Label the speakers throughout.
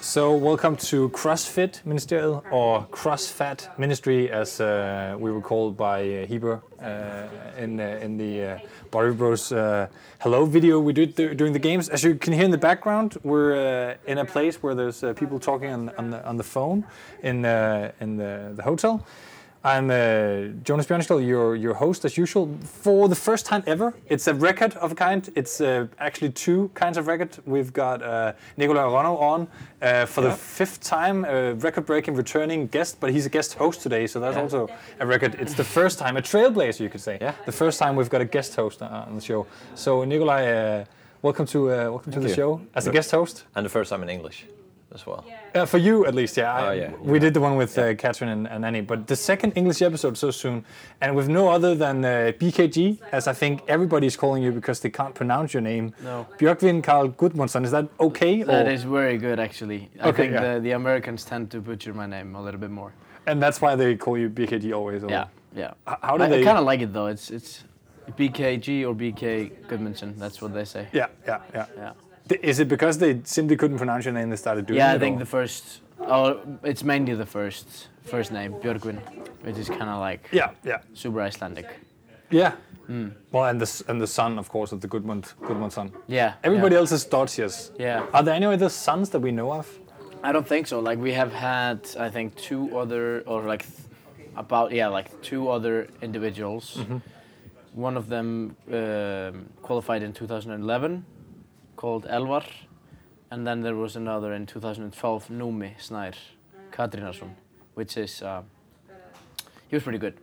Speaker 1: So, welcome to CrossFit Ministerial, or CrossFat Ministry, as uh, we were called by uh, Heber uh, in, uh, in the uh, Body Bros uh, hello video we did dur- during the games. As you can hear in the background, we're uh, in a place where there's uh, people talking on, on, the, on the phone in, uh, in the, the hotel. I'm uh, Jonas Bjørnskjold, your your host as usual. For the first time ever, it's a record of a kind. It's uh, actually two kinds of record. We've got uh, Nicolai Rono on uh, for the fifth time, a record-breaking returning guest, but he's a guest host today, so that's also a record. It's the first time, a trailblazer, you could say.
Speaker 2: Yeah.
Speaker 1: The first time we've got a guest host uh, on the show. So Nikolai, uh, welcome to uh, welcome to the
Speaker 2: you.
Speaker 1: show as a
Speaker 2: Look.
Speaker 1: guest host.
Speaker 2: And the first time in English as well.
Speaker 1: Uh, for you, at least, yeah. I-
Speaker 2: Oh, yeah.
Speaker 1: We did the one with uh, Catherine and, and Annie, but the second English episode so soon, and with no other than uh, BKG, as I think everybody's calling you because they can't pronounce your name.
Speaker 3: No.
Speaker 1: Björkvin Karl Gudmundsson, is that okay?
Speaker 3: That
Speaker 1: or-
Speaker 3: is very good, actually. I
Speaker 1: Okay,
Speaker 3: think
Speaker 1: yeah.
Speaker 3: the, the Americans tend to butcher my name a little bit more.
Speaker 1: And that's why they call you BKG always. or-
Speaker 3: Yeah, yeah.
Speaker 1: H- how do
Speaker 3: I,
Speaker 1: they-
Speaker 3: I kind of like it though. It's it's BKG or BK Goodmanson. That's what they say.
Speaker 1: Yeah, yeah, yeah.
Speaker 3: yeah.
Speaker 1: Th- Is it because they simply couldn't pronounce your name they started doing
Speaker 3: Yeah,
Speaker 1: it?
Speaker 3: I think
Speaker 1: or-
Speaker 3: the first. Oh, it's mainly the first first name Björgvin, which is kind of like
Speaker 1: Yeah, yeah,
Speaker 3: super Icelandic.
Speaker 1: yeah.
Speaker 3: Hmm.
Speaker 1: Well, and the, s- and the son, of course, of the Gudmund, Gudmundsson.
Speaker 3: Yeah.
Speaker 1: Everybody
Speaker 3: yeah.
Speaker 1: else is Dodgers.
Speaker 3: Yeah.
Speaker 1: Are there any other sons that we know of?
Speaker 3: I don't think so. Like we have had, I think, two other or like th- about yeah, like two other individuals. One of them um, qualified in 2011, called Elvar, and then there was another in 2012, Numi Snær Katrinason, which is uh, he was pretty good,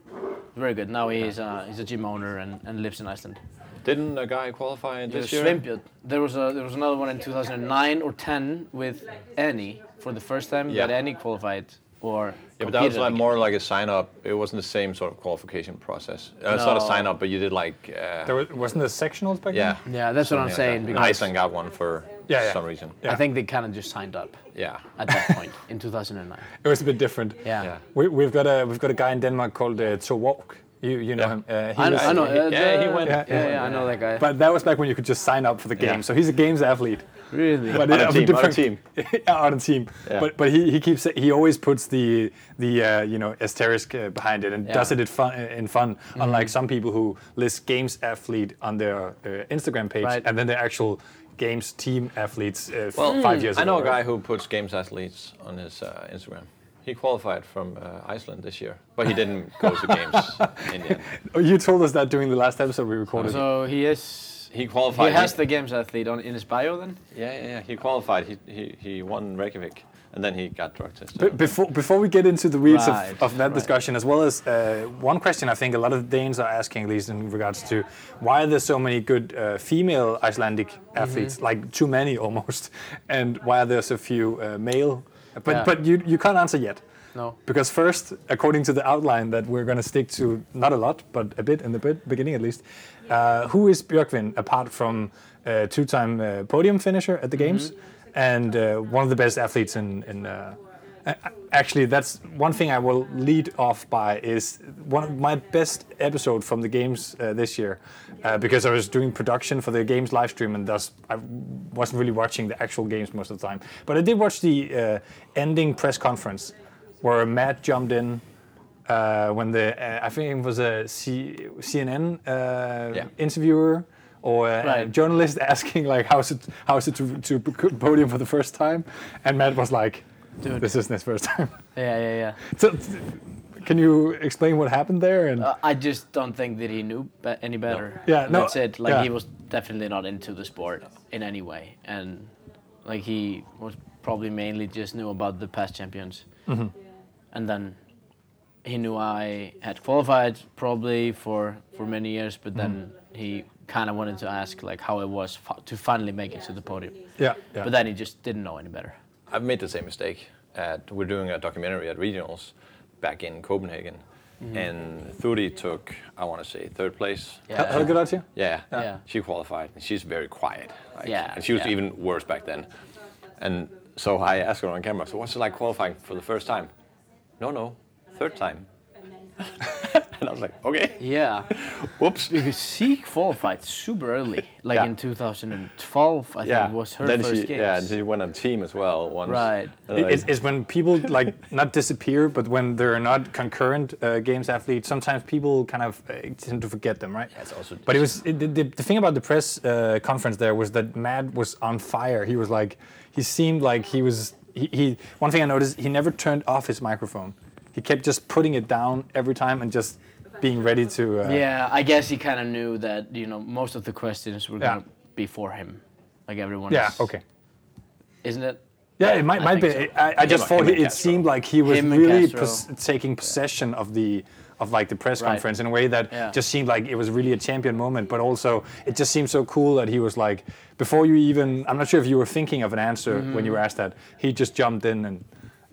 Speaker 3: very good. Now he's uh, he's a gym owner and, and lives in Iceland.
Speaker 2: Didn't a guy qualify this year?
Speaker 3: Svimpjot. There was a there was another one in 2009 or 10 with Annie for the first time
Speaker 2: Yeah.
Speaker 3: that Annie qualified or
Speaker 2: Yeah, but that was
Speaker 3: competed
Speaker 2: like
Speaker 3: again.
Speaker 2: more like a sign up. It wasn't the same sort of qualification process. Uh, It's not a
Speaker 3: No.
Speaker 2: sign up, but you did like. Uh,
Speaker 1: There was, wasn't there sectionals back
Speaker 2: yeah.
Speaker 1: then?
Speaker 3: Yeah, that's what
Speaker 2: something
Speaker 3: I'm
Speaker 2: like that. And
Speaker 3: saying because
Speaker 2: Iceland got one for
Speaker 1: Yeah, yeah.
Speaker 2: some reason.
Speaker 1: Yeah.
Speaker 3: I think they kind of just signed up
Speaker 2: Yeah.
Speaker 3: at that point in 2009.
Speaker 1: It was a bit different.
Speaker 3: Yeah.
Speaker 2: Yeah.
Speaker 1: We, we've got a we've got a guy in Denmark called uh, To Walk. You you know
Speaker 2: Yeah.
Speaker 1: him. Uh, he
Speaker 3: I,
Speaker 1: was-
Speaker 3: I know.
Speaker 2: Yeah,
Speaker 3: uh,
Speaker 2: yeah, he
Speaker 3: the-
Speaker 2: went-
Speaker 3: Yeah,
Speaker 2: he went,
Speaker 3: yeah, I know that guy.
Speaker 1: But that was back when you could just sign up for the game.
Speaker 2: Yeah.
Speaker 1: So he's a games athlete.
Speaker 3: really,
Speaker 1: But
Speaker 2: On a
Speaker 1: of
Speaker 2: team, on a
Speaker 1: different- Yeah, on a team.
Speaker 2: Yeah.
Speaker 1: But but he, he keeps he always puts the the uh, you know asterisk uh, behind it and
Speaker 3: Yeah.
Speaker 1: does it in fun, in fun
Speaker 2: Mm-hmm.
Speaker 1: unlike some people who list games athlete on their uh, Instagram page
Speaker 3: Right.
Speaker 1: and then the actual games team athletes uh, f-
Speaker 2: Well,
Speaker 1: five years
Speaker 2: I know
Speaker 1: ago.
Speaker 2: a guy
Speaker 1: right?
Speaker 2: who puts games athletes on his uh, Instagram. He qualified from uh, Iceland this year, but he didn't go to games in the end.
Speaker 1: Oh, you told us that during the last episode we recorded.
Speaker 3: so he is.
Speaker 2: He
Speaker 3: He
Speaker 2: qualified.
Speaker 3: has the games athlete on in his bio then.
Speaker 2: yeah, yeah, yeah. He qualified. He, he, he won Reykjavik, and then he got drug tested.
Speaker 1: But before before we get into the weeds
Speaker 3: Right,
Speaker 1: of, of that
Speaker 3: right.
Speaker 1: discussion, as well as uh, one question I think a lot of Danes are asking, at least in regards to why are there so many good uh, female Icelandic
Speaker 3: Mm-hmm.
Speaker 1: athletes, like too many almost, and why are there so few uh, male? But
Speaker 3: Yeah.
Speaker 1: but you you can't answer yet.
Speaker 3: No.
Speaker 1: Because first, according to the outline that we're going to stick to, not a lot, but a bit in the bit, beginning at least, uh, who is Björkvin apart from uh, two-time uh, podium finisher at the games and uh, one of the best athletes in? in uh, a- a- actually, that's one thing I will lead off by is one of my best episode from the games uh, this year uh, because I was doing production for the games live stream and thus I wasn't really watching the actual games most of the time. But I did watch the uh, ending press conference where Matt jumped in uh, when the uh, I think it was a C- CNN uh,
Speaker 2: Yeah.
Speaker 1: interviewer or a,
Speaker 3: Right.
Speaker 1: journalist asking like how's it how's it to, to podium for the first time, and Matt was like,
Speaker 3: Dude.
Speaker 1: "This isn't his first time."
Speaker 3: Yeah, yeah, yeah.
Speaker 1: so, can you explain what happened there? And
Speaker 3: Uh, I just don't think that he knew be- any better.
Speaker 1: Yeah, no,
Speaker 3: That's it. Like
Speaker 1: yeah.
Speaker 3: he was definitely not into the sport in any way, and like he was probably mainly just knew about the past champions,
Speaker 1: Mm-hmm.
Speaker 3: and then he knew I had qualified probably for for many years, but then
Speaker 1: Mm-hmm.
Speaker 3: he kind of wanted to ask like how it was fa- to finally make it to the podium,
Speaker 1: yeah, yeah.
Speaker 3: but then he just didn't know any better.
Speaker 2: I've made the same mistake. At, we're doing a documentary at regionals back in Copenhagen, and Thuri took, I want to say, third place.
Speaker 3: Yeah.
Speaker 1: Hel- Helga Dottir?
Speaker 2: Yeah.
Speaker 3: Yeah.
Speaker 2: She qualified, and she's very quiet. Like,
Speaker 3: Yeah,
Speaker 2: And she was
Speaker 3: yeah.
Speaker 2: even worse back then. And so I asked her on camera, so what's it like qualifying for the first time? No, no, third time. and I was like, okay,
Speaker 3: Yeah.
Speaker 2: whoops.
Speaker 3: Because she qualified super early, like
Speaker 2: Yeah.
Speaker 3: in 2012, I
Speaker 2: Yeah,
Speaker 3: think was her
Speaker 2: then
Speaker 3: first
Speaker 2: she,
Speaker 3: game.
Speaker 2: yeah, and she went on team as well once.
Speaker 3: Right.
Speaker 2: And
Speaker 1: It-
Speaker 2: like-
Speaker 1: It's, it's when people like not disappear, but when there are not concurrent uh, games athletes, sometimes people kind of uh, tend to forget them, right?
Speaker 2: it's also
Speaker 1: but it was it, the, the thing about the press uh, conference there was that Matt was on fire. He was like, he seemed like he was. He, he one thing I noticed, he never turned off his microphone. He kept just putting it down every time and just being ready to. Uh,
Speaker 3: Yeah, I guess he kind of knew that, you know, most of the questions were
Speaker 1: Yeah.
Speaker 3: going to be for him. Like everyone
Speaker 1: Yeah.
Speaker 3: is-
Speaker 1: Okay.
Speaker 3: Isn't it?
Speaker 1: Yeah, it might,
Speaker 3: I
Speaker 1: might be.
Speaker 3: think
Speaker 1: I, I just
Speaker 2: and-
Speaker 1: thought
Speaker 2: him and
Speaker 1: it
Speaker 2: Castro.
Speaker 1: seemed like he was
Speaker 3: Him and
Speaker 1: really
Speaker 3: Castro.
Speaker 1: pos- taking possession of the of like the press
Speaker 3: Right.
Speaker 1: conference in a way that
Speaker 3: Yeah.
Speaker 1: just seemed like it was really a champion moment. But also, it just seemed so cool that he was like, before you even, I'm not sure if you were thinking of an answer when you were asked that. He just jumped in and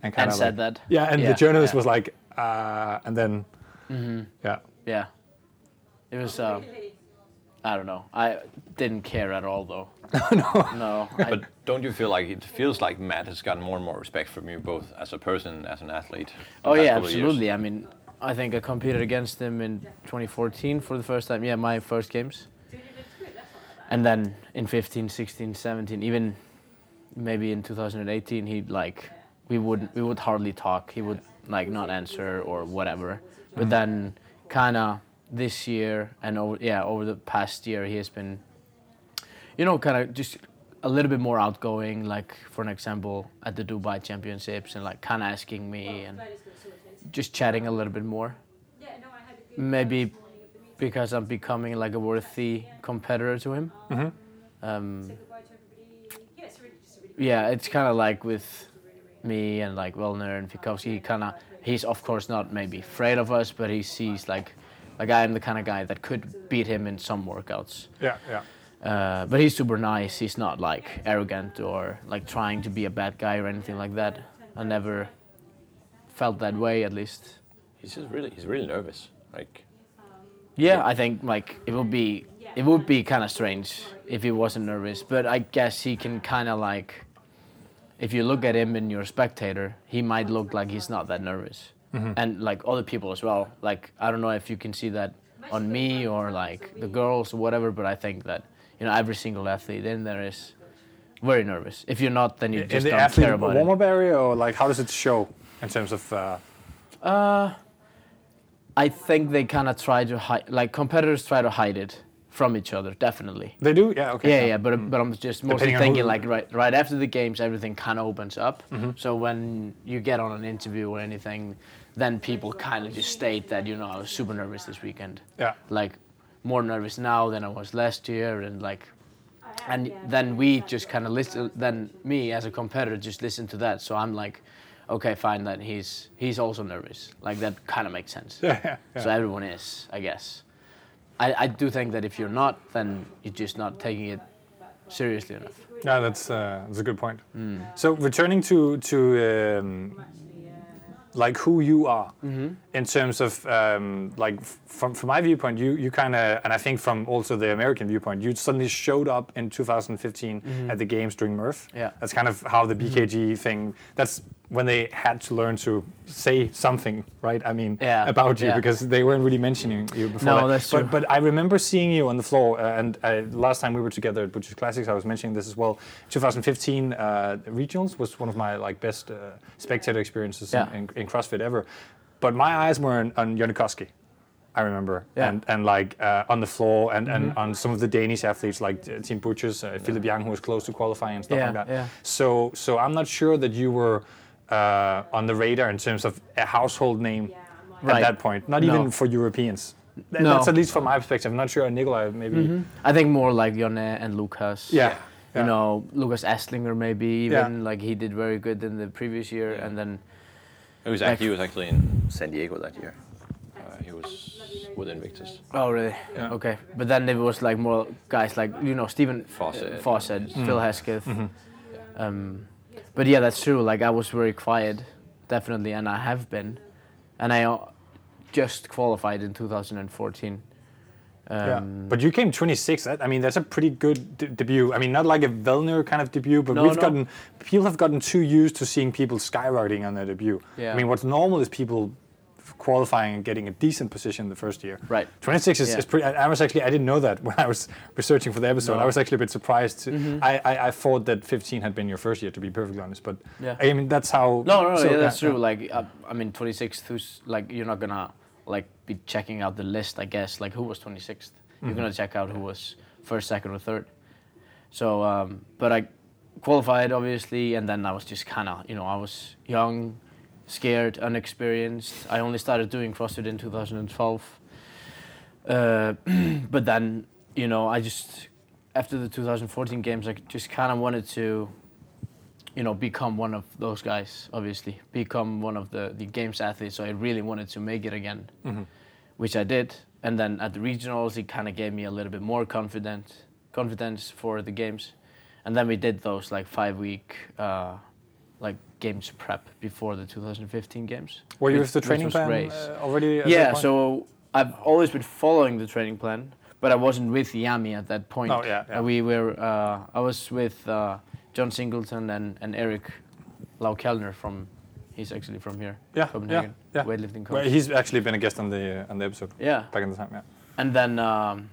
Speaker 1: and kind
Speaker 3: Mm. And
Speaker 1: of
Speaker 3: said that.
Speaker 1: Yeah, and
Speaker 3: Yeah,
Speaker 1: the journalist
Speaker 3: yeah. Mm-hmm.
Speaker 1: was like, uh, and then, yeah,
Speaker 3: Yeah. It was, uh, I don't know. I didn't care at all, though. no. No. I, Oh,
Speaker 2: But don't you feel like it feels like Matt has gotten more and more respect from you, both as a person and as an athlete? the
Speaker 3: oh,
Speaker 2: past
Speaker 3: yeah,
Speaker 2: couple of years?
Speaker 3: absolutely. I mean, I think I competed against him in 2014 for the first time. Yeah, my first games. And then in 15, 16, 17, even maybe in 2018, he'd like, we would, we would hardly talk. He would like not answer or whatever. But then kind of this year and over, yeah, over the past year, he has been, you know, kind of just a little bit more outgoing, like for an example at the Dubai Championships and like kind of asking me and just chatting a little bit more. Maybe because I'm becoming like a worthy competitor to him. Um, yeah, it's kind of like with me and like Wellner and Fikowski. He kind of he's of course not maybe afraid of us, but he sees like like I am the kind of guy that could beat him in some workouts.
Speaker 1: yeah, yeah.
Speaker 3: Uh, but he's super nice. He's not like arrogant or like trying to be a bad guy or anything like that. I never felt that way, at least.
Speaker 2: He's just really, he's really nervous. Like,
Speaker 3: Yeah, I think like it would be it would be kind of strange if he wasn't nervous, but I guess he can kind of like if you look at him and you're a spectator, he might look like he's not that nervous.
Speaker 1: Mm-hmm.
Speaker 3: And like other people as well. Like I don't know if you can see that on me or like the girls or whatever, but I think that you know every single athlete in there is very nervous. If you're not, then you
Speaker 1: In
Speaker 3: just
Speaker 1: the
Speaker 3: don't care
Speaker 1: athlete
Speaker 3: about
Speaker 1: warm
Speaker 3: it.
Speaker 1: up area, or like, how does it show in terms of? Uh,
Speaker 3: I think they kind of try to hide, like competitors try to hide it from each other, definitely.
Speaker 1: they do, yeah, okay,
Speaker 3: Yeah, yeah, but but I'm just mostly
Speaker 1: Depending on
Speaker 3: thinking
Speaker 1: who- Mm-hmm.
Speaker 3: like right right after the games, everything kind of opens up. So when you get on an interview or anything, then people kind of just state that you know I was super nervous this weekend.
Speaker 1: Yeah.
Speaker 3: Like more nervous now than I was last year, and like, and then we just kind of listen. Then me as a competitor just listen to that. So I'm like, okay, fine. That he's he's also nervous. Like that kind of makes sense.
Speaker 1: Yeah, yeah, yeah.
Speaker 3: So everyone is, I guess. I, I do think that if you're not, then you're just not taking it seriously enough.
Speaker 1: Yeah, that's uh, that's a good point. Mm. So returning to to um, like who you are
Speaker 3: Mm-hmm.
Speaker 1: in terms of um, like f- from from my viewpoint, you you kind of and I think from also the American viewpoint, you suddenly showed up in 2015 at the games during Murph.
Speaker 3: Mm-hmm. Yeah. Mm-hmm.
Speaker 1: that's kind of how the BKG thing. That's when they had to learn to say something, right? I mean,
Speaker 3: Yeah,
Speaker 1: about you
Speaker 3: yeah.
Speaker 1: because they weren't really mentioning you before.
Speaker 3: No,
Speaker 1: that.
Speaker 3: that's
Speaker 1: But-
Speaker 3: true.
Speaker 1: but I remember seeing you on the floor, uh, and uh, last time we were together at Butchers Classics, I was mentioning this as well. 2015 uh, regionals was one of my like best uh, spectator experiences
Speaker 3: Yeah.
Speaker 1: in, in, in CrossFit ever. But my eyes were on, on Janikowski, I remember,
Speaker 3: Yeah. Mm-hmm.
Speaker 1: and and like uh, on the floor, and, and on some of the Danish athletes like uh, Team Butchers, uh, Philip Young, who was close to qualifying and stuff
Speaker 3: Yeah,
Speaker 1: like that.
Speaker 3: yeah.
Speaker 1: So so I'm not sure that you were. Uh, on the radar in terms of a household name at
Speaker 3: Right.
Speaker 1: that point, not
Speaker 3: No.
Speaker 1: even for Europeans. Th-
Speaker 3: No. Mm-hmm.
Speaker 1: That's at least from my perspective. I'm not sure Nikolai maybe.
Speaker 3: I think more like Yone and Lucas.
Speaker 1: Yeah, yeah.
Speaker 3: You know, Lucas Esslinger maybe
Speaker 1: Yeah.
Speaker 3: even like he did very good in the previous year, and then
Speaker 2: it was
Speaker 3: Like-
Speaker 2: actually, he was actually in San Diego that year. Uh, he was with Invictus.
Speaker 3: oh really?
Speaker 1: Yeah.
Speaker 3: Okay, but then it was like more guys like you know Stephen
Speaker 2: Fawcett.
Speaker 3: Fawcett, Phil Hesketh. Um, but yeah, that's true. Like I was very quiet, definitely, and I have been, and I uh, just qualified in 2014.
Speaker 1: Yeah.
Speaker 3: Um,
Speaker 1: But you came 26. That, I mean, that's a pretty good de- debut. I mean, not like a Vellner kind of debut, but
Speaker 3: No,
Speaker 1: we've
Speaker 3: no.
Speaker 1: gotten people have gotten too used to seeing people skyrocketing on their debut.
Speaker 3: Yeah.
Speaker 1: I mean, what's normal is people qualifying and getting a decent position the first year.
Speaker 3: Right.
Speaker 1: 26 is,
Speaker 3: Yeah.
Speaker 1: is pretty. I I was actually I didn't know that when I was researching for the episode. I
Speaker 3: No. Mm-hmm.
Speaker 1: was actually a bit surprised. to- I, I I thought that 15 had been your first year to be perfectly honest, but
Speaker 3: Yeah.
Speaker 1: I mean that's how.
Speaker 3: No, no, no
Speaker 1: so-
Speaker 3: yeah, that's
Speaker 1: yeah.
Speaker 3: true. Like, uh, I mean, 26th, who's like, you're not gonna like be checking out the list, I guess. Like, who was 26th? You're gonna check out who was first, second, or third. So, um, but I qualified obviously, and then I was just kind of, you know, I was young, scared, unexperienced. I only started doing CrossFit in 2012. Uh, but then, you know, I just after the 2014 games, I just kind of wanted to you know, become one of those guys, obviously, become one of the, the games athletes. So I really wanted to make it again,
Speaker 1: Mm-hmm.
Speaker 3: which I did. And then at the regionals, it kind of gave me a little bit more confident, confidence for the games. And then we did those like five week, uh, like games prep before the 2015 games.
Speaker 1: Were you
Speaker 3: which-
Speaker 1: with the
Speaker 3: which
Speaker 1: training
Speaker 3: was
Speaker 1: plan
Speaker 3: race.
Speaker 1: uh, already? at that
Speaker 3: yeah,
Speaker 1: point?
Speaker 3: so I've always been following the training plan, but I wasn't with Yami at that point.
Speaker 1: Oh, yeah, yeah.
Speaker 3: Uh, We were. Uh, I was with uh, John Singleton and, and Eric Lau Kellner from. He's actually from here.
Speaker 1: Yeah,
Speaker 3: Copenhagen.
Speaker 1: yeah, yeah.
Speaker 3: Weightlifting coach.
Speaker 1: Well, he's actually been a guest on the uh, on the episode
Speaker 3: yeah.
Speaker 1: back in the time. Yeah.
Speaker 3: And then, um,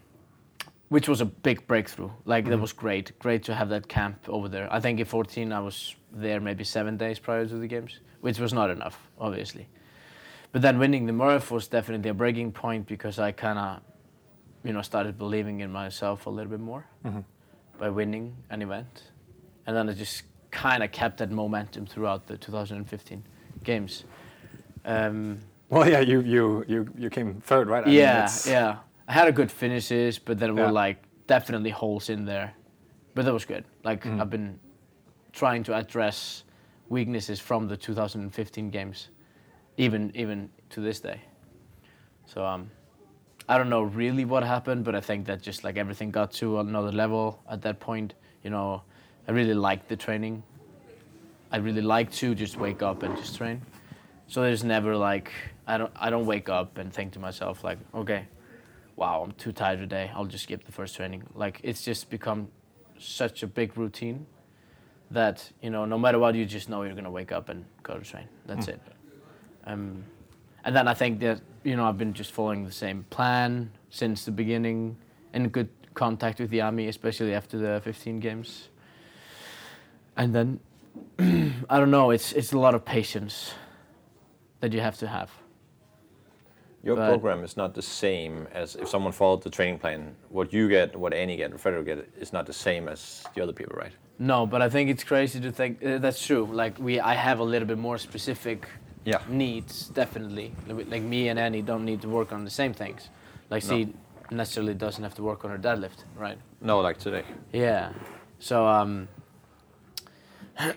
Speaker 3: which was a big breakthrough. Like that was great. Great to have that camp over there. I think in 14 I was there maybe seven days prior to the games, which was not enough, obviously. But then winning the Murph was definitely a breaking point because I kind of, you know, started believing in myself a little bit more by winning an event, and then I just kind of kept that momentum throughout the 2015 games. Um,
Speaker 1: Well, yeah, you you you you came third, right? I mean,
Speaker 3: yeah,
Speaker 1: that's-
Speaker 3: yeah. I had a good finishes, but there were
Speaker 1: Yeah.
Speaker 3: like definitely holes in there. But that was good. Like I've been trying to address weaknesses from the 2015 games, even even to this day. So um, I don't know really what happened, but I think that just like everything got to another level at that point. You know, I really liked the training. I really like to just wake up and just train. So there's never like I don't I don't wake up and think to myself like okay, wow I'm too tired today I'll just skip the first training. Like it's just become such a big routine that you know no matter what you just know you're gonna wake up and go to train. That's it. Um, and then I think that you know I've been just following the same plan since the beginning, in good contact with the army, especially after the 15 games. And then I don't know. It's it's a lot of patience that you have to have.
Speaker 2: Your
Speaker 3: But-
Speaker 2: program is not the same as if someone followed the training plan. What you get, what Annie get, and Frederick get is not the same as the other people, right?
Speaker 3: No, but I think it's crazy to think uh, that's true. Like we, I have a little bit more specific
Speaker 2: Yeah.
Speaker 3: needs, definitely. Like like me and Annie don't need to work on the same things. Like
Speaker 2: No.
Speaker 3: she necessarily doesn't have to work on her deadlift, right?
Speaker 2: No, like today.
Speaker 3: Yeah. So um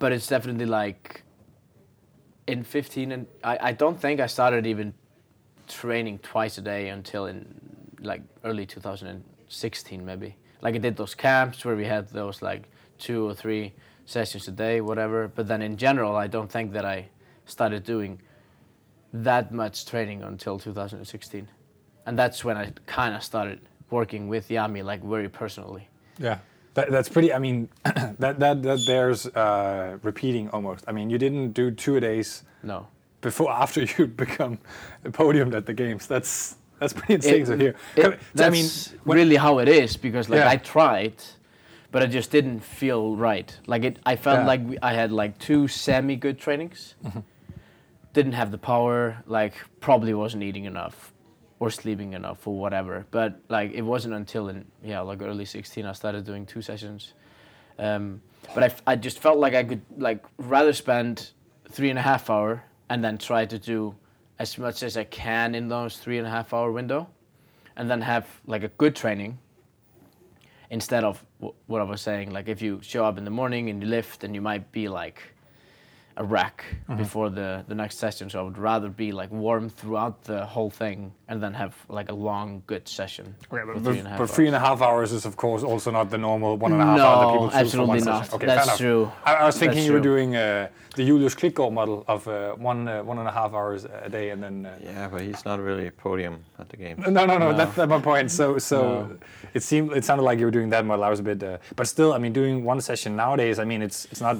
Speaker 3: but it's definitely like in 15 and I, I don't think I started even training twice a day until in like early 2016 maybe. Like I did those camps where we had those like two or three sessions a day whatever, but then in general I don't think that I started doing that much training until 2016. And that's when I kind of started working with Yami like very personally.
Speaker 1: Yeah, that, that's pretty. I mean, that that that there's uh, repeating almost. I mean, you didn't do two days
Speaker 3: No.
Speaker 1: before after you become podiumed at the games. That's that's pretty insane to hear.
Speaker 3: it-
Speaker 1: Come- I mean,
Speaker 3: that's
Speaker 1: when-
Speaker 3: really how it is because like
Speaker 1: Yeah.
Speaker 3: I tried, but it just didn't feel right. Like it, I felt
Speaker 1: Yeah.
Speaker 3: like we, I had like two semi good trainings, didn't have the power. Like probably wasn't eating enough, or sleeping enough, or whatever. But like it wasn't until in yeah like early sixteen I started doing two sessions. Um, but I, f- I just felt like I could like rather spend three and a half hour and then try to do as much as I can in those three and a half hour window, and then have like a good training. Instead of w- what I was saying, like if you show up in the morning and you lift, and you might be like a wreck
Speaker 1: Mm-hmm.
Speaker 3: before the the next session. So I would rather be like warm throughout the whole thing, and then have like a long good session.
Speaker 1: Okay, but,
Speaker 3: for
Speaker 1: but-
Speaker 3: three and a half
Speaker 1: but
Speaker 3: hours.
Speaker 1: three and a half hours is, of course, also not the normal one and a half hour that
Speaker 3: No,
Speaker 1: people choose for
Speaker 3: absolutely
Speaker 1: one
Speaker 3: not.
Speaker 1: session. Okay,
Speaker 3: That's
Speaker 1: fair enough.
Speaker 3: true.
Speaker 1: I, I was thinking
Speaker 3: That's
Speaker 1: you were
Speaker 3: true.
Speaker 1: doing uh, the Julius Klitgaard model of uh, one uh, one and a half hours a day, and then. Uh,
Speaker 2: Yeah, but he's not really podium at the game.
Speaker 1: No, no, no. That's that's my point. So, so it seemed it sounded like you were doing that model. I was a bit, uh, but still, I mean, doing one session nowadays, I mean, it's it's not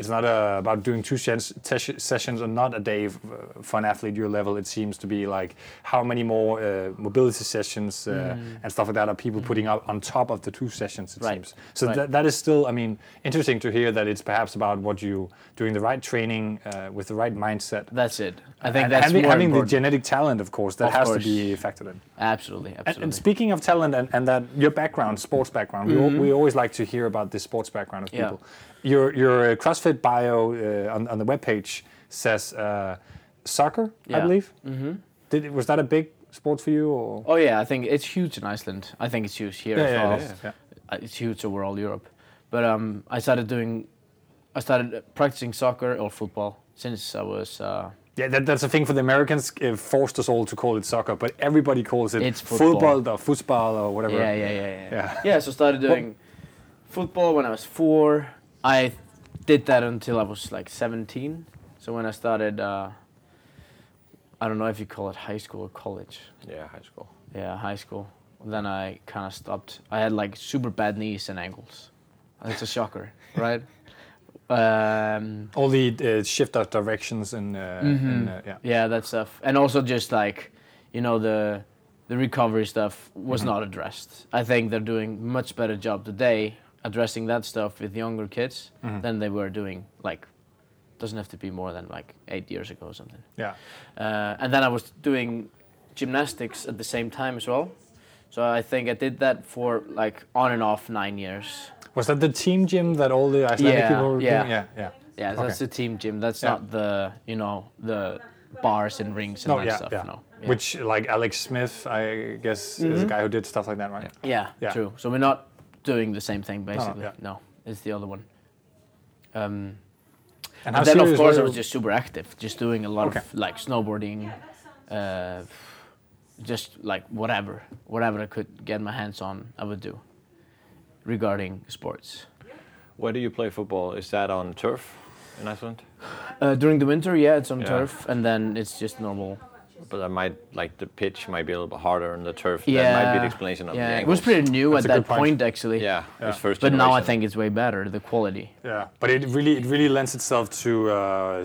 Speaker 1: it's not uh, about doing two sens- tesh- sessions or not a day f- uh, for an athlete your level. It seems to be like how many more uh, mobility sessions uh, and stuff like that are people putting up on top of the two sessions. It
Speaker 3: Mm. Right.
Speaker 1: seems so.
Speaker 3: Right.
Speaker 1: That, that is still, I mean, interesting to hear that it's perhaps about what you doing the right training uh, with the right mindset.
Speaker 3: That's it. I think
Speaker 1: And
Speaker 3: that's
Speaker 1: having,
Speaker 3: more
Speaker 1: having the
Speaker 3: important.
Speaker 1: genetic talent, of course, that
Speaker 3: Of
Speaker 1: has
Speaker 3: course.
Speaker 1: to be factored in.
Speaker 3: absolutely, absolutely. Mm-hmm.
Speaker 1: And, and speaking of talent and, and that your background, sports background, we, al- we always like to hear about the sports background of
Speaker 3: Yeah.
Speaker 1: people. Your your uh, CrossFit bio uh, on, on the webpage says uh, soccer, I
Speaker 3: Yeah.
Speaker 1: believe. Mm-hmm. Did was that a big sport for you? Or?
Speaker 3: oh yeah, I think it's huge in Iceland. I think it's huge here as well.
Speaker 1: yeah.
Speaker 3: uh, it's huge over all Europe. But um, I started doing, I started practicing soccer or football since I was. Uh,
Speaker 1: Yeah, that, that's a thing for the Americans. It forced us all to call it soccer, but everybody calls it
Speaker 3: It's
Speaker 1: football
Speaker 3: football.
Speaker 1: or football or whatever.
Speaker 3: yeah, yeah, yeah, yeah,
Speaker 1: Yeah.
Speaker 3: so started doing football when I was four. I did that until I was like 17. So when I started, uh, I don't know if you call it high school or college.
Speaker 2: Yeah, high school.
Speaker 3: Yeah, high school. Then I kind of stopped. I had like super bad knees and ankles. That's a shocker, right? Um,
Speaker 1: All the uh, shift of directions and, uh,
Speaker 3: Mm-hmm.
Speaker 1: and uh, yeah.
Speaker 3: yeah that stuff and also just like you know the the recovery stuff was
Speaker 1: Mm-hmm.
Speaker 3: not addressed i think they're doing much better job today addressing that stuff with younger kids
Speaker 1: Mm-hmm.
Speaker 3: than they were doing like doesn't have to be more than like eight years ago or something
Speaker 1: yeah.
Speaker 3: uh, and then i was doing gymnastics at the same time as well so i think i did that for like on and off nine years
Speaker 1: Was that the team gym that all the Icelandic
Speaker 3: Yeah,
Speaker 1: people were
Speaker 3: yeah.
Speaker 1: doing? Yeah, yeah.
Speaker 3: yeah that's the team gym that's
Speaker 1: Yeah.
Speaker 3: not the you know the bars and rings and
Speaker 1: No,
Speaker 3: that
Speaker 1: yeah,
Speaker 3: stuff
Speaker 1: yeah.
Speaker 3: no
Speaker 1: Which, like Alex Smith, I guess, is a guy who did stuff like that, right?
Speaker 3: Yeah,
Speaker 1: Yeah.
Speaker 3: true. So we're not doing the same thing, basically.
Speaker 1: yeah.
Speaker 3: No, it's the other one. Um,
Speaker 1: And
Speaker 3: and then, of
Speaker 1: serious
Speaker 3: course,
Speaker 1: were
Speaker 3: I was
Speaker 1: you-
Speaker 3: just super active, just doing a lot
Speaker 1: Okay.
Speaker 3: of like snowboarding, uh, just like whatever, whatever I could get my hands on, I would do regarding sports.
Speaker 2: Where do you play football? Is that on turf in Iceland?
Speaker 3: Uh, during the winter, yeah, it's on
Speaker 2: Yeah.
Speaker 3: turf, and then it's just normal.
Speaker 2: But I might like the pitch might be a little bit harder on the turf.
Speaker 3: Yeah,
Speaker 2: That might be the explanation of
Speaker 3: yeah.
Speaker 2: the
Speaker 3: It
Speaker 2: angles.
Speaker 3: was pretty new
Speaker 1: That's
Speaker 3: at
Speaker 1: a good
Speaker 3: that point,
Speaker 1: point.
Speaker 3: actually.
Speaker 2: Yeah,
Speaker 1: Yeah.
Speaker 2: it's first.
Speaker 3: But now I
Speaker 2: generation.
Speaker 3: think it's way better, the quality.
Speaker 1: Yeah, but it really it really lends itself to uh,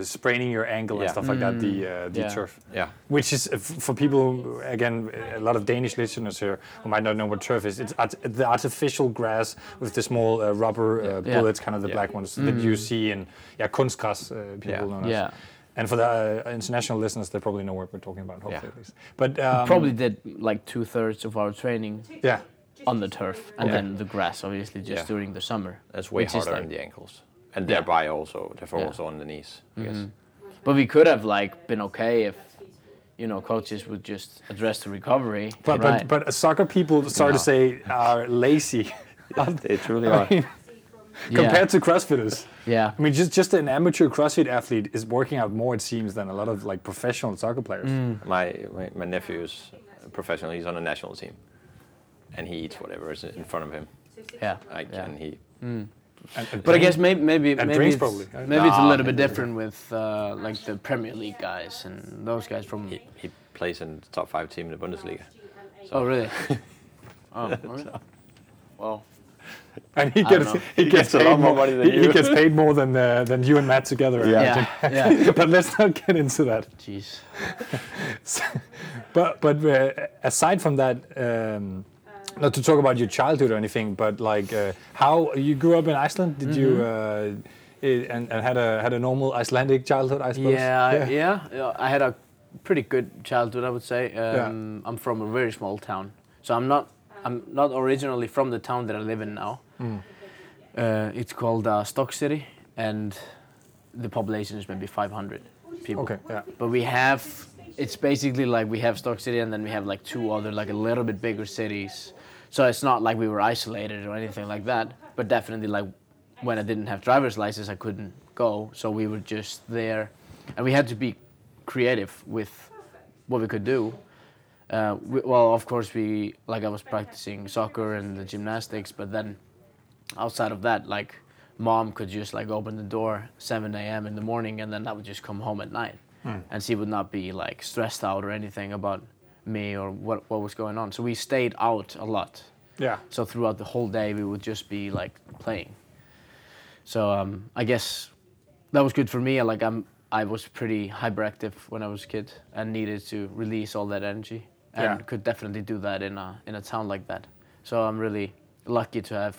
Speaker 1: spraining your ankle and
Speaker 2: Yeah.
Speaker 1: stuff like that. The uh, the
Speaker 3: Mm. Yeah.
Speaker 1: turf,
Speaker 2: Yeah.
Speaker 1: which is uh, f- for people who- again a lot of Danish listeners here who might not know what turf is. It's art- the artificial grass with the small uh, rubber uh,
Speaker 3: Yeah. Mm.
Speaker 1: bullets, kind of the
Speaker 2: Yeah.
Speaker 1: black ones that you see in yeah kunstgras. Uh, people
Speaker 2: Yeah.
Speaker 1: know as.
Speaker 3: Yeah.
Speaker 1: And for the uh, international listeners, they probably know what we're talking about, hopefully
Speaker 2: Yeah.
Speaker 1: at least. But um,
Speaker 3: Probably did like two thirds of our training
Speaker 1: yeah,
Speaker 3: on the turf and
Speaker 2: Yeah.
Speaker 3: then the grass obviously just
Speaker 2: Yeah.
Speaker 3: during the summer
Speaker 2: That's way
Speaker 3: which is
Speaker 2: harder on
Speaker 3: like-
Speaker 2: the ankles, and thereby also, therefore
Speaker 3: Yeah.
Speaker 2: also
Speaker 3: Mm-hmm.
Speaker 2: on the knees. I guess.
Speaker 3: but we could have like been okay if you know coaches would just address the recovery
Speaker 1: but
Speaker 3: right?
Speaker 1: but, but soccer people sorry to
Speaker 2: No.
Speaker 1: say are lazy
Speaker 2: They truly are.
Speaker 3: yeah.
Speaker 1: compared to CrossFitters.
Speaker 3: yeah
Speaker 1: I mean, just just an amateur CrossFit athlete is working out more, it seems, than a lot of like professional soccer players.
Speaker 3: Mm.
Speaker 2: my, my my nephew is a professional. He's on a national team, and he eats whatever is in front of him.
Speaker 3: yeah,
Speaker 2: Like,
Speaker 3: yeah.
Speaker 2: and he
Speaker 1: And- and
Speaker 3: but I
Speaker 1: playing-
Speaker 3: guess maybe maybe
Speaker 1: and
Speaker 3: maybe
Speaker 1: drinks
Speaker 3: it's,
Speaker 1: probably.
Speaker 3: maybe it's a
Speaker 2: Nah,
Speaker 3: little bit
Speaker 2: maybe.
Speaker 3: different with uh, like the Premier League guys and those guys from
Speaker 2: he, he plays in the top five team in the Bundesliga.
Speaker 3: oh really oh okay. well
Speaker 1: and he
Speaker 3: I don't
Speaker 1: gets
Speaker 3: know.
Speaker 1: he,
Speaker 2: He
Speaker 1: gets,
Speaker 2: gets a
Speaker 1: paid
Speaker 2: lot more
Speaker 1: more
Speaker 2: money than
Speaker 1: he, he
Speaker 2: you.
Speaker 1: gets paid more than uh, than you and Matt together.
Speaker 2: Yeah.
Speaker 3: yeah yeah
Speaker 1: but let's not get into that.
Speaker 3: jeez
Speaker 1: But but uh, aside from that, um, not to talk about your childhood or anything, but like uh, how you grew up in Iceland, did you? Uh,
Speaker 3: Mm-hmm.
Speaker 1: i- and, and had a had a normal Icelandic childhood, I suppose.
Speaker 3: Yeah, I- yeah, yeah. I had a pretty good childhood, I would say. Um, I'm from a very small town, so I'm not I'm not originally from the town that I live in now. Uh, it's called uh, Stock City, and the population is maybe 500 people.
Speaker 1: Okay. Yeah.
Speaker 3: But we have it's basically like we have Stock City, and then we have like two other like a little bit bigger cities. So it's not like we were isolated or anything like that. But definitely like when I didn't have driver's license, I couldn't go. So we were just there, and we had to be creative with what we could do. Uh, we, well, of course, we like I was practicing soccer and the gymnastics, but then outside of that, like mom could just like open the door 7 a.m. in the morning, and then I would just come home at night, and she would not be like stressed out or anything about me or what what was going on. So we stayed out a lot.
Speaker 1: Yeah.
Speaker 3: So throughout the whole day, we would just be like playing. So um, I guess that was good for me. I, Like I'm, I was pretty hyperactive when I was a kid and needed to release all that energy, and
Speaker 1: Yeah.
Speaker 3: could definitely do that in a in a town like that. So I'm really lucky to have,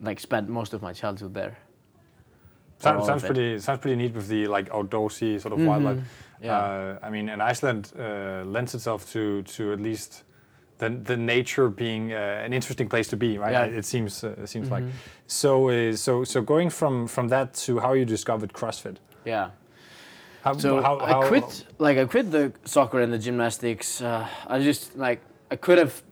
Speaker 3: like, spent most of my childhood there. all
Speaker 1: Sounds,
Speaker 3: of
Speaker 1: sounds
Speaker 3: it.
Speaker 1: pretty sounds pretty neat with the like outdoorsy sort of wildlife.
Speaker 3: Mm-hmm. yeah.
Speaker 1: Uh, I mean, and Iceland uh, lends itself to to at least the the nature being uh, an interesting place to be, right?
Speaker 3: Yeah. Mm-hmm.
Speaker 1: It seems uh, it seems like. So uh, so so going from from that to how you discovered CrossFit.
Speaker 3: Yeah.
Speaker 1: How,
Speaker 3: So I quit, like I quit the soccer and the gymnastics. Uh, I just like I could have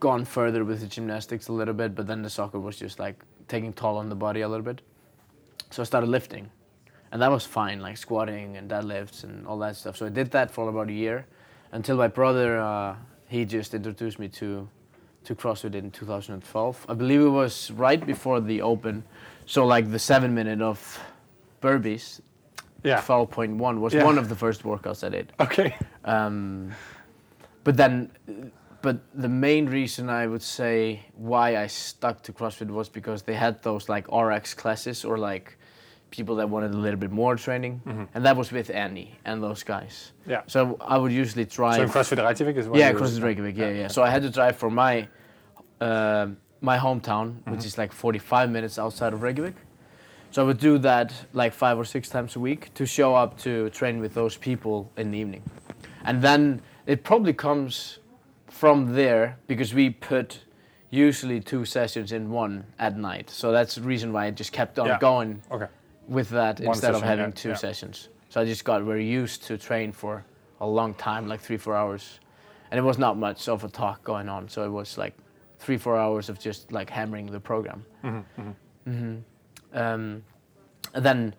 Speaker 3: gone further with the gymnastics a little bit, but then the soccer was just like taking toll on the body a little bit. So I started lifting, and that was fine, like squatting and deadlifts and all that stuff. So I did that for about a year, until my brother uh, he just introduced me to to CrossFit in 2012. I believe it was right before the Open, so like the seven minute of burpees
Speaker 1: Yeah.
Speaker 3: 12.1 was
Speaker 1: Yeah.
Speaker 3: one of the first workouts I did.
Speaker 1: Okay.
Speaker 3: Um, but then, but the main reason I would say why I stuck to CrossFit was because they had those like RX classes or like people that wanted a little bit more training,
Speaker 1: Mm-hmm.
Speaker 3: and that was with Annie and those guys.
Speaker 1: Yeah. So,
Speaker 3: So I would usually try.
Speaker 1: in CrossFit Reykjavik is what
Speaker 3: Yeah,
Speaker 1: you-
Speaker 3: across the Reykjavik. Yeah, yeah. So I had to drive from my uh, my hometown, which
Speaker 1: Mm-hmm.
Speaker 3: is like 45 minutes outside of Reykjavik. So I would do that like five or six times a week to show up to train with those people in the evening, and then it probably comes from there because we put usually two sessions in one at night. So that's the reason why I just kept on
Speaker 1: Yeah.
Speaker 3: going
Speaker 1: Okay.
Speaker 3: with that
Speaker 1: One
Speaker 3: instead of
Speaker 1: session,
Speaker 3: having
Speaker 1: yeah,
Speaker 3: two
Speaker 1: yeah.
Speaker 3: sessions. So I just got very used to train for a long time, like three, four hours. And it was not much of a talk going on. So it was like three, four hours of just like hammering the program.
Speaker 1: Mm-hmm,
Speaker 3: Um, and then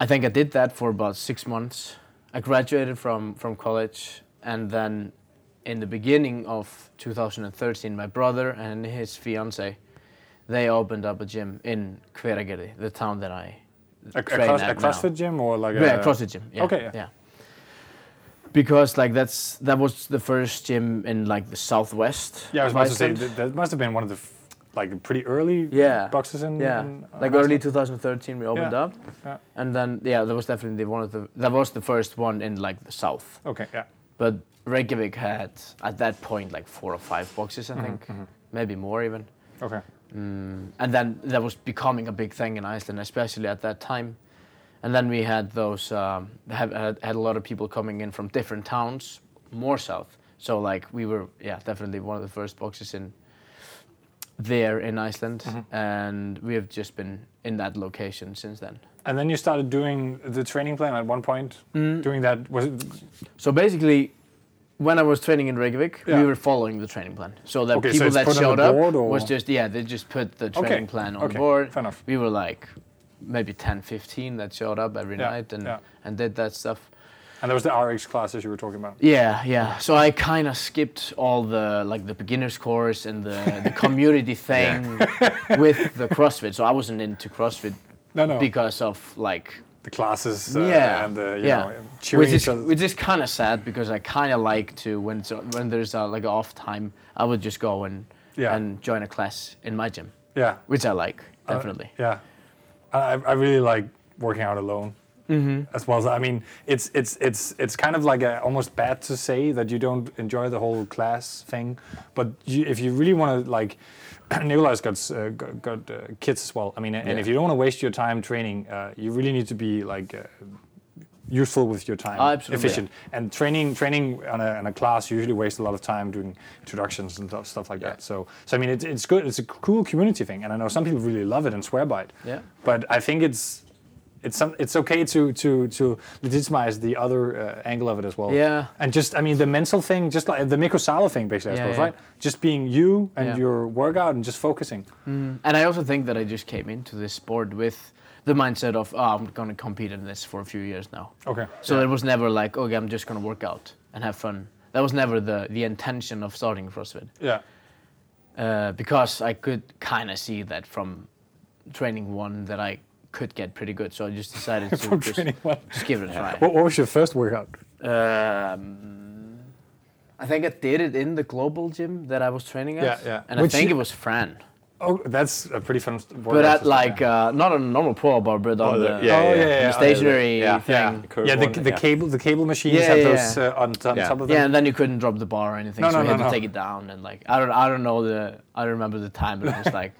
Speaker 3: I think I did that for about six months. I graduated from, from college, and then in the beginning of 2013, my brother and his fiance, they opened up a gym in Hveragerði, the town that I
Speaker 1: A, a,
Speaker 3: train
Speaker 1: cross, a
Speaker 3: at now.
Speaker 1: CrossFit gym or like
Speaker 3: yeah,
Speaker 1: a
Speaker 3: CrossFit gym. Yeah.
Speaker 1: Okay, yeah.
Speaker 3: Because like that's that was the first gym in like the southwest.
Speaker 1: Yeah, I was
Speaker 3: of
Speaker 1: about to say
Speaker 3: Iceland.
Speaker 1: that, that must have been one of the f- like pretty early
Speaker 3: Yeah.
Speaker 1: boxes in
Speaker 3: yeah,
Speaker 1: in, uh,
Speaker 3: like
Speaker 1: Iceland.
Speaker 3: early 2013 we opened
Speaker 1: Yeah,
Speaker 3: up,
Speaker 1: yeah.
Speaker 3: and then yeah, that was definitely one of the that was the first one in like the south.
Speaker 1: Okay, yeah.
Speaker 3: But Reykjavik had at that point like four or five boxes, I
Speaker 1: Mm-hmm.
Speaker 3: think, maybe more even.
Speaker 1: Okay.
Speaker 3: Mm, and then that was becoming a big thing in Iceland, especially at that time. And then we had those um, have, had, had a lot of people coming in from different towns, more south. So like we were, yeah, definitely one of the first boxes in there in Iceland, and we have just been in that location since then.
Speaker 1: And then you started doing the training plan at one point.
Speaker 3: Mm.
Speaker 1: Doing that was it,
Speaker 3: So basically, when I was training in Reykjavik,
Speaker 1: Yeah.
Speaker 3: we were following the training plan. So the
Speaker 1: Okay, so
Speaker 3: people
Speaker 1: it's
Speaker 3: that
Speaker 1: put on the
Speaker 3: showed up
Speaker 1: board or-
Speaker 3: was just yeah, they just put the
Speaker 1: Okay,
Speaker 3: training plan on
Speaker 1: okay,
Speaker 3: board.
Speaker 1: fair enough.
Speaker 3: We were like maybe 10, 15 that showed up every
Speaker 1: Yeah,
Speaker 3: night and
Speaker 1: yeah.
Speaker 3: and did that stuff.
Speaker 1: and there was the RX classes you were talking about.
Speaker 3: Yeah, yeah. So I kind of skipped all the like the beginners course and the, the community thing with the CrossFit. So I wasn't into CrossFit
Speaker 1: No, no.
Speaker 3: because of like
Speaker 1: The classes uh,
Speaker 3: yeah,
Speaker 1: and the you
Speaker 3: yeah.
Speaker 1: know cheering
Speaker 3: which is,
Speaker 1: each other.
Speaker 3: Which is kind of sad because I kind of like to when it's, when there's a, like off time, I would just go and
Speaker 1: Yeah.
Speaker 3: and join a class in my gym,
Speaker 1: yeah.
Speaker 3: which I like
Speaker 1: Uh,
Speaker 3: definitely.
Speaker 1: yeah. I, I- I really like working out alone.
Speaker 3: Mm-hmm.
Speaker 1: As well as I mean, it's it's it's it's kind of like a, almost bad to say that you don't enjoy the whole class thing, but you, if you really want to like, Nikolai's got s- uh, got, got uh, kids as well. I mean, and
Speaker 3: Yeah.
Speaker 1: if you don't want to waste your time training, uh, you really need to be like. Uh, useful with your time
Speaker 3: Ah, absolutely.
Speaker 1: efficient and training training on a, on a class usually wastes a lot of time doing introductions and stuff, stuff like
Speaker 3: Yeah.
Speaker 1: that so so i mean it's it's good it's a cool community thing and i know some people really love it and swear by it
Speaker 3: Yeah.
Speaker 1: but i think it's it's some, it's okay to to to legitimize the other uh, angle of it as well
Speaker 3: Yeah.
Speaker 1: and just i mean the mental thing just like the Mikko Salo thing basically i
Speaker 3: Yeah,
Speaker 1: suppose
Speaker 3: yeah.
Speaker 1: right just being you and
Speaker 3: Yeah.
Speaker 1: your workout and just focusing
Speaker 3: And I also think that I just came into this sport with the mindset of oh, I'm gonna compete in this for a few years now.
Speaker 1: okay
Speaker 3: So it was never like okay, I'm just gonna work out and have fun. That was never the the intention of starting CrossFit.
Speaker 1: yeah
Speaker 3: uh, because I could kind of see that from training one that I could get pretty good. So I just decided to
Speaker 1: From
Speaker 3: just,
Speaker 1: training one.
Speaker 3: just give it a try.
Speaker 1: what, what was your first workout
Speaker 3: Um, I think I did it in the global gym that I was training at.
Speaker 1: Yeah, yeah.
Speaker 3: And
Speaker 1: Which
Speaker 3: I think
Speaker 1: you-
Speaker 3: it was Fran.
Speaker 1: Oh, that's a pretty fun. st-
Speaker 3: but
Speaker 1: word
Speaker 3: at
Speaker 1: actually,
Speaker 3: like
Speaker 1: yeah.
Speaker 3: uh, not on a normal pull-up bar, but on
Speaker 2: Oh,
Speaker 3: the,
Speaker 2: the- yeah,
Speaker 1: oh yeah,
Speaker 2: yeah,
Speaker 1: yeah,
Speaker 2: the
Speaker 1: yeah.
Speaker 3: stationary
Speaker 1: yeah.
Speaker 3: thing.
Speaker 1: Yeah,
Speaker 3: Yeah.
Speaker 2: The curved
Speaker 1: yeah, the,
Speaker 2: one,
Speaker 1: the
Speaker 2: yeah.
Speaker 1: cable, the cable machines
Speaker 3: Yeah,
Speaker 1: have
Speaker 3: yeah,
Speaker 1: those
Speaker 3: yeah.
Speaker 1: Uh, on, on
Speaker 2: Yeah.
Speaker 1: top of them.
Speaker 3: and then you couldn't drop the bar or anything,
Speaker 1: No,
Speaker 3: so
Speaker 1: no,
Speaker 3: you
Speaker 1: no,
Speaker 3: had to
Speaker 1: no.
Speaker 3: take it down and like I don't I don't know the I don't remember the time, but it was like,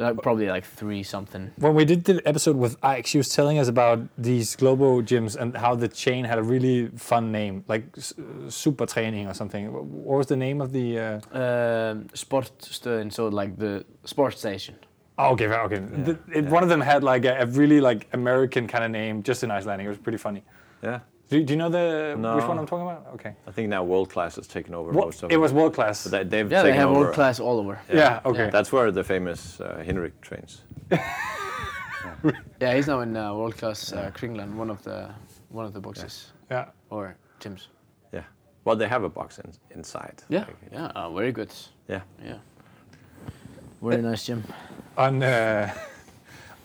Speaker 3: like probably like three something.
Speaker 1: when we did the episode with Ike, she was telling us about these global gyms and how the chain had a really fun name, like S- uh, Super Training or something. Wh- What was the name of the? Uh...
Speaker 3: Um, sportstøen, so like the sports station.
Speaker 1: Oh, okay, okay. The- it- One of them had like a, a really like American kind of name, just in Icelandic. It was pretty funny.
Speaker 2: Yeah.
Speaker 1: Do, do you know the which one
Speaker 2: No.
Speaker 1: I'm talking about? Okay.
Speaker 2: I think now world class has taken over
Speaker 1: What-
Speaker 2: most of
Speaker 1: it was world class.
Speaker 2: They, they've
Speaker 3: Yeah, they
Speaker 2: taken
Speaker 3: have
Speaker 2: over.
Speaker 3: world class all over.
Speaker 1: yeah. Okay.
Speaker 2: That's where the famous uh, Henrik trains.
Speaker 3: Yeah, he's now in uh, world class uh, Kringland, one of the one of the boxes
Speaker 1: Yeah.
Speaker 3: or gyms.
Speaker 2: Yeah. Well, they have a box in, inside.
Speaker 3: Yeah,
Speaker 2: Like,
Speaker 3: yeah, uh, very good.
Speaker 2: yeah.
Speaker 3: Yeah, very nice gym.
Speaker 1: On uh,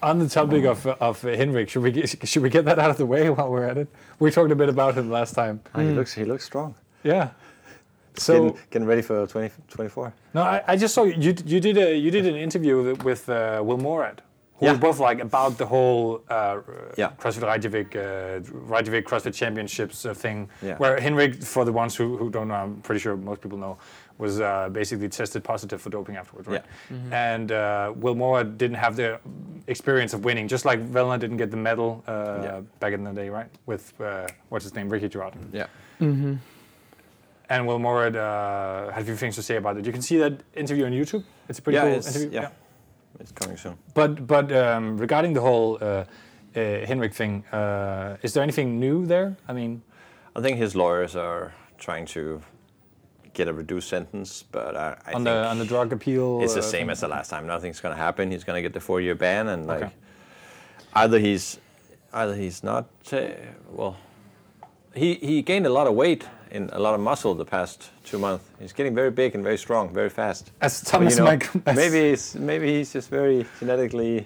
Speaker 1: on the topic of of Henrik, should we get, should we get that out of the way while we're at it? We talked a bit about him last time.
Speaker 2: Ah, He looks he looks strong.
Speaker 1: Yeah. Hmm. So.
Speaker 2: getting ready for 2024.
Speaker 1: No, I, I just saw you. You did a you did an interview with, with uh, Will Morad, who
Speaker 2: Yeah.
Speaker 1: were both like about the whole uh,
Speaker 2: Yeah.
Speaker 1: CrossFit Reykjavik, uh, Reykjavik CrossFit Championships uh, thing,
Speaker 2: Yeah.
Speaker 1: where Henrik, for the ones who, who don't know, I'm pretty sure most people know, was uh, basically tested positive for doping afterwards, right?
Speaker 2: Mm-hmm.
Speaker 1: And uh, Will Morad didn't have the experience of winning, just like Velna didn't get the medal uh,
Speaker 2: Yeah.
Speaker 1: back in the day, right? With uh, what's his name, Ricky Gerard
Speaker 2: Yeah.
Speaker 1: and Will Morad uh, had a few things to say about it. You can see that interview on YouTube. It's a pretty
Speaker 2: Yeah,
Speaker 1: cool
Speaker 2: it's,
Speaker 1: interview.
Speaker 2: yeah. It's coming soon.
Speaker 1: But but um, regarding the whole uh, uh, Henrik thing, uh, is there anything new there? I mean,
Speaker 2: I think his lawyers are trying to get a reduced sentence, but I, I
Speaker 1: on
Speaker 2: think
Speaker 1: the on the drug appeal,
Speaker 2: it's the
Speaker 1: uh,
Speaker 2: same
Speaker 1: thing?
Speaker 2: as the last time. Nothing's going to happen. He's going to get the four-year ban, and like
Speaker 1: Okay.
Speaker 2: either he's either he's not uh, well. He he gained a lot of weight and a lot of muscle the past two months. He's getting very big and very strong, very fast.
Speaker 1: As
Speaker 2: But, you
Speaker 1: Thomas
Speaker 2: know,
Speaker 1: Mike, as-
Speaker 2: maybe he's, maybe he's just very genetically.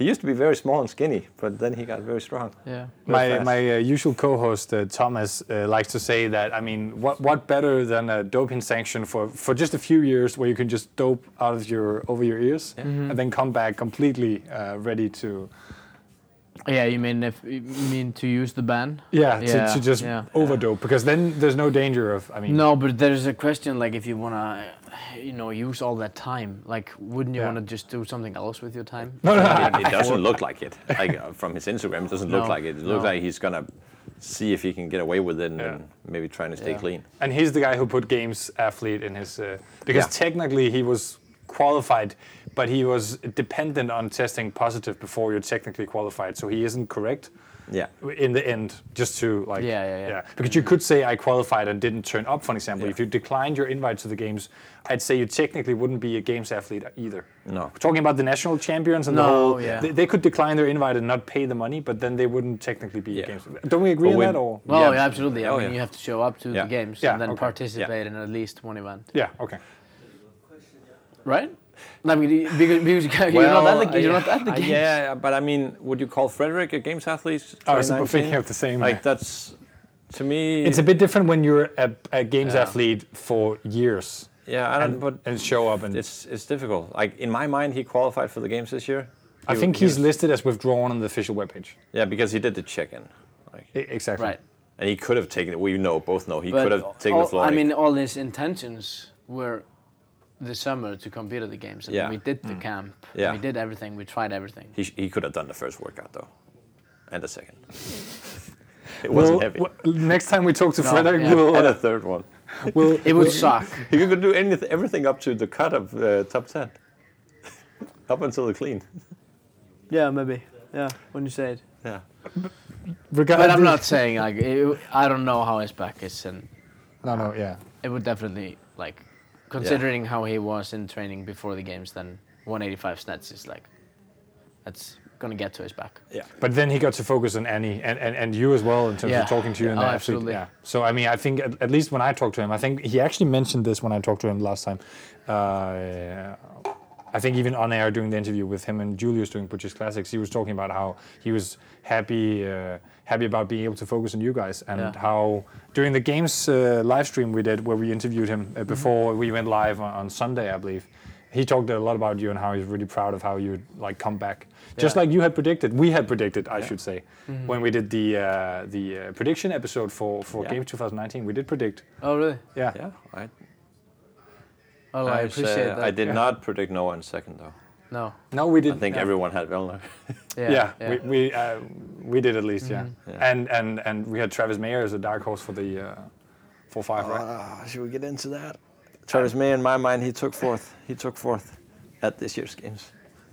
Speaker 2: He used to be very small and skinny, but then he got very strong.
Speaker 3: Yeah.
Speaker 1: my
Speaker 2: fast.
Speaker 1: my uh, usual co-host uh, Thomas uh, likes to say that. I mean, what what better than a doping sanction for for just a few years where you can just dope out of your over your ears
Speaker 2: Mm-hmm.
Speaker 1: and then come back completely uh, ready to
Speaker 3: Yeah, you mean if you mean to use the ban?
Speaker 1: Yeah,
Speaker 3: Yeah,
Speaker 1: to, to just
Speaker 3: yeah.
Speaker 1: overdope because then there's no danger of. I mean,
Speaker 3: No, but there's a question like if you wanna, you know, use all that time, like wouldn't you
Speaker 1: Yeah.
Speaker 3: wanna just do something else with your time?
Speaker 1: no, no, I-
Speaker 2: it, it doesn't look like it. Like uh, from his Instagram, it doesn't
Speaker 3: No,
Speaker 2: look like it. It looks
Speaker 3: no.
Speaker 2: like he's gonna see if he can get away with it and
Speaker 1: Yeah.
Speaker 2: maybe trying to stay
Speaker 3: Yeah.
Speaker 2: clean.
Speaker 1: and he's the guy who put games athlete in his uh, because
Speaker 2: Yeah.
Speaker 1: technically he was qualified, but he was dependent on testing positive before you're technically qualified, so he isn't correct
Speaker 2: Yeah.
Speaker 1: in the end. Just to like,
Speaker 3: Yeah, yeah, yeah.
Speaker 1: because you could say I qualified and didn't turn up. For example,
Speaker 2: Yeah.
Speaker 1: if you declined your invite to the games, I'd say you technically wouldn't be a games athlete either.
Speaker 2: No.
Speaker 1: Talking about the national champions and the
Speaker 3: No,
Speaker 1: whole,
Speaker 3: yeah.
Speaker 1: they, they could decline their invite and not pay the money, but then they wouldn't technically be
Speaker 2: Yeah.
Speaker 1: games. Don't we agree
Speaker 2: But
Speaker 1: on
Speaker 2: when-
Speaker 1: that? Or
Speaker 3: Well,
Speaker 2: Yeah.
Speaker 3: yeah, absolutely. I
Speaker 2: Oh,
Speaker 3: mean,
Speaker 2: yeah.
Speaker 3: you have to show up to
Speaker 2: Yeah.
Speaker 3: the games
Speaker 1: Yeah,
Speaker 3: and then
Speaker 1: okay.
Speaker 3: participate in at least one event,
Speaker 1: yeah, okay.
Speaker 3: right? I mean, you- because, because you're, not at the, uh, you're not at the
Speaker 2: I-
Speaker 3: games.
Speaker 2: Yeah, but I mean, would you call Frederick a games athlete?
Speaker 1: I was
Speaker 2: 2019?
Speaker 1: thinking of the same.
Speaker 2: Like that's to me.
Speaker 1: It's a bit different when you're a, a games
Speaker 2: Yeah.
Speaker 1: athlete for years
Speaker 2: yeah, I don't.
Speaker 1: and,
Speaker 2: but
Speaker 1: and show up and.
Speaker 2: it's it's difficult. Like in my mind, he qualified for the games this year.
Speaker 1: I
Speaker 2: He-
Speaker 1: think
Speaker 2: he
Speaker 1: he's
Speaker 2: was-
Speaker 1: listed as withdrawn on the official webpage.
Speaker 2: yeah because he did the check-in, like,
Speaker 1: I- E-, exactly.
Speaker 3: Right.
Speaker 2: and he could have taken it. We know both know he
Speaker 3: But
Speaker 2: could have taken
Speaker 3: all,
Speaker 2: the floor.
Speaker 3: I mean, all his intentions were the summer to compete at the games. And
Speaker 2: Yeah.
Speaker 3: We did the camp.
Speaker 2: Yeah.
Speaker 3: We did everything. We tried everything.
Speaker 2: He, sh- he could have done the first workout though, and the second. it
Speaker 1: Well,
Speaker 2: wasn't heavy.
Speaker 1: w- next time we talk to
Speaker 3: No,
Speaker 1: Frederick,
Speaker 3: yeah.
Speaker 1: we'll,
Speaker 2: and
Speaker 1: uh,
Speaker 2: a third one.
Speaker 1: we'll
Speaker 3: It would suck.
Speaker 2: He could do anything, everything up to the cut of uh, top ten, up until the clean.
Speaker 3: Yeah, maybe. Yeah, when you say it.
Speaker 2: Yeah.
Speaker 1: regarding.
Speaker 3: But I'm not saying like it, I don't know how his back is, and
Speaker 1: No,
Speaker 3: Um,
Speaker 1: no, yeah.
Speaker 3: it would definitely like considering how he was in training before the games. Then 185 snatch is like that's gonna get to his back.
Speaker 2: Yeah.
Speaker 1: But then he got to focus on Annie and, and, and you as well in terms
Speaker 3: Yeah.
Speaker 1: of talking to you and
Speaker 3: Oh,
Speaker 1: that.
Speaker 3: absolutely.
Speaker 1: Yeah. So I mean, I think at, at least when I talked to him, I think he actually mentioned this when I talked to him last time. Uh, I think even on air during the interview with him and Julius doing British Classics, he was talking about how he was happy uh, happy about being able to focus on you guys and
Speaker 3: Yeah.
Speaker 1: how during the games uh, live stream we did where we interviewed him uh, before we went live on, on Sunday, I believe. he talked a lot about you and how he's really proud of how you like come back, just like you had predicted. We had predicted, I should say, when we did the uh, the uh, prediction episode for for
Speaker 2: Yeah.
Speaker 1: Games 2019. We did predict.
Speaker 3: Oh really?
Speaker 1: Yeah.
Speaker 2: Yeah, I,
Speaker 3: Oh,
Speaker 2: I
Speaker 3: I,
Speaker 2: was,
Speaker 3: appreciate
Speaker 2: uh,
Speaker 3: that.
Speaker 2: I did
Speaker 1: yeah.
Speaker 2: not predict no one second though.
Speaker 3: No.
Speaker 1: No, we did.
Speaker 2: I think
Speaker 1: yeah.
Speaker 2: everyone had Velner.
Speaker 3: Yeah. Mm-hmm.
Speaker 1: Yeah, we we, uh, we did at least. Yeah.
Speaker 2: Yeah.
Speaker 1: and and and we had Travis Mayer as a dark horse for the uh, four five, right?
Speaker 2: Ah, should we get into that? Travis May, in my mind, he took fourth. He took fourth at this year's games.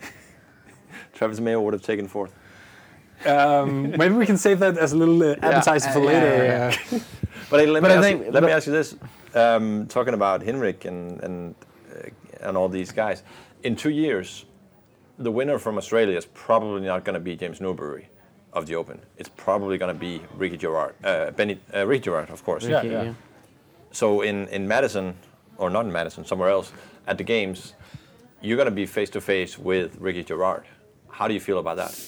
Speaker 2: Travis Mayer would have taken fourth.
Speaker 1: Um, maybe we can save that as a little uh, appetizer
Speaker 3: uh,
Speaker 1: for
Speaker 3: yeah,
Speaker 1: later.
Speaker 3: yeah,
Speaker 2: But, I, let,
Speaker 3: But
Speaker 2: me
Speaker 3: I
Speaker 2: ask
Speaker 3: think-
Speaker 2: you, let me
Speaker 3: but-
Speaker 2: ask you this: um, talking about Henrik and and uh, and all these guys, in two years, the winner from Australia is probably not going to be James Newbury of the Open. It's probably going to be Ricky Gerard, uh, Benny, uh, Ricky Gerard, of course.
Speaker 1: Yeah,
Speaker 3: Okay,
Speaker 1: yeah.
Speaker 3: yeah.
Speaker 2: So in, in Madison, or not in Madison, somewhere else, at the games, you're going to be face to face with Ricky Gerard. How do you feel about that?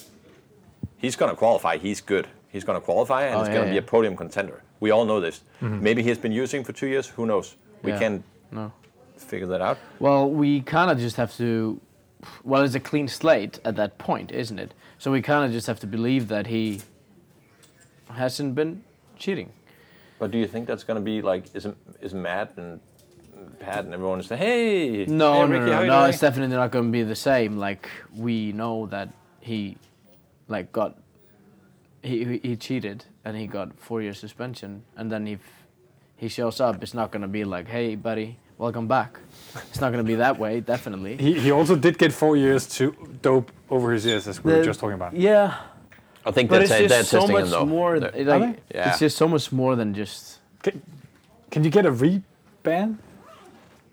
Speaker 2: He's going to qualify. He's good. He's going to qualify, and
Speaker 3: Oh,
Speaker 2: he's
Speaker 3: yeah,
Speaker 2: going to
Speaker 3: yeah. Mm-hmm.
Speaker 2: be a podium contender. We all know this. Maybe he's been using for two years. Who knows? We
Speaker 3: Yeah.
Speaker 2: can't
Speaker 3: No.
Speaker 2: figure that out.
Speaker 3: Well, we kind of just have to. Well, it's a clean slate at that point, isn't it? So we kind of just have to believe that he hasn't been cheating.
Speaker 2: But do you think that's going to be like is is Matt and Pat and everyone say, hey,
Speaker 3: No,
Speaker 2: hey,
Speaker 3: no,
Speaker 2: Ricky, how
Speaker 3: no, no,
Speaker 2: you
Speaker 3: no.
Speaker 2: doing?"
Speaker 3: It's definitely not going to be the same. Like we know that he, like, got he he- he cheated and he got four year suspension, and then if he shows up, it's not going to be like, hey, buddy, welcome back. It's not going to be that way, definitely.
Speaker 1: He, he also did get four years to dope over his ears, as we were
Speaker 3: The-
Speaker 1: just talking about.
Speaker 3: Yeah,
Speaker 2: I think
Speaker 3: but
Speaker 2: they're,
Speaker 3: it's
Speaker 2: te- they're
Speaker 3: just so
Speaker 2: testing
Speaker 3: much
Speaker 2: him though.
Speaker 3: more.
Speaker 2: They're-
Speaker 3: it,
Speaker 1: Are
Speaker 3: like,
Speaker 1: they?
Speaker 2: Yeah.
Speaker 3: It's just so much more than just.
Speaker 1: Can, can you get a re-ban?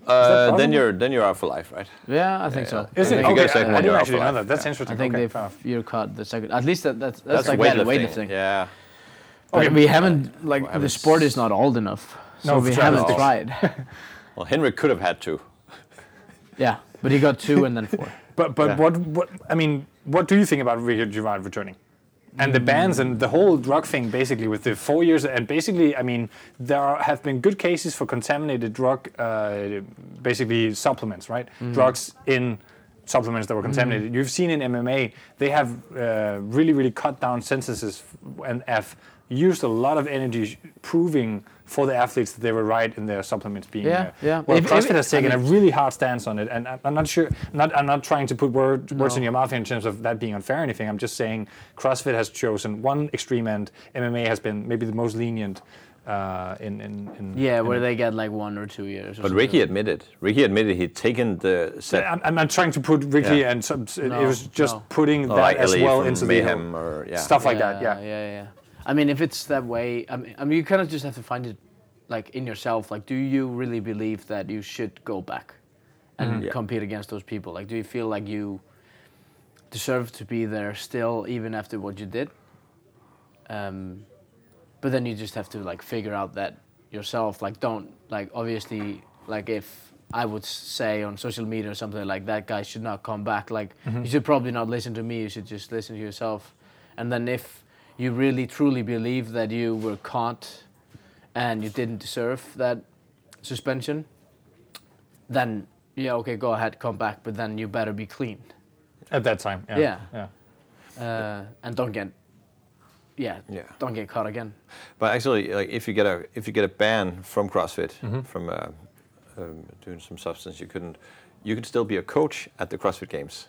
Speaker 2: uh, then
Speaker 1: probable?
Speaker 2: you're then you're out for life, right?
Speaker 3: Yeah, I think so.
Speaker 1: Is
Speaker 2: Yeah,
Speaker 1: it?
Speaker 2: you get
Speaker 1: Okay,
Speaker 2: a
Speaker 1: I,
Speaker 2: second
Speaker 1: I
Speaker 2: one,
Speaker 1: didn't
Speaker 2: you're
Speaker 1: actually know
Speaker 2: off for life.
Speaker 1: that. That's interesting.
Speaker 3: I think
Speaker 1: okay, fair
Speaker 3: they've
Speaker 1: enough.
Speaker 3: you're caught the second. At least that, that's
Speaker 2: That's
Speaker 3: that's, like that
Speaker 2: weightlifting.
Speaker 3: weightlifting.
Speaker 2: Yeah.
Speaker 3: But
Speaker 1: Okay.
Speaker 3: we haven't like
Speaker 2: haven't
Speaker 3: the sport is not old enough, so
Speaker 1: No,
Speaker 3: we
Speaker 1: fair
Speaker 3: haven't
Speaker 1: enough.
Speaker 3: tried.
Speaker 2: Well, Henrik could have had two.
Speaker 3: yeah, but he got two and then four.
Speaker 1: But but
Speaker 2: Yeah.
Speaker 1: what what I mean, what do you think about Ricky Gervais returning? And the bans and the whole drug thing, basically, with the four years, and basically, I mean, there are, have been good cases for contaminated drug, uh, basically supplements, right?
Speaker 3: Mm.
Speaker 1: Drugs in supplements that were contaminated. You've seen in MMA, they have uh, really, really cut down sentences and have used a lot of energy proving for the athletes that they were right in their supplements being.
Speaker 3: Yeah,
Speaker 1: uh,
Speaker 3: yeah.
Speaker 1: Well,
Speaker 3: If- if-
Speaker 1: CrossFit has
Speaker 3: I
Speaker 1: taken a
Speaker 3: mean-
Speaker 1: really hard stance on it, and I- I'm not sure. Not, I'm not trying to put word, words in your mouth in terms of that being unfair or anything. I'm just saying CrossFit has chosen one extreme end. MMA has been maybe the most lenient. Uh, in, in, in
Speaker 3: Yeah,
Speaker 1: in-
Speaker 3: where they get like one or two years. Or
Speaker 2: But
Speaker 3: something.
Speaker 2: Ricky admitted. Ricky admitted he'd taken the set.
Speaker 1: I'm, I'm not trying to put Ricky
Speaker 2: Yeah.
Speaker 1: and some, it-
Speaker 3: No,
Speaker 1: it was just
Speaker 3: no.
Speaker 1: putting
Speaker 2: Oh,
Speaker 1: that
Speaker 2: like
Speaker 1: as
Speaker 2: Ellie
Speaker 1: well
Speaker 2: from
Speaker 1: into
Speaker 2: Mayhem
Speaker 1: the
Speaker 2: or- yeah.
Speaker 1: stuff like that. Yeah,
Speaker 3: yeah, yeah. I mean, if it's that way, I mean, I mean, you kind of just have to find it, like in yourself. Like, do you really believe that you should go back and
Speaker 1: Mm-hmm.
Speaker 2: Yeah.
Speaker 3: compete against those people? Like, do you feel like you deserve to be there still, even after what you did? Um, but then you just have to like figure out that yourself. Like, don't like obviously like if. I would say on social media or something like that guy should not come back. Like you should probably not listen to me. You should just listen to yourself. And then if you really truly believe that you were caught and you didn't deserve that suspension, then yeah, okay, go ahead, come back, but then you better be clean.
Speaker 1: at that time. Yeah,
Speaker 3: Yeah.
Speaker 1: yeah.
Speaker 3: Uh, and don't get yeah,
Speaker 2: Yeah.
Speaker 3: don't get caught again.
Speaker 2: But actually, like if you get a if you get a ban from CrossFit
Speaker 1: Mm-hmm.
Speaker 2: from uh, um, doing some substance you couldn't, you could still be a coach at the CrossFit Games.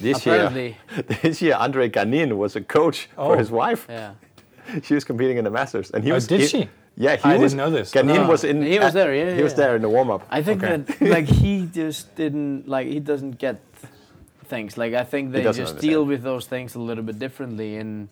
Speaker 2: This
Speaker 3: Apparently.
Speaker 2: year, this year Andre Ganin was a coach for
Speaker 1: Oh.
Speaker 2: his wife.
Speaker 3: Yeah.
Speaker 2: She was competing in the Masters, and he
Speaker 1: Oh,
Speaker 2: was.
Speaker 1: did
Speaker 2: he-
Speaker 1: she?
Speaker 2: Yeah, he
Speaker 1: I didn't
Speaker 2: was.
Speaker 1: know this. Oh.
Speaker 2: Ganin
Speaker 3: Ah.
Speaker 2: was in.
Speaker 3: He was there, yeah,
Speaker 2: He was
Speaker 3: yeah.
Speaker 2: there in the warm up.
Speaker 3: I think
Speaker 1: Okay.
Speaker 3: that like he just didn't like he doesn't get things. Like I think they just
Speaker 2: doesn't
Speaker 3: deal
Speaker 2: understand.
Speaker 3: with those things a little bit differently in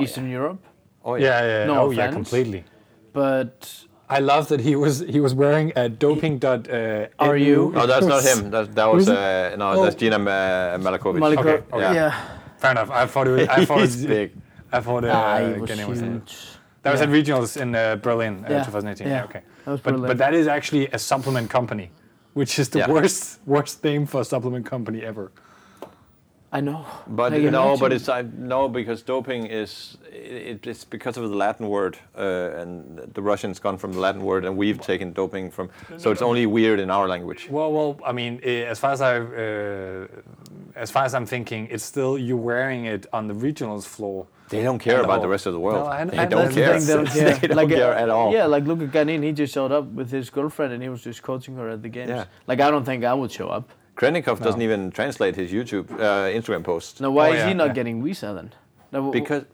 Speaker 3: Eastern Europe.
Speaker 2: Oh
Speaker 1: yeah, yeah, yeah.
Speaker 3: No
Speaker 1: oh yeah,
Speaker 3: offense.
Speaker 1: completely.
Speaker 3: But
Speaker 1: I love that he was he was wearing a doping dot. Uh,
Speaker 3: Are
Speaker 1: NU.
Speaker 3: you-
Speaker 2: No, Oh, that's not him. That, that was
Speaker 1: Who is
Speaker 2: uh, no,
Speaker 1: Oh.
Speaker 2: that's Gina uh, Malakovic.
Speaker 3: Maliko-
Speaker 1: Okay, okay.
Speaker 3: yeah.
Speaker 1: Fair enough. I thought it was. I thought it
Speaker 2: He's
Speaker 1: was,
Speaker 2: big.
Speaker 1: I thought uh,
Speaker 3: Ah, he was
Speaker 1: Kenny was in.
Speaker 3: huge.
Speaker 1: That was
Speaker 3: Yeah.
Speaker 1: at regionals in uh, Berlin, uh,
Speaker 3: Yeah.
Speaker 1: 2018.
Speaker 3: Yeah.
Speaker 1: Yeah, okay.
Speaker 3: That was
Speaker 1: but,
Speaker 3: Berlin.
Speaker 1: but that is actually a supplement company, which is the
Speaker 2: Yeah.
Speaker 1: worst worst name for a supplement company ever.
Speaker 3: I know.
Speaker 2: But
Speaker 3: I can
Speaker 2: no, but
Speaker 3: imagine.
Speaker 2: it's I, no because doping is it, it's because of the Latin word, uh, and the Russians gone from the Latin word, and we've taken doping from. So it's only weird in our language.
Speaker 1: Well, well, I mean, eh, as far as I, uh, as far as I'm thinking, it's still you wearing it on the regionals floor.
Speaker 2: They don't care
Speaker 1: And
Speaker 2: about
Speaker 1: all.
Speaker 2: the rest of the world.
Speaker 1: No, I-
Speaker 2: they
Speaker 1: I-
Speaker 2: don't
Speaker 1: that's the
Speaker 2: care.
Speaker 1: thing, they don't
Speaker 2: They don't
Speaker 3: like,
Speaker 2: care
Speaker 3: uh,
Speaker 2: at all.
Speaker 3: Yeah, like Luca Ganin, he just showed up with his girlfriend and he was just coaching her at the games.
Speaker 2: Yeah.
Speaker 3: Like I don't think I would show up.
Speaker 2: Krennikov doesn't even translate his YouTube, uh, Instagram posts.
Speaker 3: Now why
Speaker 1: Oh,
Speaker 3: is
Speaker 1: yeah,
Speaker 3: he not
Speaker 1: yeah.
Speaker 3: getting visa then? No, w-
Speaker 2: because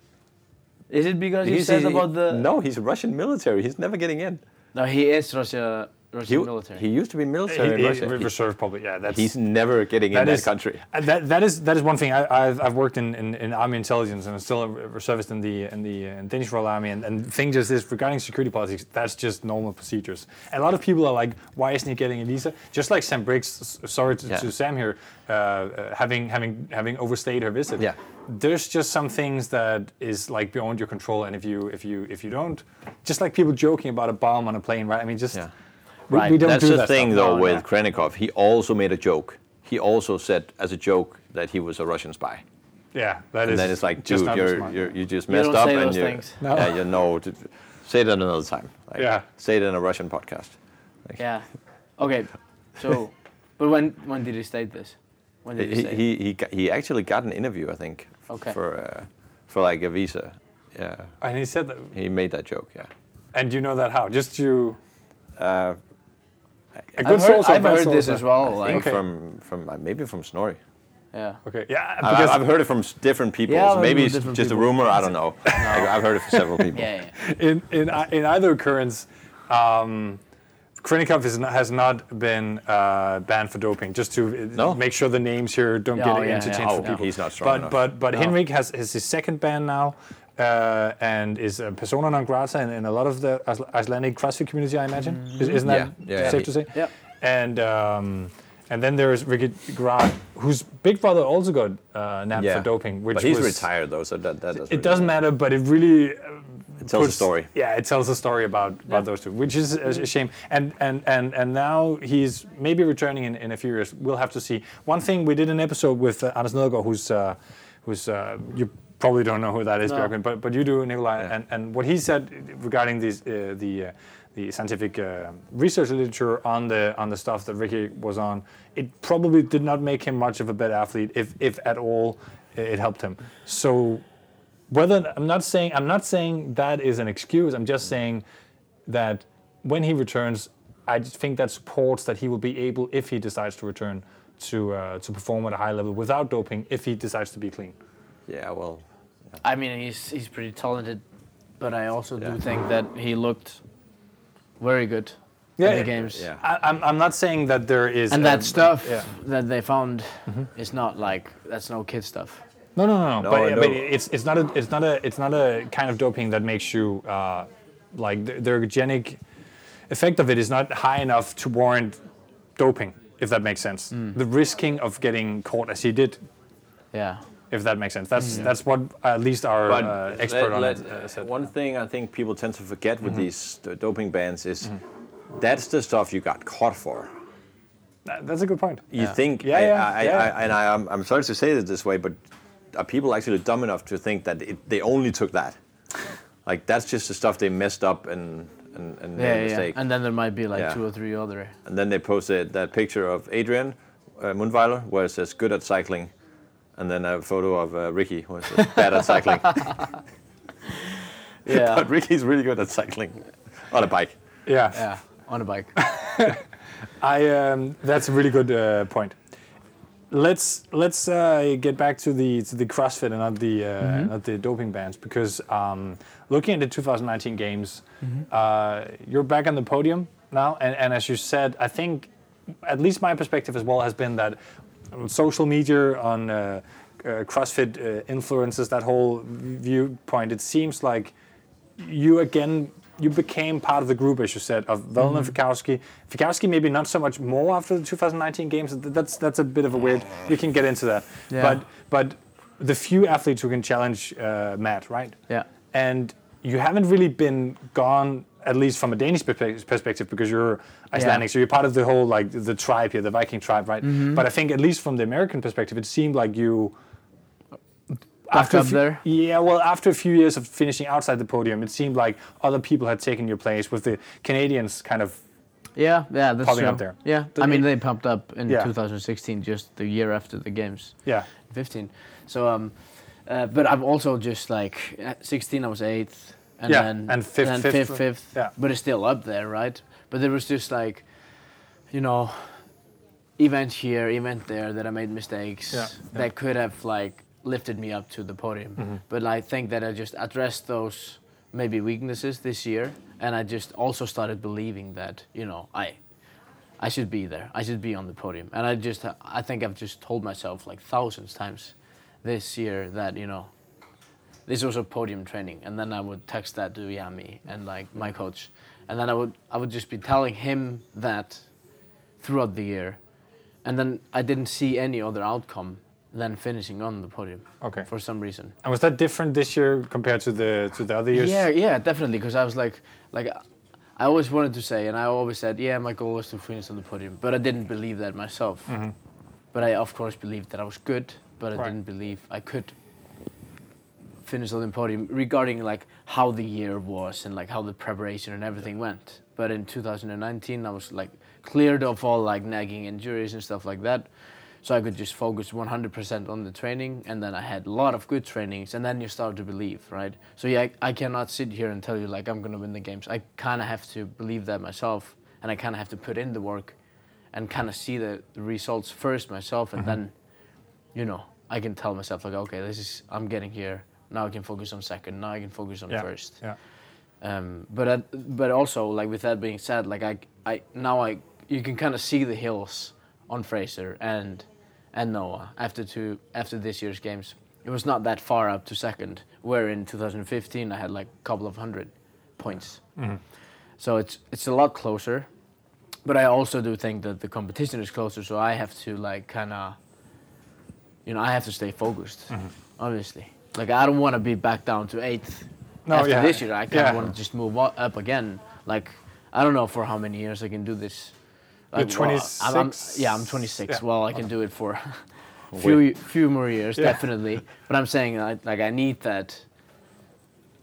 Speaker 3: is it because he
Speaker 2: he's-
Speaker 3: says
Speaker 2: he-
Speaker 3: about the
Speaker 2: no, he's Russian military. He's never getting in.
Speaker 3: No, he is Russia
Speaker 2: He,
Speaker 3: Russian military.
Speaker 2: he used to be military in
Speaker 1: He- he-
Speaker 2: Russia. He-
Speaker 1: reserve probably, yeah. That's
Speaker 2: he's never getting in
Speaker 1: that
Speaker 2: that
Speaker 1: is-
Speaker 2: country.
Speaker 1: uh, That, that is that is one thing. I, I've, I've worked in, in, in army intelligence and I'm still a reservist in the in the uh, in Danish Royal Army. And, and thing just is regarding security politics, that's just normal procedures. And a lot of people are like, why isn't he getting a visa? Just like Sam Briggs, s- sorry to,
Speaker 2: Yeah.
Speaker 1: to Sam here, uh, uh, having having having overstayed her visit.
Speaker 2: Yeah.
Speaker 1: There's just some things that is like beyond your control, and if you if you if you don't, just like people joking about a bomb on a plane, right? I mean, just
Speaker 2: Yeah.
Speaker 1: we,
Speaker 3: Right,
Speaker 1: we don't
Speaker 2: That's
Speaker 1: do
Speaker 2: the
Speaker 1: that
Speaker 2: thing,
Speaker 1: stuff.
Speaker 2: though,
Speaker 3: No,
Speaker 2: with
Speaker 3: yeah.
Speaker 2: Krennikov. He also made a joke. He also said, as a joke, that he was a Russian spy.
Speaker 1: Yeah, that is.
Speaker 2: And then it's like,
Speaker 1: just
Speaker 2: dude,
Speaker 1: not
Speaker 2: you're,
Speaker 1: smart.
Speaker 2: you're, you just
Speaker 3: You
Speaker 2: messed
Speaker 3: don't
Speaker 2: up.
Speaker 3: say
Speaker 2: and
Speaker 3: those
Speaker 2: you,
Speaker 3: things.
Speaker 1: No.
Speaker 2: Yeah, you know, to- say it another time. Like,
Speaker 1: Yeah.
Speaker 2: Say it in a Russian podcast. Like,
Speaker 3: yeah. Okay. So but when when did he state this? When did he
Speaker 2: He,
Speaker 3: say?
Speaker 2: he, he, got- he actually got an interview, I think, f-
Speaker 3: Okay.
Speaker 2: for, uh, for like a visa. Yeah.
Speaker 1: And he said that,
Speaker 2: He made that joke, yeah.
Speaker 1: and you know that how? Just you.
Speaker 2: Uh,
Speaker 1: A good
Speaker 3: I've heard,
Speaker 1: source of
Speaker 3: I've
Speaker 1: bad
Speaker 3: heard
Speaker 1: source
Speaker 3: this
Speaker 1: of-
Speaker 3: as well.
Speaker 2: I
Speaker 3: Like,
Speaker 2: think
Speaker 1: Okay.
Speaker 2: from, from uh, maybe from Snorri.
Speaker 3: yeah.
Speaker 1: Okay. Yeah,
Speaker 2: I-
Speaker 1: because
Speaker 2: I've heard it from s- different people.
Speaker 3: Yeah, I've
Speaker 2: so
Speaker 3: heard it
Speaker 2: maybe
Speaker 3: from
Speaker 2: it's
Speaker 3: different
Speaker 2: just a
Speaker 3: people.
Speaker 2: rumor. I don't know. Like, I've heard it from several people.
Speaker 3: Yeah, yeah.
Speaker 1: in in ei- in either occurrence, um, Krennikov is not, has not been uh, banned for doping. Just to uh,
Speaker 2: No.
Speaker 1: make sure the names here don't
Speaker 3: No,
Speaker 1: get
Speaker 3: yeah,
Speaker 1: interchanged
Speaker 3: yeah.
Speaker 1: for
Speaker 2: Oh,
Speaker 1: people.
Speaker 2: he's not strong
Speaker 1: but
Speaker 2: enough.
Speaker 1: but but
Speaker 3: No.
Speaker 1: Henrik has, has his second ban now. Uh, and is a persona non grata in, in a lot of the Ice- Icelandic CrossFit community, I imagine. Is, isn't that
Speaker 2: Yeah, yeah, yeah.
Speaker 1: safe to say?
Speaker 3: Yeah.
Speaker 1: And um, and then there's Ricky Graf, whose big brother also got uh, nabbed
Speaker 2: Yeah.
Speaker 1: for doping, which
Speaker 2: but he's
Speaker 1: was,
Speaker 2: retired though, so that, that doesn't.
Speaker 1: It doesn't matter, but it really uh,
Speaker 2: It tells a
Speaker 1: puts-
Speaker 2: story.
Speaker 1: Yeah, it tells a story about, about those two, which is a, a shame. And, and and and now he's maybe returning in, in a few years. We'll have to see. One thing we did an episode with uh, Anders Nedergaard, who's uh, who's uh, you probably don't know who that is,
Speaker 3: No.
Speaker 1: Bjørkman, but but you do, Nikolai.
Speaker 2: Yeah.
Speaker 1: And and what he said regarding these uh, the. Uh, the scientific uh, research literature on the on the stuff that Ricky was on, it probably did not make him much of a better athlete, if if at all, it helped him. So whether I'm not saying I'm not saying that is an excuse. I'm just saying that when he returns, I just think that supports that he will be able, if he decides to return, to uh, to perform at a high level without doping, if he decides to be clean.
Speaker 2: Yeah, well,
Speaker 3: I mean, he's he's pretty talented, but I also
Speaker 2: Yeah.
Speaker 3: do think that he looked very good
Speaker 1: Yeah,
Speaker 3: in the
Speaker 1: yeah,
Speaker 3: games.
Speaker 2: yeah.
Speaker 1: I, I'm I'm not saying that there is
Speaker 3: And
Speaker 1: a-
Speaker 3: that stuff
Speaker 1: yeah.
Speaker 3: that they found
Speaker 2: Mm-hmm.
Speaker 3: is not like that's no kid stuff.
Speaker 1: No, no, no, no.
Speaker 2: No,
Speaker 1: but,
Speaker 2: I
Speaker 1: but
Speaker 2: know.
Speaker 1: it's it's not a it's not a it's not a kind of doping that makes you uh, like the, the ergogenic effect of it is not high enough to warrant doping, if that makes sense.
Speaker 3: Mm.
Speaker 1: The risking of getting caught as he did,
Speaker 3: Yeah.
Speaker 1: if that makes sense. That's that's what at least our
Speaker 2: but
Speaker 1: uh,
Speaker 2: let-
Speaker 1: expert on
Speaker 2: let-
Speaker 1: it uh, Mm-hmm. said.
Speaker 2: one thing I think people tend to forget with these d- doping bans is
Speaker 1: Mm-hmm.
Speaker 2: that's the stuff you got caught for.
Speaker 1: That- Uh, That's a good point.
Speaker 2: You think,
Speaker 1: Yeah,
Speaker 2: I,
Speaker 1: yeah,
Speaker 2: I,
Speaker 1: yeah.
Speaker 2: I, and I, I'm, I'm sorry to say it this way, but are people actually dumb enough to think that it, they only took that? Like that's just the stuff they messed up and and, and made a
Speaker 3: Yeah, yeah,
Speaker 2: mistake.
Speaker 3: And then there might be like
Speaker 2: Yeah.
Speaker 3: two or three other.
Speaker 2: And then they posted that picture of Adrian uh, Mundweiler, where it says good at cycling, and then a photo of uh, Ricky, who says bad at cycling.
Speaker 3: Yeah.
Speaker 2: but Ricky's really good at cycling on a bike.
Speaker 1: Yeah,
Speaker 3: yeah. On a bike.
Speaker 1: I. Um, that's a really good uh, point. Let's let's uh, get back to the to the CrossFit and not the uh, not the doping bans because um, looking at the 2019 games, uh, you're back on the podium now, and, and as you said, I think at least my perspective as well has been that on social media on uh, uh, CrossFit uh, influences that whole viewpoint. It seems like you again you became part of the group as you said of Velen and Fikowski. Fikowski maybe not so much more after the 2019 games. Th- That's that's a bit of a weird. You can get into that.
Speaker 3: Yeah.
Speaker 1: But but the few athletes who can challenge uh, Matt, right?
Speaker 3: Yeah.
Speaker 1: And you haven't really been gone at least from a Danish perspe- perspective because you're Icelandic, so you're part of the
Speaker 3: Mm-hmm.
Speaker 1: whole like the tribe here, the Viking tribe, right? But I think at least from the American perspective, it seemed like you
Speaker 3: back
Speaker 1: a
Speaker 3: up
Speaker 1: fe-
Speaker 3: there.
Speaker 1: Yeah, well, after a few years of finishing outside the podium, it seemed like other people had taken your place with the Canadians kind of.
Speaker 3: Yeah, yeah, that's
Speaker 1: Popping
Speaker 3: true.
Speaker 1: up there.
Speaker 3: Yeah,
Speaker 1: The-
Speaker 3: I mean they pumped up in
Speaker 1: Yeah.
Speaker 3: 2016, just the year after the games,
Speaker 1: Yeah.
Speaker 3: 15. So, um, uh, but I've also just like at 16, I was eighth, and
Speaker 1: Yeah,
Speaker 3: then
Speaker 1: and fifth-
Speaker 3: then
Speaker 1: fifth,
Speaker 3: fifth,
Speaker 1: uh,
Speaker 3: fifth.
Speaker 1: yeah.
Speaker 3: But it's still up there, right? But there was just like, you know, event here, event there that I made mistakes
Speaker 1: Yeah, Mm-hmm.
Speaker 3: that could have like lifted me up to the podium. But I think that I just addressed those maybe weaknesses this year, and I just also started believing that you know I. I should be there. I should be on the podium. And I just, I think I've just told myself like thousands times this year that you know, this was a podium training. And then I would text that to Yami and like my coach, and then I would, I would just be telling him that throughout the year, and then I didn't see any other outcome than finishing on the podium.
Speaker 1: Okay.
Speaker 3: For some reason.
Speaker 1: And was that different this year compared to the to the other years?
Speaker 3: Yeah, yeah, definitely. Because I was like, like, I always wanted to say, and I always said, yeah, my goal was to finish on the podium, but I didn't believe that myself. But I, of course, believed that I was good, but I
Speaker 1: Mm-hmm. Right.
Speaker 3: didn't believe I could finish on the podium regarding like how the year was and like how the preparation and everything went. But in 2019, I was like cleared of all like nagging injuries and stuff like that. So I could just focus 100% on the training, and then I had a lot of good trainings, and then you start to believe, right? So yeah, I, I cannot sit here and tell you like I'm gonna win the games. I kind of have to believe that myself, and I kind of have to put in the work, and kind of see the, the results first myself, and then you know, I can tell myself like, okay, this is I'm getting here. Now I can focus on second. Now I can focus on
Speaker 1: Yeah,
Speaker 3: first.
Speaker 1: Yeah.
Speaker 3: Um, but I, but also like with that being said, like I I now I you can kind of see the hills on Fraser and and Noah after two after this year's games. It was not that far up to second, where in 2015 I had like a couple of hundred points. So it's it's a lot closer. But I also do think that the competition is closer, so I have to like kind of you know, I have to stay focused,
Speaker 1: Mm-hmm.
Speaker 3: obviously. Like, I don't want to be back down to eighth
Speaker 1: No,
Speaker 3: after
Speaker 1: yeah.
Speaker 3: this year. I kind of
Speaker 1: Yeah.
Speaker 3: want to just move o- up again. Like, I don't know for how many years I can do this.
Speaker 1: You're
Speaker 3: Like, well, I'm- I'm-
Speaker 1: 26?
Speaker 3: yeah, I'm 26.
Speaker 1: Yeah.
Speaker 3: Well, I can do it for a few, few more years,
Speaker 1: Yeah.
Speaker 3: definitely. But I'm saying, like, like, I need that.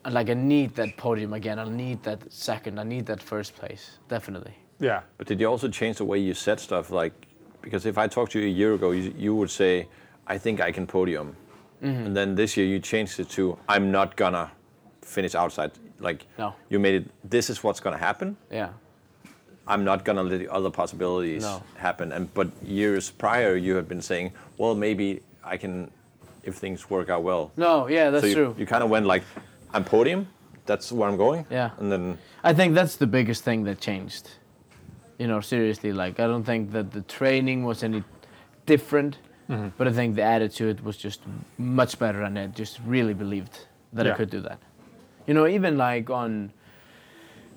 Speaker 3: Like, I need that podium again. I need that second. I need that first place, definitely.
Speaker 1: Yeah.
Speaker 2: But did you also change the way you said stuff? Like, because if I talked to you a year ago, you, you would say, I think I can podium.
Speaker 3: Mm-hmm.
Speaker 2: And then this year you changed it to, I'm not gonna finish outside. Like,
Speaker 3: No.
Speaker 2: you made it, this is what's gonna happen.
Speaker 3: Yeah.
Speaker 2: I'm not gonna let the other possibilities
Speaker 3: No.
Speaker 2: happen. And But years prior, you had been saying, well, maybe I can, if things work out well.
Speaker 3: No, yeah, that's
Speaker 2: so you,
Speaker 3: true.
Speaker 2: You kind of went like, I'm podium, that's where I'm going.
Speaker 3: Yeah.
Speaker 2: And then,
Speaker 3: I think that's the biggest thing that changed. You know, seriously, like I don't think that the training was any different, but I think the attitude was just much better, and I just really believed that
Speaker 1: Yeah.
Speaker 3: I could do that. You know, even like on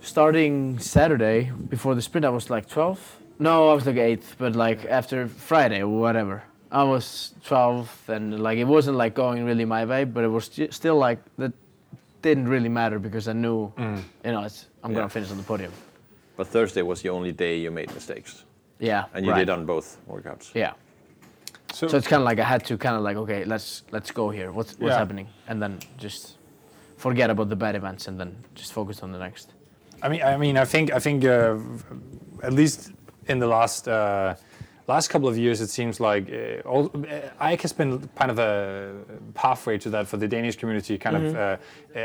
Speaker 3: starting Saturday before the sprint, I was like 12. No, I was like 8th, but like after Friday or whatever, I was 12th, and like it wasn't like going really my way, but it was ju- still like that didn't really matter because I knew,
Speaker 1: Mm.
Speaker 3: you know, it's, I'm
Speaker 2: Yeah.
Speaker 3: gonna finish on the podium.
Speaker 2: but Thursday was the only day you made mistakes.
Speaker 3: Yeah.
Speaker 2: And you
Speaker 3: right.
Speaker 2: did on both workouts.
Speaker 3: Yeah.
Speaker 1: So,
Speaker 3: So it's kind of like I had to kind of like okay, let's let's go here. What's what's
Speaker 1: Yeah.
Speaker 3: happening? And then just forget about the bad events and then just focus on the next.
Speaker 1: I mean, I mean, I think, I think, uh, at least in the last uh, last couple of years, it seems like uh, all, uh, Ike has been kind of a pathway to that for the Danish community, kind of uh,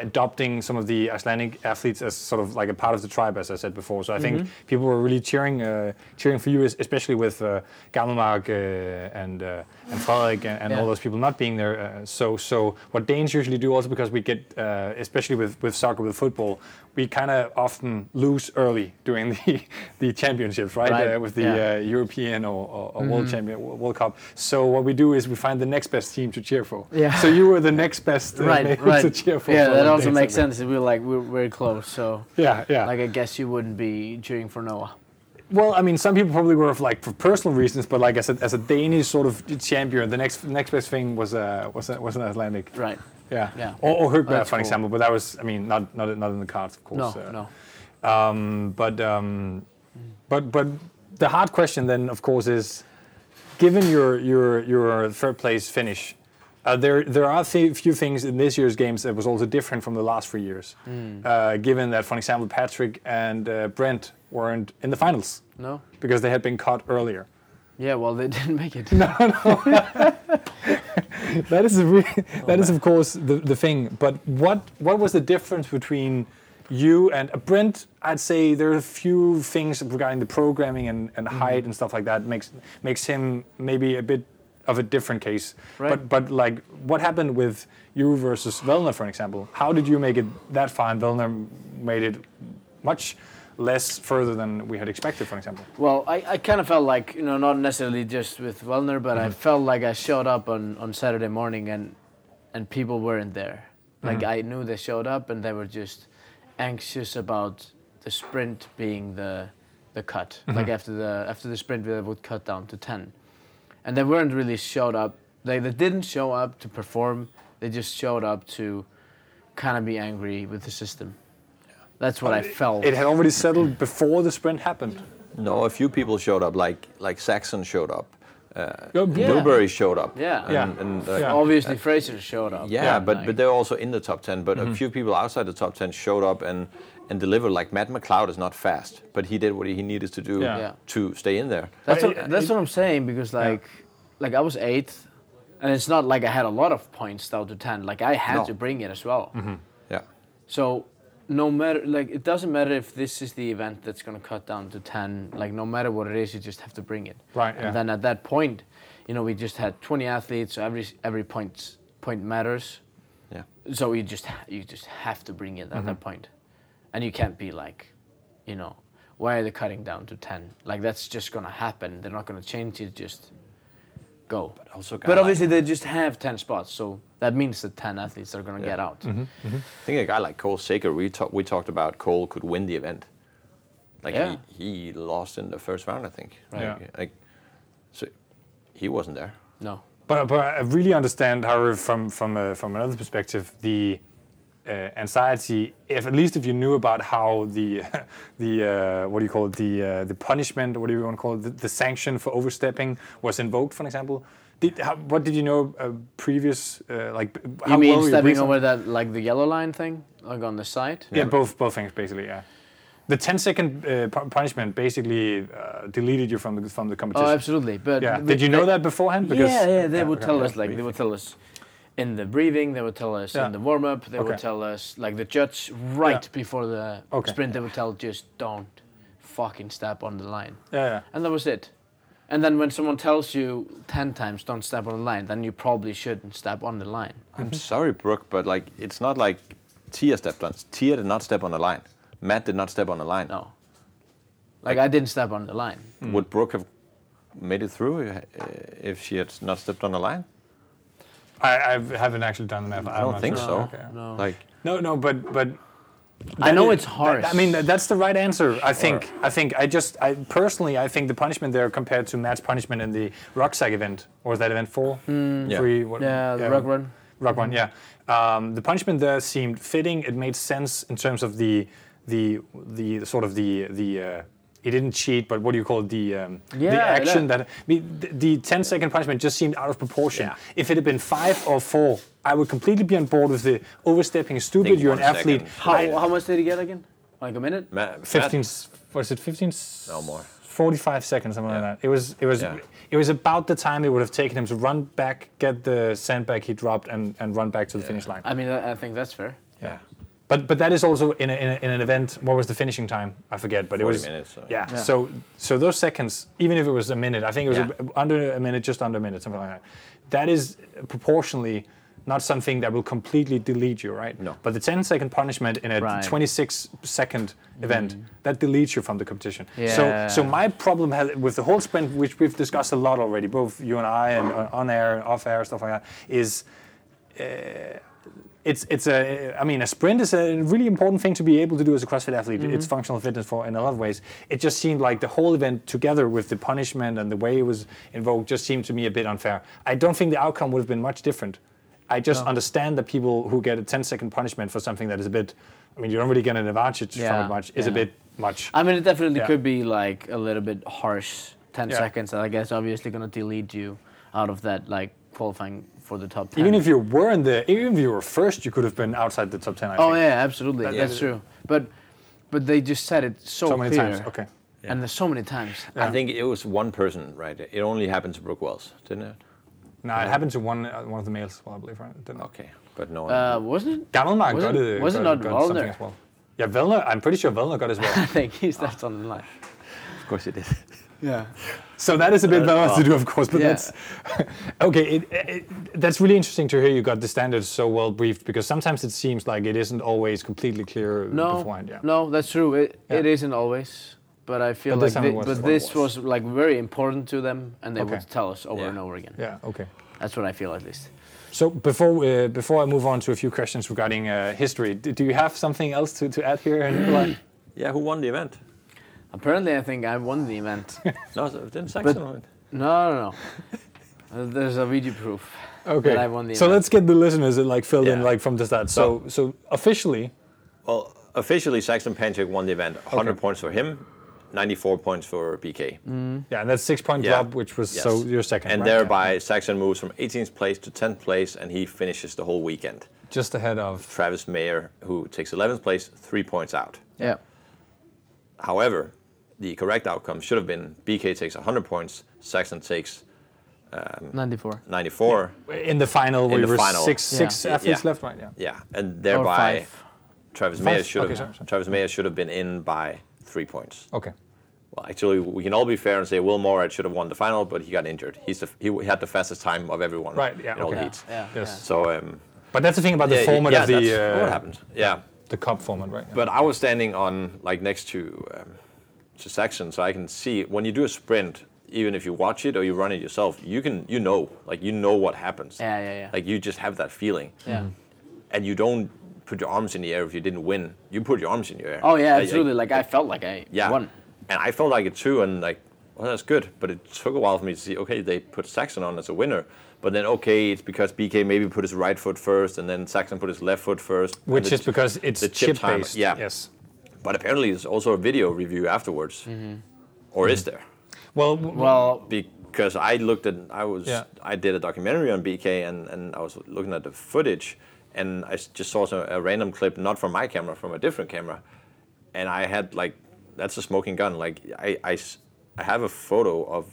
Speaker 1: adopting some of the Icelandic athletes as sort of like a part of the tribe, as I said before. So I think people were really cheering, uh, cheering for you, es- especially with uh, Gammelmark uh, and uh, and Frederik and, and all
Speaker 3: Yeah.
Speaker 1: those people not being there. Uh, so, so what Danes usually do also because we get, uh, especially with, with soccer, with football, we kind of often lose early during the, the championships, right?
Speaker 3: Right,
Speaker 1: Uh, with the
Speaker 3: yeah. Mm-hmm.
Speaker 1: uh, European or, or, or World Champion Wo- World Cup. So what we do is we find the next best team to cheer for.
Speaker 3: Yeah.
Speaker 1: So you were the next best uh,
Speaker 3: right,
Speaker 1: maybe
Speaker 3: right.
Speaker 1: to cheer for.
Speaker 3: yeah,
Speaker 1: for
Speaker 3: that
Speaker 1: the
Speaker 3: also
Speaker 1: Danes,
Speaker 3: makes
Speaker 1: I think.
Speaker 3: sense. We're like we're very close, so
Speaker 1: Yeah, yeah.
Speaker 3: like I guess you wouldn't be cheering for Noah.
Speaker 1: Well, I mean, some people probably were for, like for personal reasons, but like as a, as a Danish sort of champion, the next next best thing was uh, was a, was an Atlantic.
Speaker 3: Right.
Speaker 1: Yeah.
Speaker 3: Yeah.
Speaker 1: Or, or Høgberg,
Speaker 3: that's
Speaker 1: for an
Speaker 3: cool.
Speaker 1: example, but that was, I mean, not not not in the cards, of
Speaker 3: No,
Speaker 1: course. uh,
Speaker 3: no.
Speaker 1: Um, but um, but but the hard question then, of course, is given your your your third place finish, Uh, there, there are a thi- few things in this year's games that was also different from the last three years,
Speaker 3: Hmm.
Speaker 1: uh, given that, for example, Patrick and uh, Brent weren't in the finals
Speaker 3: No.
Speaker 1: because they had been caught earlier.
Speaker 3: Yeah. Well, they didn't make it.
Speaker 1: that is a re- that is of course the, the thing. But what what was the difference between you and uh, Brent? I'd say there are a few things regarding the programming and, and height and stuff like that makes makes him maybe a bit of a different case.
Speaker 3: Right.
Speaker 1: But but like what happened with you versus Velner, for example? How did you make it that far and Velner made it much less further than we had expected, for example?
Speaker 3: Well, I, I kind of felt like, you know, not necessarily just with Wellner, but
Speaker 1: Mm-hmm.
Speaker 3: I felt like I showed up on, on Saturday morning and and people weren't there. Like
Speaker 1: Mm-hmm.
Speaker 3: I knew they showed up and they were just anxious about the sprint being the the cut.
Speaker 1: Mm-hmm.
Speaker 3: Like after the after the sprint they would cut down to 10. And they weren't really showed up. They they didn't show up to perform. They just showed up to kind of be angry with the system. That's what I felt.
Speaker 1: It had already settled before the sprint happened.
Speaker 2: No, a few people showed up, like like Saxon showed up,
Speaker 3: Yeah.
Speaker 2: Newberry showed up.
Speaker 3: Yeah.
Speaker 2: and,
Speaker 1: Yeah.
Speaker 2: and, uh,
Speaker 1: Yeah.
Speaker 3: Obviously Fraser showed up.
Speaker 2: Yeah,
Speaker 1: Yeah. Mm-hmm.
Speaker 2: but
Speaker 3: Like-
Speaker 2: but they're also in the top ten. But a few people outside the top ten showed up and and delivered. Like Matt McLeod is not fast, but he did what he needed to do
Speaker 1: Yeah.
Speaker 3: Yeah.
Speaker 2: to stay in there.
Speaker 1: But
Speaker 3: That's what,
Speaker 1: it-
Speaker 3: that's what I'm saying because like like I was eighth, and it's not like I had a lot of points down to ten. Like I had
Speaker 2: No.
Speaker 3: to bring it as well.
Speaker 1: Mm-hmm.
Speaker 2: Yeah,
Speaker 3: So no matter like it doesn't matter if this is the event that's gonna cut down to ten. Like no matter what it is, you just have to bring it.
Speaker 1: Right,
Speaker 3: And
Speaker 1: yeah.
Speaker 3: then at that point, you know, we just had 20 athletes. So every every point point matters.
Speaker 2: yeah.
Speaker 3: So you just ha- you just have to bring it at
Speaker 1: Mm-hmm.
Speaker 3: that point, and you can't be like, you know, why are they cutting down to ten? Like that's just gonna happen. They're not gonna change it. Just go. But,
Speaker 2: also kinda
Speaker 3: but
Speaker 2: like-
Speaker 3: obviously they just have ten spots, so that means that ten athletes are gonna get out.
Speaker 1: Mm-hmm.
Speaker 2: I think a guy like Cole Sager, we talk, we talked about Cole could win the event. Like
Speaker 3: Yeah.
Speaker 2: he, he lost in the first round, I think. Like,
Speaker 1: Yeah.
Speaker 2: like, so he wasn't there.
Speaker 3: No.
Speaker 1: But, but I really understand, however, from from uh, from another perspective, the uh, anxiety. If at least if you knew about how the the uh, what do you call it the uh, the punishment, what do you want to call it, the, the sanction for overstepping was invoked, for example. Did, how, what did you know uh, previous uh, like? b-
Speaker 3: You
Speaker 1: how well
Speaker 3: mean
Speaker 1: were
Speaker 3: stepping
Speaker 1: briefed on-
Speaker 3: over that like the yellow line thing, like on the side?
Speaker 1: Yeah, both both things basically. Yeah, the 10 second uh, pu- punishment basically uh, deleted you from the from the competition.
Speaker 3: Oh, absolutely. But
Speaker 1: Yeah.
Speaker 3: but
Speaker 1: Did you know
Speaker 3: they-
Speaker 1: that beforehand?
Speaker 3: yeah, yeah, they would
Speaker 1: okay,
Speaker 3: tell
Speaker 1: yeah.
Speaker 3: us like they would tell us in the breathing, they would tell us
Speaker 1: Yeah.
Speaker 3: in the warm up, they would
Speaker 1: Okay.
Speaker 3: tell us like the judge right before the
Speaker 1: Okay.
Speaker 3: sprint, they would tell just don't fucking step on the line,
Speaker 1: Yeah, yeah.
Speaker 3: and that was it. And then when someone tells you ten times don't step on the line, then you probably shouldn't step on the line.
Speaker 2: I'm
Speaker 1: Mm-hmm.
Speaker 2: sorry, Brooke, but like it's not like Tia stepped on. Tia did not step on the line. Matt did not step on the line.
Speaker 3: No, like I didn't step on the line.
Speaker 1: Mm.
Speaker 2: Would Brooke have made it through uh, if she had not stepped on the line?
Speaker 1: I, I haven't actually done the math.
Speaker 2: I don't think so.
Speaker 3: No.
Speaker 2: Like
Speaker 1: No, no, but but
Speaker 3: I
Speaker 1: that
Speaker 3: know
Speaker 1: is-
Speaker 3: it's harsh.
Speaker 1: that- I mean, that- that's the right answer. I think. I think. I just. I personally, I think the punishment there compared to Matt's punishment in the rucksack event, or was that event four,
Speaker 2: Yeah.
Speaker 1: three, what,
Speaker 3: yeah, the rug run.
Speaker 1: Rock one, yeah. Um, the punishment there seemed fitting. It made sense in terms of the the the sort of the the. Uh, he didn't cheat, but what do you call it? the um, the
Speaker 3: Yeah,
Speaker 1: action that, I mean, the, the 10 second punishment just seemed out of proportion.
Speaker 2: Yeah.
Speaker 1: If it had been five or four, I would completely be on board with the overstepping. Stupid,
Speaker 2: Think
Speaker 1: you're an
Speaker 2: one
Speaker 1: athlete.
Speaker 2: second.
Speaker 3: How,
Speaker 2: Right.
Speaker 3: how much did he get again? Like a minute?
Speaker 2: Ma- Matt,
Speaker 1: 15 s- what is it 15 s-
Speaker 2: No more.
Speaker 1: 45 seconds something
Speaker 2: Yeah.
Speaker 1: like that it was it was
Speaker 2: Yeah.
Speaker 1: it was about the time it would have taken him to run back get the sandbag he dropped and and run back to the finish line
Speaker 3: I mean, I I think that's fair.
Speaker 2: yeah.
Speaker 1: but but that is also in, a, in, a, in an event what was the finishing time i forget but it
Speaker 2: 40
Speaker 1: was
Speaker 2: minutes, so-
Speaker 1: yeah.
Speaker 3: Yeah.
Speaker 1: so so those seconds even if it was a minute i think it was
Speaker 2: Yeah.
Speaker 1: a, under a minute just under a minute something like that that is proportionally not something that will completely delete you right
Speaker 2: No.
Speaker 1: but the 10 second punishment in a
Speaker 3: Right.
Speaker 1: 26 second event that deletes you from the competition
Speaker 3: Yeah.
Speaker 1: so so my problem has, with the whole sprint which we've discussed a lot already both you and i and uh, on air and off air stuff like that is it's it's a I mean a sprint is a really important thing to be able to do as a CrossFit athlete.
Speaker 3: Mm-hmm.
Speaker 1: It's functional fitness for in a lot of ways. It just seemed like the whole event together with the punishment and the way it was invoked just seemed to me a bit unfair. I don't think the outcome would have been much different. I just understand that people who get a 10 second punishment for something that is a bit I mean you don't really get an advantage from
Speaker 3: Yeah,
Speaker 1: it much is a
Speaker 3: yeah.
Speaker 1: bit much.
Speaker 3: I mean, it definitely
Speaker 1: Yeah.
Speaker 3: could be like a little bit harsh. Ten
Speaker 1: Yeah.
Speaker 3: seconds, and I guess obviously gonna delete you out of that like qualifying for the top 10.
Speaker 1: Even if you were in the, even if you were first, you could have been outside the top ten. I
Speaker 3: Oh
Speaker 1: think.
Speaker 3: yeah, absolutely.
Speaker 1: That-
Speaker 3: That's
Speaker 1: that-
Speaker 3: true. But but they just said it so,
Speaker 1: so many
Speaker 3: clear.
Speaker 1: times. Okay.
Speaker 3: And there's so many times.
Speaker 2: I think it was one person, right? It only happened to Brooke Wells, didn't it?
Speaker 1: No, it happened to one uh, one of the males. Well, I believe right. Didn't it?
Speaker 2: Okay, but no. one-
Speaker 3: Uh, wasn't it?
Speaker 1: Gammelmark
Speaker 3: Was
Speaker 1: got
Speaker 3: it-
Speaker 1: it.
Speaker 3: was it
Speaker 1: got,
Speaker 3: not
Speaker 1: got
Speaker 3: Wallner?
Speaker 1: something as well. Yeah, Vellner. I'm pretty sure Vellner got as well.
Speaker 3: I think he's that's on the line.
Speaker 2: of course it is.
Speaker 3: Yeah.
Speaker 1: so that is a bit Vellner to do, of course. But
Speaker 3: Uh, Yeah.
Speaker 1: that's okay. It, it, that's really interesting to hear. You got the standards so well briefed because sometimes it seems like it isn't always completely clear
Speaker 3: No.
Speaker 1: beforehand. Yeah.
Speaker 3: No, that's true. It,
Speaker 1: Yeah.
Speaker 3: it isn't always. But I feel
Speaker 1: But this
Speaker 3: like
Speaker 1: time it
Speaker 3: thi-
Speaker 1: was.
Speaker 3: but
Speaker 1: It
Speaker 3: this
Speaker 2: was.
Speaker 3: was. like very important to them and they
Speaker 1: Okay.
Speaker 3: would tell us over
Speaker 2: Yeah.
Speaker 3: and over again.
Speaker 1: Yeah. Okay.
Speaker 3: That's what I feel at least.
Speaker 1: So before uh, before I move on to a few questions regarding uh, history, do, do you have something else to, to add here? Nikolai?
Speaker 2: Yeah, who won the event?
Speaker 3: Apparently I think I won the event.
Speaker 2: No, so- didn't Saxon win?
Speaker 3: no, no, no. Uh, There's a video proof.
Speaker 1: okay.
Speaker 3: That I won the
Speaker 1: so
Speaker 3: event.
Speaker 1: let's get the listeners uh, like filled in
Speaker 2: Yeah.
Speaker 1: like from the start. So so officially,
Speaker 2: Well, officially, Saxon Panchak won the event. 100 points for him, 94 points for BK.
Speaker 1: yeah, and that's six point
Speaker 2: Yeah.
Speaker 1: drop, Mm. which was
Speaker 2: Yes.
Speaker 1: so your second,
Speaker 2: And
Speaker 1: right?
Speaker 2: thereby, Saxon moves from 18th place to 10th place, and he finishes the whole weekend.
Speaker 1: Yeah. just ahead of
Speaker 2: Travis Mayer, who takes 11th place, three points out.
Speaker 3: Yeah.
Speaker 2: However, the correct outcome should have been BK takes 100 points, Saxon takes
Speaker 3: 94.
Speaker 2: 94.
Speaker 1: in the final. we
Speaker 2: the
Speaker 1: were
Speaker 2: final.
Speaker 1: six
Speaker 3: Yeah.
Speaker 1: six athletes
Speaker 2: Yeah.
Speaker 1: left, right? Yeah.
Speaker 2: Yeah, and
Speaker 3: Or
Speaker 2: thereby
Speaker 3: five.
Speaker 2: Travis
Speaker 1: Five?
Speaker 2: Mayer should
Speaker 1: Okay,
Speaker 2: have
Speaker 1: sorry, sorry.
Speaker 2: Travis Mayer should have been in by three points.
Speaker 1: Okay.
Speaker 2: Well, actually, we can all be fair and say Will Morad should have won the final, but he got injured. He's the, he had the fastest time of everyone.
Speaker 1: Right, yeah,
Speaker 2: in all
Speaker 1: okay.
Speaker 2: heats.
Speaker 3: Yeah.
Speaker 1: Yes.
Speaker 3: yeah.
Speaker 2: So um,
Speaker 1: But that's the thing about the
Speaker 2: yeah,
Speaker 1: format
Speaker 2: yeah,
Speaker 1: of the
Speaker 2: that's what
Speaker 1: uh,
Speaker 2: happened. Yeah,
Speaker 1: the cup format, right? Yeah.
Speaker 2: but I was standing on like next to um, to Saxon, so I can see when you do a sprint. Even if you watch it or you run it yourself, you can you know like you know what happens.
Speaker 3: Yeah, yeah, yeah.
Speaker 2: Like you just have that feeling.
Speaker 1: Mm.
Speaker 3: Yeah.
Speaker 2: and you don't put your arms in the air if you didn't win. You put your arms in your air.
Speaker 3: Oh yeah,
Speaker 2: I- I-
Speaker 3: absolutely. Like I felt like I
Speaker 2: yeah.
Speaker 3: won.
Speaker 2: And I felt like it too, and like, well, that's good. But it took a while for me to see. Okay, they put Saxon on as a winner, but then okay, it's because BK maybe put his right foot first, and then Saxon put his left foot first. and
Speaker 1: Which
Speaker 2: the-
Speaker 1: is because it's
Speaker 2: the chip
Speaker 1: chip,
Speaker 2: timer,
Speaker 1: based.
Speaker 2: yeah.
Speaker 1: Yes.
Speaker 2: But apparently, there's also a video review afterwards,
Speaker 1: Mm-hmm.
Speaker 2: or is there?
Speaker 1: Well, w-
Speaker 3: Well,
Speaker 2: because I looked at I was
Speaker 1: Yeah.
Speaker 2: I did a documentary on BK and, and I was looking at the footage and I s- just saw some, a random clip not from my camera from a different camera and I had like that's a smoking gun like I, I s- I have a photo of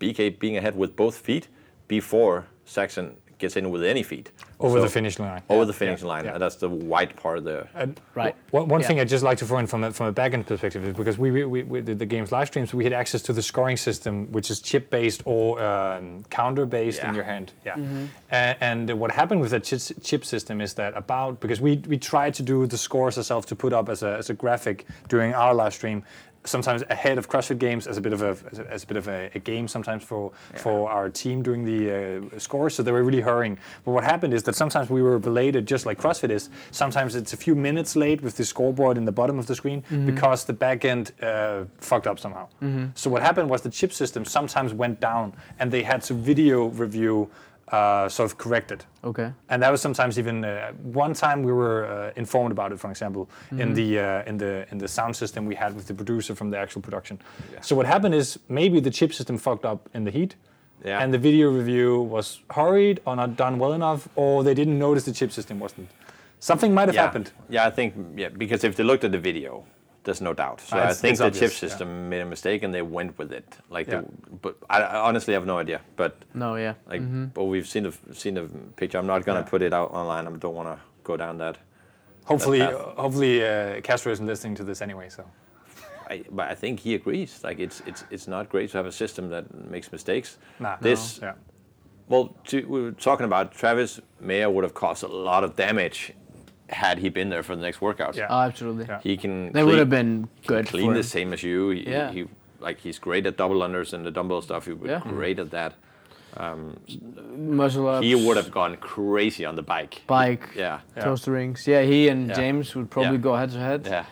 Speaker 2: BK being ahead with both feet before Saxon gets in with any feet
Speaker 1: over
Speaker 2: So-
Speaker 1: the finish line.
Speaker 2: over
Speaker 1: Yeah.
Speaker 2: the finish
Speaker 1: Yeah.
Speaker 2: line
Speaker 1: Yeah.
Speaker 2: and that's the white part there
Speaker 1: And
Speaker 3: Right.
Speaker 1: One, one
Speaker 3: Yeah.
Speaker 1: thing I'd just like to throw in from a, from a back end perspective is because we, we, we, we did the game's live streams, we had access to the scoring system, which is chip based or um, counter based in
Speaker 2: Yeah.
Speaker 1: your hand. Yeah.
Speaker 3: Mm-hmm.
Speaker 1: A- And, what happened with that chip, chip system is that about, because we, we tried to do the scores ourselves to put up as a, as a graphic during our live stream. Sometimes ahead of CrossFit Games as a bit of a as a, as a bit of a, a game sometimes for for our team during the uh, scores, so they were really hurrying. But what happened is that sometimes we were belated, just like CrossFit is. Sometimes it's a few minutes late with the scoreboard in the bottom of the screen because the back end uh, fucked up somehow. So what happened was the chip system sometimes went down, and they had to video review. Uh, sort of corrected.
Speaker 3: Okay.
Speaker 1: And that was sometimes even uh, one time we were uh, informed about it. For example,
Speaker 2: Mm-hmm.
Speaker 1: in the uh, in the in the sound system we had with the producer from the actual production. So what happened is maybe the chip system fucked up in the heat,
Speaker 2: Yeah.
Speaker 1: and the video review was hurried or not done well enough, or they didn't notice the chip system wasn't. Something might have
Speaker 2: yeah.
Speaker 1: happened.
Speaker 2: Yeah, I think yeah, because if they looked at the video, there's no doubt. So
Speaker 1: Ah,
Speaker 2: I
Speaker 1: it's-
Speaker 2: think
Speaker 1: it's
Speaker 2: the chip
Speaker 1: obvious, yeah.
Speaker 2: system made a mistake and they went with it. Like,
Speaker 1: Yeah. Mm-hmm.
Speaker 2: the, but I, I honestly have no idea. But
Speaker 3: No, yeah.
Speaker 2: like, but we've seen the seen the picture. I'm not gonna put it out online. I don't want to go down that.
Speaker 1: Hopefully,
Speaker 2: That
Speaker 1: hopefully uh, Castro isn't listening to this anyway. So
Speaker 2: I, but I think he agrees. Like, it's it's it's not great to have a system that makes mistakes.
Speaker 1: nah,
Speaker 2: This
Speaker 1: yeah.
Speaker 2: Well, to, we were talking about Travis Mayer would have caused a lot of damage had he been there for the next workout.
Speaker 1: Yeah.
Speaker 3: Oh, absolutely.
Speaker 1: Yeah.
Speaker 2: He can.
Speaker 3: They would
Speaker 2: clean-
Speaker 3: have been good.
Speaker 2: clean
Speaker 3: for
Speaker 2: the
Speaker 3: him.
Speaker 2: same as you. He,
Speaker 3: Yeah.
Speaker 2: he like he's great at double unders and the dumbbell stuff. He was
Speaker 3: Yeah.
Speaker 2: great at that.
Speaker 3: muscle ups.
Speaker 2: He would have gone crazy on the bike.
Speaker 3: bike.
Speaker 2: Yeah.
Speaker 1: Yeah.
Speaker 3: Toast the rings. Yeah, he and
Speaker 2: Yeah.
Speaker 3: James would probably
Speaker 2: Yeah.
Speaker 3: go head to head.
Speaker 2: Yeah.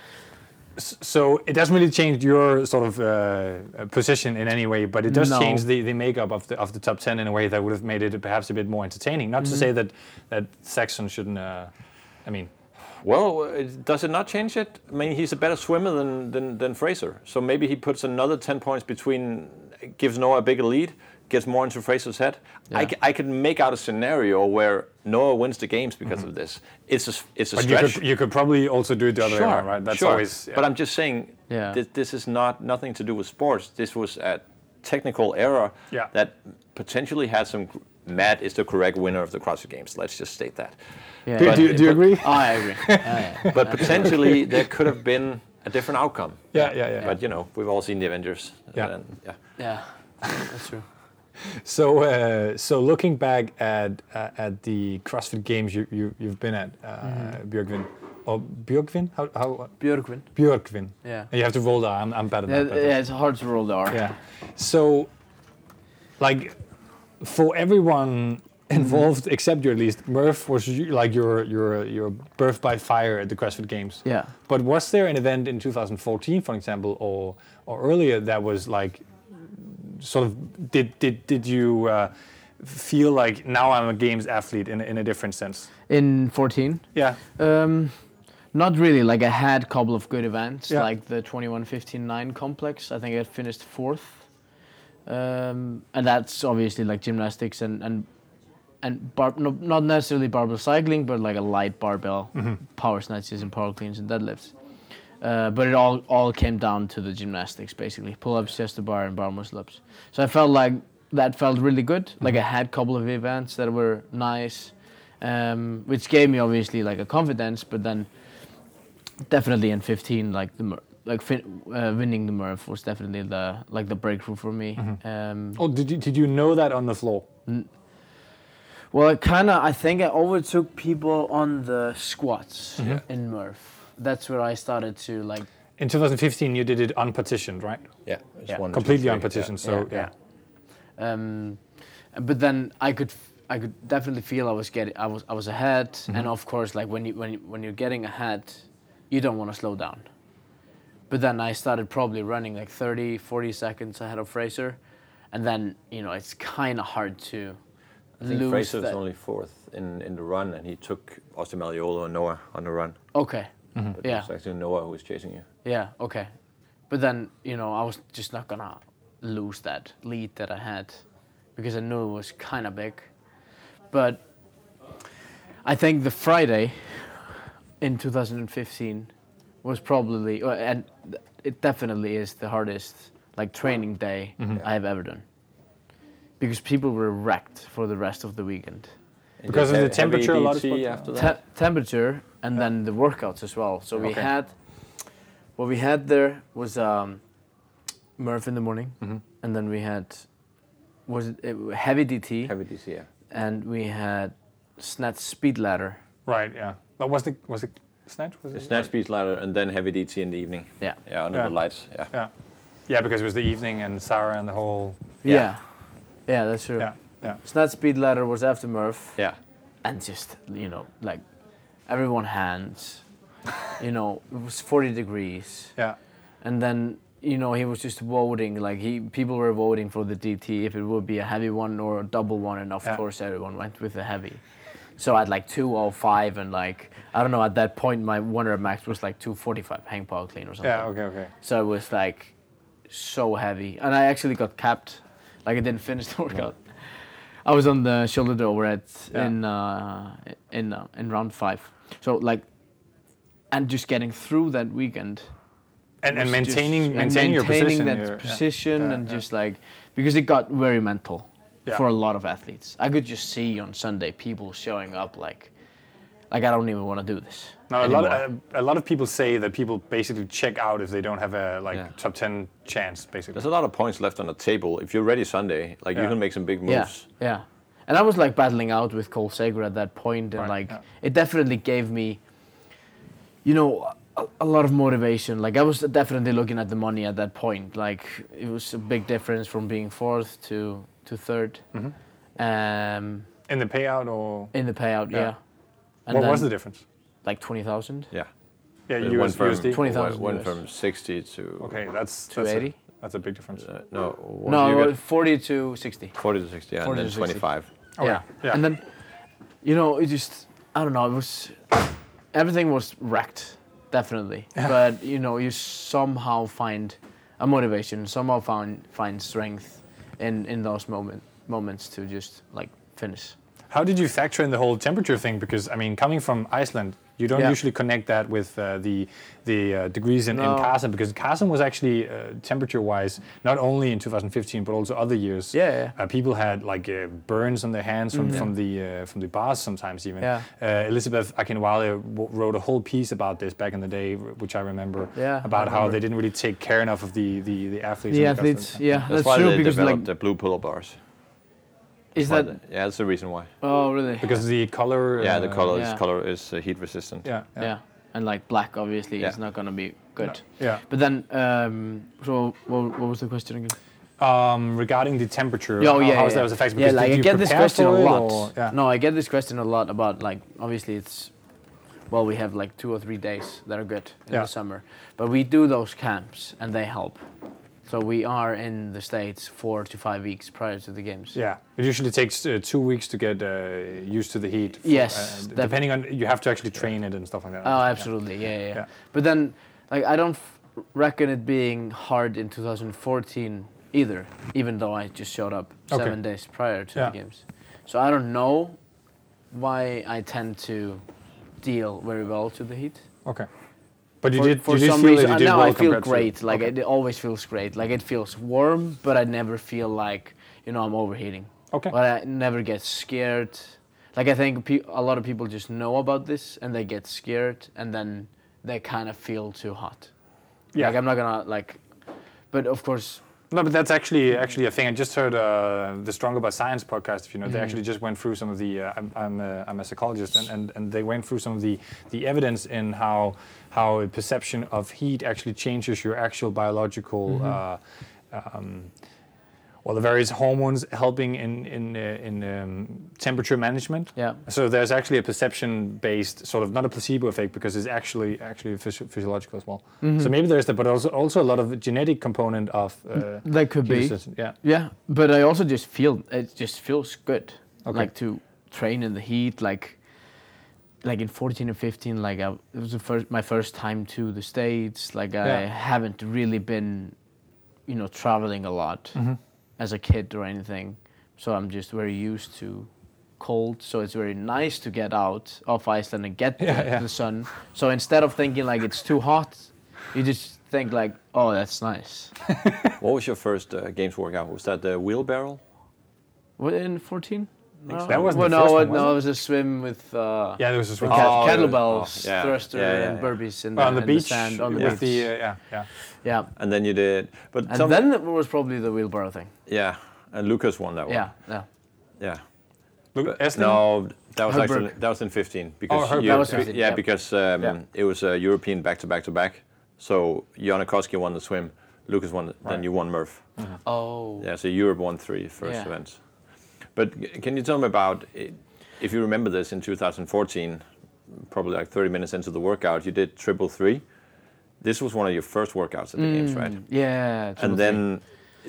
Speaker 1: So it doesn't really change your sort of uh, uh, position in any way, but it does
Speaker 3: No.
Speaker 1: change the, the makeup of the of the top ten in a way that would have made it perhaps a bit more entertaining. Not
Speaker 3: Mm-hmm.
Speaker 1: to say that that Saxon shouldn't. Uh, I mean,
Speaker 2: Well, uh, does it not change it? I mean, he's a better swimmer than, than, than Fraser. So maybe he puts another 10 points between, gives Noah a bigger lead, gets more into Fraser's head. I,
Speaker 3: Yeah.
Speaker 2: c- I could make out a scenario where Noah wins the games because
Speaker 3: Mm-hmm.
Speaker 2: of this. It's a, s- it's a
Speaker 1: But you
Speaker 2: stretch.
Speaker 1: could, you could probably also do it the other way
Speaker 2: Sure,
Speaker 1: around, right? That's
Speaker 2: sure.
Speaker 1: always. yeah.
Speaker 2: But I'm just saying,
Speaker 3: Yeah.
Speaker 2: thi- this is not nothing to do with sports. This was a technical error
Speaker 1: Yeah.
Speaker 2: that potentially had some. gr- Matt is the correct winner of the CrossFit Games. Let's just state that.
Speaker 3: Yeah.
Speaker 1: do,
Speaker 3: but-
Speaker 1: do, do you agree?
Speaker 3: Oh, I agree. Oh, yeah.
Speaker 2: But potentially there could have been a different outcome.
Speaker 1: Yeah, yeah, yeah.
Speaker 2: But you know, we've all seen the Avengers.
Speaker 1: Yeah.
Speaker 2: And, yeah.
Speaker 3: yeah, that's true.
Speaker 1: So, uh, so looking back at uh, at the CrossFit Games you, you you've been at, uh,
Speaker 3: Mm-hmm.
Speaker 1: Björkvin, or Björkvin? How how
Speaker 3: Björkvin.
Speaker 1: Björkvin?
Speaker 3: Yeah.
Speaker 1: You have to roll the R. I'm, I'm bad at
Speaker 3: Yeah,
Speaker 1: that. but-
Speaker 3: yeah, it's hard to roll the R.
Speaker 1: yeah. So, like, for everyone involved except you, at least Murph was you- like your your your birth by fire at the CrossFit Games.
Speaker 3: Yeah.
Speaker 1: But was there an event in 2014, for example, or or earlier that was like sort of did did did you uh, feel like now I'm a games athlete in a- in a different sense?
Speaker 3: In 14.
Speaker 1: Yeah.
Speaker 3: Um, not really. Like I had a couple of good events,
Speaker 1: Yeah.
Speaker 3: like the 21-15-9 complex. I think I finished fourth, um, and that's obviously like gymnastics and and and bar- no, not necessarily barbell cycling, but like a light barbell power snatches and power cleans and deadlifts. Uh, but it all all came down to the gymnastics, basically pull ups, chest to bar, and bar muscle ups. So I felt like that felt really good. Like I had a couple of events that were nice, um, which gave me obviously like a confidence. But then definitely in 15, like the Mer- like fin- uh, winning the Merv was definitely the like the breakthrough for me. Um,
Speaker 1: Oh, did you did you know that on the floor?
Speaker 3: Well, I kind of, I think I overtook people on the squats in Murph. That's where I started to like.
Speaker 1: In 2015, you did it unpartitioned, right?
Speaker 2: Yeah. It's
Speaker 3: Yeah.
Speaker 2: one, two,
Speaker 1: Completely
Speaker 2: three,
Speaker 1: unpartitioned. So
Speaker 2: yeah.
Speaker 1: yeah.
Speaker 3: Um, but then I could, f- I could definitely feel I was getting, I was, I was ahead.
Speaker 2: Mm-hmm.
Speaker 3: And of course, like when you, when, you, when you're getting ahead, you don't want to slow down. But then I started probably running like 30, 40 seconds ahead of Fraser, and then you know it's kind of hard to
Speaker 2: I think
Speaker 3: lose
Speaker 2: Fraser was
Speaker 3: that.
Speaker 2: only fourth in, in the run, and he took Austin Maliolo and Noah on the run.
Speaker 3: okay.
Speaker 2: But
Speaker 3: Yeah.
Speaker 2: It's actually Noah who was chasing you.
Speaker 3: Yeah, okay. But then, you know, I was just not gonna lose that lead that I had because I knew it was kind of big. But I think the Friday in 2015 was probably, uh, and th- it definitely is the hardest like training day I have ever done because people were wrecked for the rest of the weekend.
Speaker 2: And
Speaker 1: Because
Speaker 2: just
Speaker 1: of the
Speaker 2: he- heavy
Speaker 1: temperature, a lot of
Speaker 2: DT
Speaker 1: sports-
Speaker 2: after
Speaker 3: Te-
Speaker 2: that.
Speaker 3: temperature and then the workouts as well. So we
Speaker 2: Okay.
Speaker 3: had what we had there was um, Murph in the morning,
Speaker 2: Mm-hmm.
Speaker 3: and then we had was it, it heavy DT,
Speaker 2: Heavy DT, yeah.
Speaker 3: and we had snatch speed ladder.
Speaker 1: Right. Yeah. But was the was it snatch? Was
Speaker 2: The
Speaker 1: it?
Speaker 2: snatch speed ladder and then heavy DT in the evening.
Speaker 3: Yeah.
Speaker 2: Yeah, under
Speaker 1: Yeah.
Speaker 2: the lights. Yeah.
Speaker 1: Yeah. Yeah, because it was the evening and Sarah and the whole.
Speaker 2: Yeah.
Speaker 3: yeah, Yeah, that's true.
Speaker 1: Yeah. Yeah.
Speaker 3: Snatch speed ladder was after Murph,
Speaker 2: Yeah.
Speaker 3: and just you know like everyone hands, you know it was forty degrees.
Speaker 1: Yeah.
Speaker 3: and then you know he was just voting like he people were voting for the DT if it would be a heavy one or a double one and of
Speaker 1: Yeah.
Speaker 3: course everyone went with the heavy so at like 205 and like I don't know at that point my one rep max was like 245 hang power clean or something
Speaker 1: Yeah. Okay. Okay.
Speaker 3: so it was like so heavy and I actually got capped like I didn't finish the workout I was on the shoulder over at
Speaker 1: Yeah.
Speaker 3: in uh, in uh, in round 5 so like and just getting through that weekend
Speaker 1: And, and
Speaker 3: was just-
Speaker 1: maintaining
Speaker 3: and
Speaker 1: maintaining your position.
Speaker 3: that
Speaker 1: your- yeah.
Speaker 3: position
Speaker 1: Yeah,
Speaker 3: and
Speaker 1: yeah.
Speaker 3: just like because it got very mental
Speaker 1: Yeah.
Speaker 3: for a lot of athletes. I could just see on Sunday people showing up like, like I don't even want to do this.
Speaker 1: Now, a lot,
Speaker 3: anymore."
Speaker 1: of, a lot of people say that people basically check out if they don't have a like
Speaker 2: Yeah.
Speaker 1: top ten chance, basically.
Speaker 2: There's a lot of points left on the table. If you're ready Sunday, like
Speaker 1: Yeah.
Speaker 2: you can make some big moves.
Speaker 3: yeah, yeah. And I was like battling out with Cole Sager at that point, and
Speaker 1: Right,
Speaker 3: like
Speaker 1: yeah.
Speaker 3: it definitely gave me, you know, a, a lot of motivation. Like I was definitely looking at the money at that point. Like it was a big difference from being fourth to to 3rd
Speaker 1: Mm-hmm.
Speaker 3: Um,
Speaker 1: In the payout, or
Speaker 3: In the payout,
Speaker 1: Yeah.
Speaker 3: yeah.
Speaker 1: what
Speaker 3: then,
Speaker 1: was the difference?
Speaker 3: Like 20,000?
Speaker 2: Yeah.
Speaker 1: Yeah,
Speaker 2: There's
Speaker 1: US, USD.
Speaker 3: Twenty- 20,000
Speaker 2: One, one
Speaker 3: US.
Speaker 2: from 60 to.
Speaker 1: Okay, that's that's a,
Speaker 3: 280?
Speaker 1: that's a big difference.
Speaker 2: Uh, no. What
Speaker 3: No,
Speaker 2: do you
Speaker 3: well,
Speaker 2: get?
Speaker 3: 40 to 60.
Speaker 2: 40 to 60, yeah,
Speaker 3: 40
Speaker 2: and
Speaker 3: to
Speaker 2: then
Speaker 3: 60.
Speaker 2: 25.
Speaker 1: Okay,
Speaker 3: Yeah.
Speaker 1: yeah.
Speaker 3: And then, you know, it just, I don't know, it was, everything was wrecked, definitely. But, you know, you somehow find a motivation, somehow find, find strength. in in those moment moments to just like finish.
Speaker 1: How did you factor in the whole temperature thing? Because I mean, coming from Iceland, you don't
Speaker 3: Yeah.
Speaker 1: usually connect that with uh, the the uh, degrees in,
Speaker 3: No.
Speaker 1: in Carson, because Carson was actually uh, temperature-wise not only in 2015 but also other years.
Speaker 3: Yeah, yeah.
Speaker 1: Uh, people had like uh, burns on their hands from, from the uh, from the bars sometimes even.
Speaker 3: Yeah.
Speaker 1: Uh, Elizabeth Akinwale w- wrote a whole piece about this back in the day, r- which I remember.
Speaker 3: Yeah, I
Speaker 1: About how
Speaker 3: remember.
Speaker 1: they didn't really take care enough of the the, the athletes.
Speaker 3: The
Speaker 1: in Carson.
Speaker 3: athletes, yeah, that's,
Speaker 2: That's, why
Speaker 3: true
Speaker 2: they
Speaker 3: because
Speaker 2: developed
Speaker 3: like
Speaker 2: the blue pull-up bars.
Speaker 3: is
Speaker 2: Why
Speaker 3: that
Speaker 2: the- yeah, that's the reason why.
Speaker 3: oh really
Speaker 1: Because the color.
Speaker 2: yeah, the
Speaker 1: uh,
Speaker 2: color
Speaker 3: yeah.
Speaker 2: is color is uh, heat resistant.
Speaker 1: Yeah.
Speaker 3: yeah. and like black obviously
Speaker 2: Yeah.
Speaker 3: is not gonna be good.
Speaker 1: Yeah.
Speaker 3: But then um so what, what was the question again?
Speaker 1: Um, regarding the temperature,
Speaker 3: Yeah,
Speaker 1: how,
Speaker 3: oh, yeah,
Speaker 1: how is
Speaker 3: yeah.
Speaker 1: that was affected?
Speaker 3: Yeah,
Speaker 1: Because
Speaker 3: like
Speaker 1: did
Speaker 3: I
Speaker 1: you
Speaker 3: get this
Speaker 1: prepare
Speaker 3: question a
Speaker 1: for it,
Speaker 3: lot.
Speaker 1: or- yeah.
Speaker 3: No, I get this question a lot about like obviously it's well we have like two or three days that are good in
Speaker 1: Yeah.
Speaker 3: the summer, but we do those camps and they help. So we are in the states four to five weeks prior to the games.
Speaker 1: Yeah, it usually takes uh, two weeks to get uh, used to the heat. f-
Speaker 3: Yes,
Speaker 1: uh, d-
Speaker 3: that-
Speaker 1: depending on you have to actually train it and stuff like that.
Speaker 3: Oh, absolutely. Yeah, yeah. yeah.
Speaker 1: Yeah.
Speaker 3: But then, like, I don't f- reckon it being hard in 2014 either, even though I just showed up
Speaker 1: Okay.
Speaker 3: seven days prior to
Speaker 1: Yeah.
Speaker 3: the games. So I don't know why I tend to deal very well to the heat.
Speaker 1: Okay, but you
Speaker 3: for,
Speaker 1: did.
Speaker 3: for
Speaker 1: you did
Speaker 3: some
Speaker 1: feel
Speaker 3: reason,
Speaker 1: that you
Speaker 3: and
Speaker 1: did
Speaker 3: now
Speaker 1: well
Speaker 3: I feel
Speaker 1: compared to-
Speaker 3: great. Like
Speaker 1: okay.
Speaker 3: it always feels great. Like it feels warm, but I never feel like you know I'm overheating.
Speaker 1: Okay.
Speaker 3: But I never get scared. Like I think pe- a lot of people just know about this and they get scared and then they kind of feel too hot.
Speaker 1: Yeah.
Speaker 3: Like I'm not gonna like, but of course.
Speaker 1: No, but that's actually actually a thing. I just heard uh, the Stronger by Science podcast. If you know, they actually just went through some of the. Uh, I'm I'm a, I'm a psychologist, and, and, and they went through some of the, the evidence in how how a perception of heat actually changes your actual biological. Uh, um, well, the various hormones helping in in uh, in um, temperature management.
Speaker 3: Yeah.
Speaker 1: So there's actually a perception-based sort of not a placebo effect because it's actually actually physi- physiological as well. So maybe there's that, but also also a lot of genetic component of uh,
Speaker 3: That could
Speaker 1: heat
Speaker 3: be.
Speaker 1: resistance. Yeah.
Speaker 3: Yeah, but I also just feel it just feels good.
Speaker 1: Okay.
Speaker 3: Like to train in the heat, like like in 14 and 15, like I, it was the first my first time to the states. Like I
Speaker 1: Yeah.
Speaker 3: haven't really been, you know, traveling a lot
Speaker 1: Mm-hmm.
Speaker 3: as a kid or anything. So I'm just very used to cold. So it's very nice to get out of Iceland and get
Speaker 1: Yeah,
Speaker 3: the,
Speaker 1: yeah.
Speaker 3: the sun. So instead of thinking like it's too hot, you just think like, oh, that's nice.
Speaker 2: What was your first uh, games workout? Was that the wheelbarrow?
Speaker 3: What in 14? No.
Speaker 1: That wasn't the
Speaker 3: well, no,
Speaker 1: first one,
Speaker 3: it-
Speaker 1: was
Speaker 3: no,
Speaker 1: it?
Speaker 3: it was a swim with uh,
Speaker 1: Yeah, there was this one.
Speaker 3: cat-
Speaker 2: Oh, yeah.
Speaker 3: kettlebells,
Speaker 2: Oh, yeah.
Speaker 3: thruster,
Speaker 2: Yeah, yeah,
Speaker 3: and
Speaker 2: yeah.
Speaker 3: burpees in,
Speaker 1: Well,
Speaker 3: the,
Speaker 1: on the
Speaker 3: in
Speaker 1: beach,
Speaker 3: sand on the
Speaker 1: with
Speaker 3: beach.
Speaker 1: the uh, yeah, yeah.
Speaker 3: yeah,
Speaker 2: And then you did, but
Speaker 3: and
Speaker 2: some,
Speaker 3: then it was probably the wheelbarrow thing.
Speaker 2: yeah, and Lucas won that one.
Speaker 3: Yeah, yeah.
Speaker 2: yeah.
Speaker 1: Look, Estland?
Speaker 2: No, that was
Speaker 3: Herberg.
Speaker 2: actually that was in 15 because
Speaker 1: Herberg.
Speaker 2: you-
Speaker 1: Oh, That was
Speaker 2: be-
Speaker 3: 15,
Speaker 2: yeah,
Speaker 3: yeah.
Speaker 2: because um,
Speaker 1: Yeah.
Speaker 2: it was a European back to back to back. So Janikowski won the swim, Lucas won, the then
Speaker 1: Right.
Speaker 2: you won Murph.
Speaker 3: Oh,
Speaker 2: Yeah, so Europe won three first
Speaker 3: Yeah.
Speaker 2: events. But g- can you tell me about i- if you remember this in 2014, probably like 30 minutes into the workout, you did triple three. This was one of your first workouts at the games,
Speaker 1: Mm.
Speaker 2: right?
Speaker 3: yeah. triple
Speaker 2: And then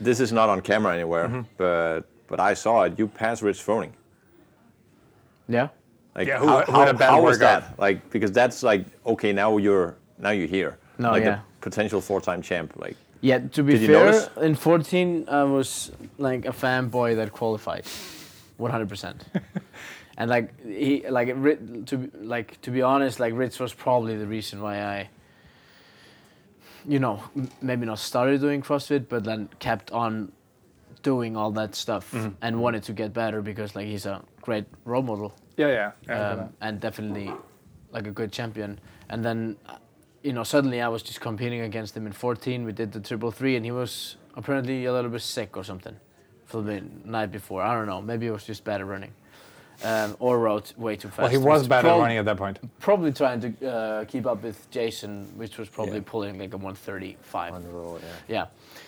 Speaker 2: this is not on camera anywhere,
Speaker 1: Mm-hmm.
Speaker 2: but but I saw it. You passed Rich Froning.
Speaker 3: three. yeah.
Speaker 2: Like
Speaker 1: Yeah, who-
Speaker 2: how,
Speaker 1: who
Speaker 2: how,
Speaker 1: had a bad
Speaker 2: how was
Speaker 1: workout.
Speaker 2: that? Like because that's like okay, now you're now you're here.
Speaker 3: No,
Speaker 2: like
Speaker 3: yeah.
Speaker 2: the potential four-time champ. Like
Speaker 3: Yeah, to be
Speaker 2: Did you
Speaker 3: fair,
Speaker 2: notice?
Speaker 3: in 14 I was like a fanboy that qualified, 100%. and like he like it ri- to be- like to be honest, like Ritz was probably the reason why I you know, m- maybe not started doing CrossFit, but then kept on doing all that stuff
Speaker 2: Mm-hmm.
Speaker 3: and wanted to get better because like he's a great role model
Speaker 1: Yeah, yeah. yeah
Speaker 3: um, and definitely like a good champion. And then, uh, you know, suddenly I was just competing against him in 14. We did the triple three, and he was apparently a little bit sick or something for the night before. I don't know. Maybe it was just bad at running. Um, or rode way too fast.
Speaker 1: well, he was bad at
Speaker 3: Prob-
Speaker 1: running at that point.
Speaker 3: Probably trying to uh, keep up with Jason, which was probably
Speaker 2: Yeah.
Speaker 3: pulling like a 135.
Speaker 2: no,
Speaker 3: Yeah.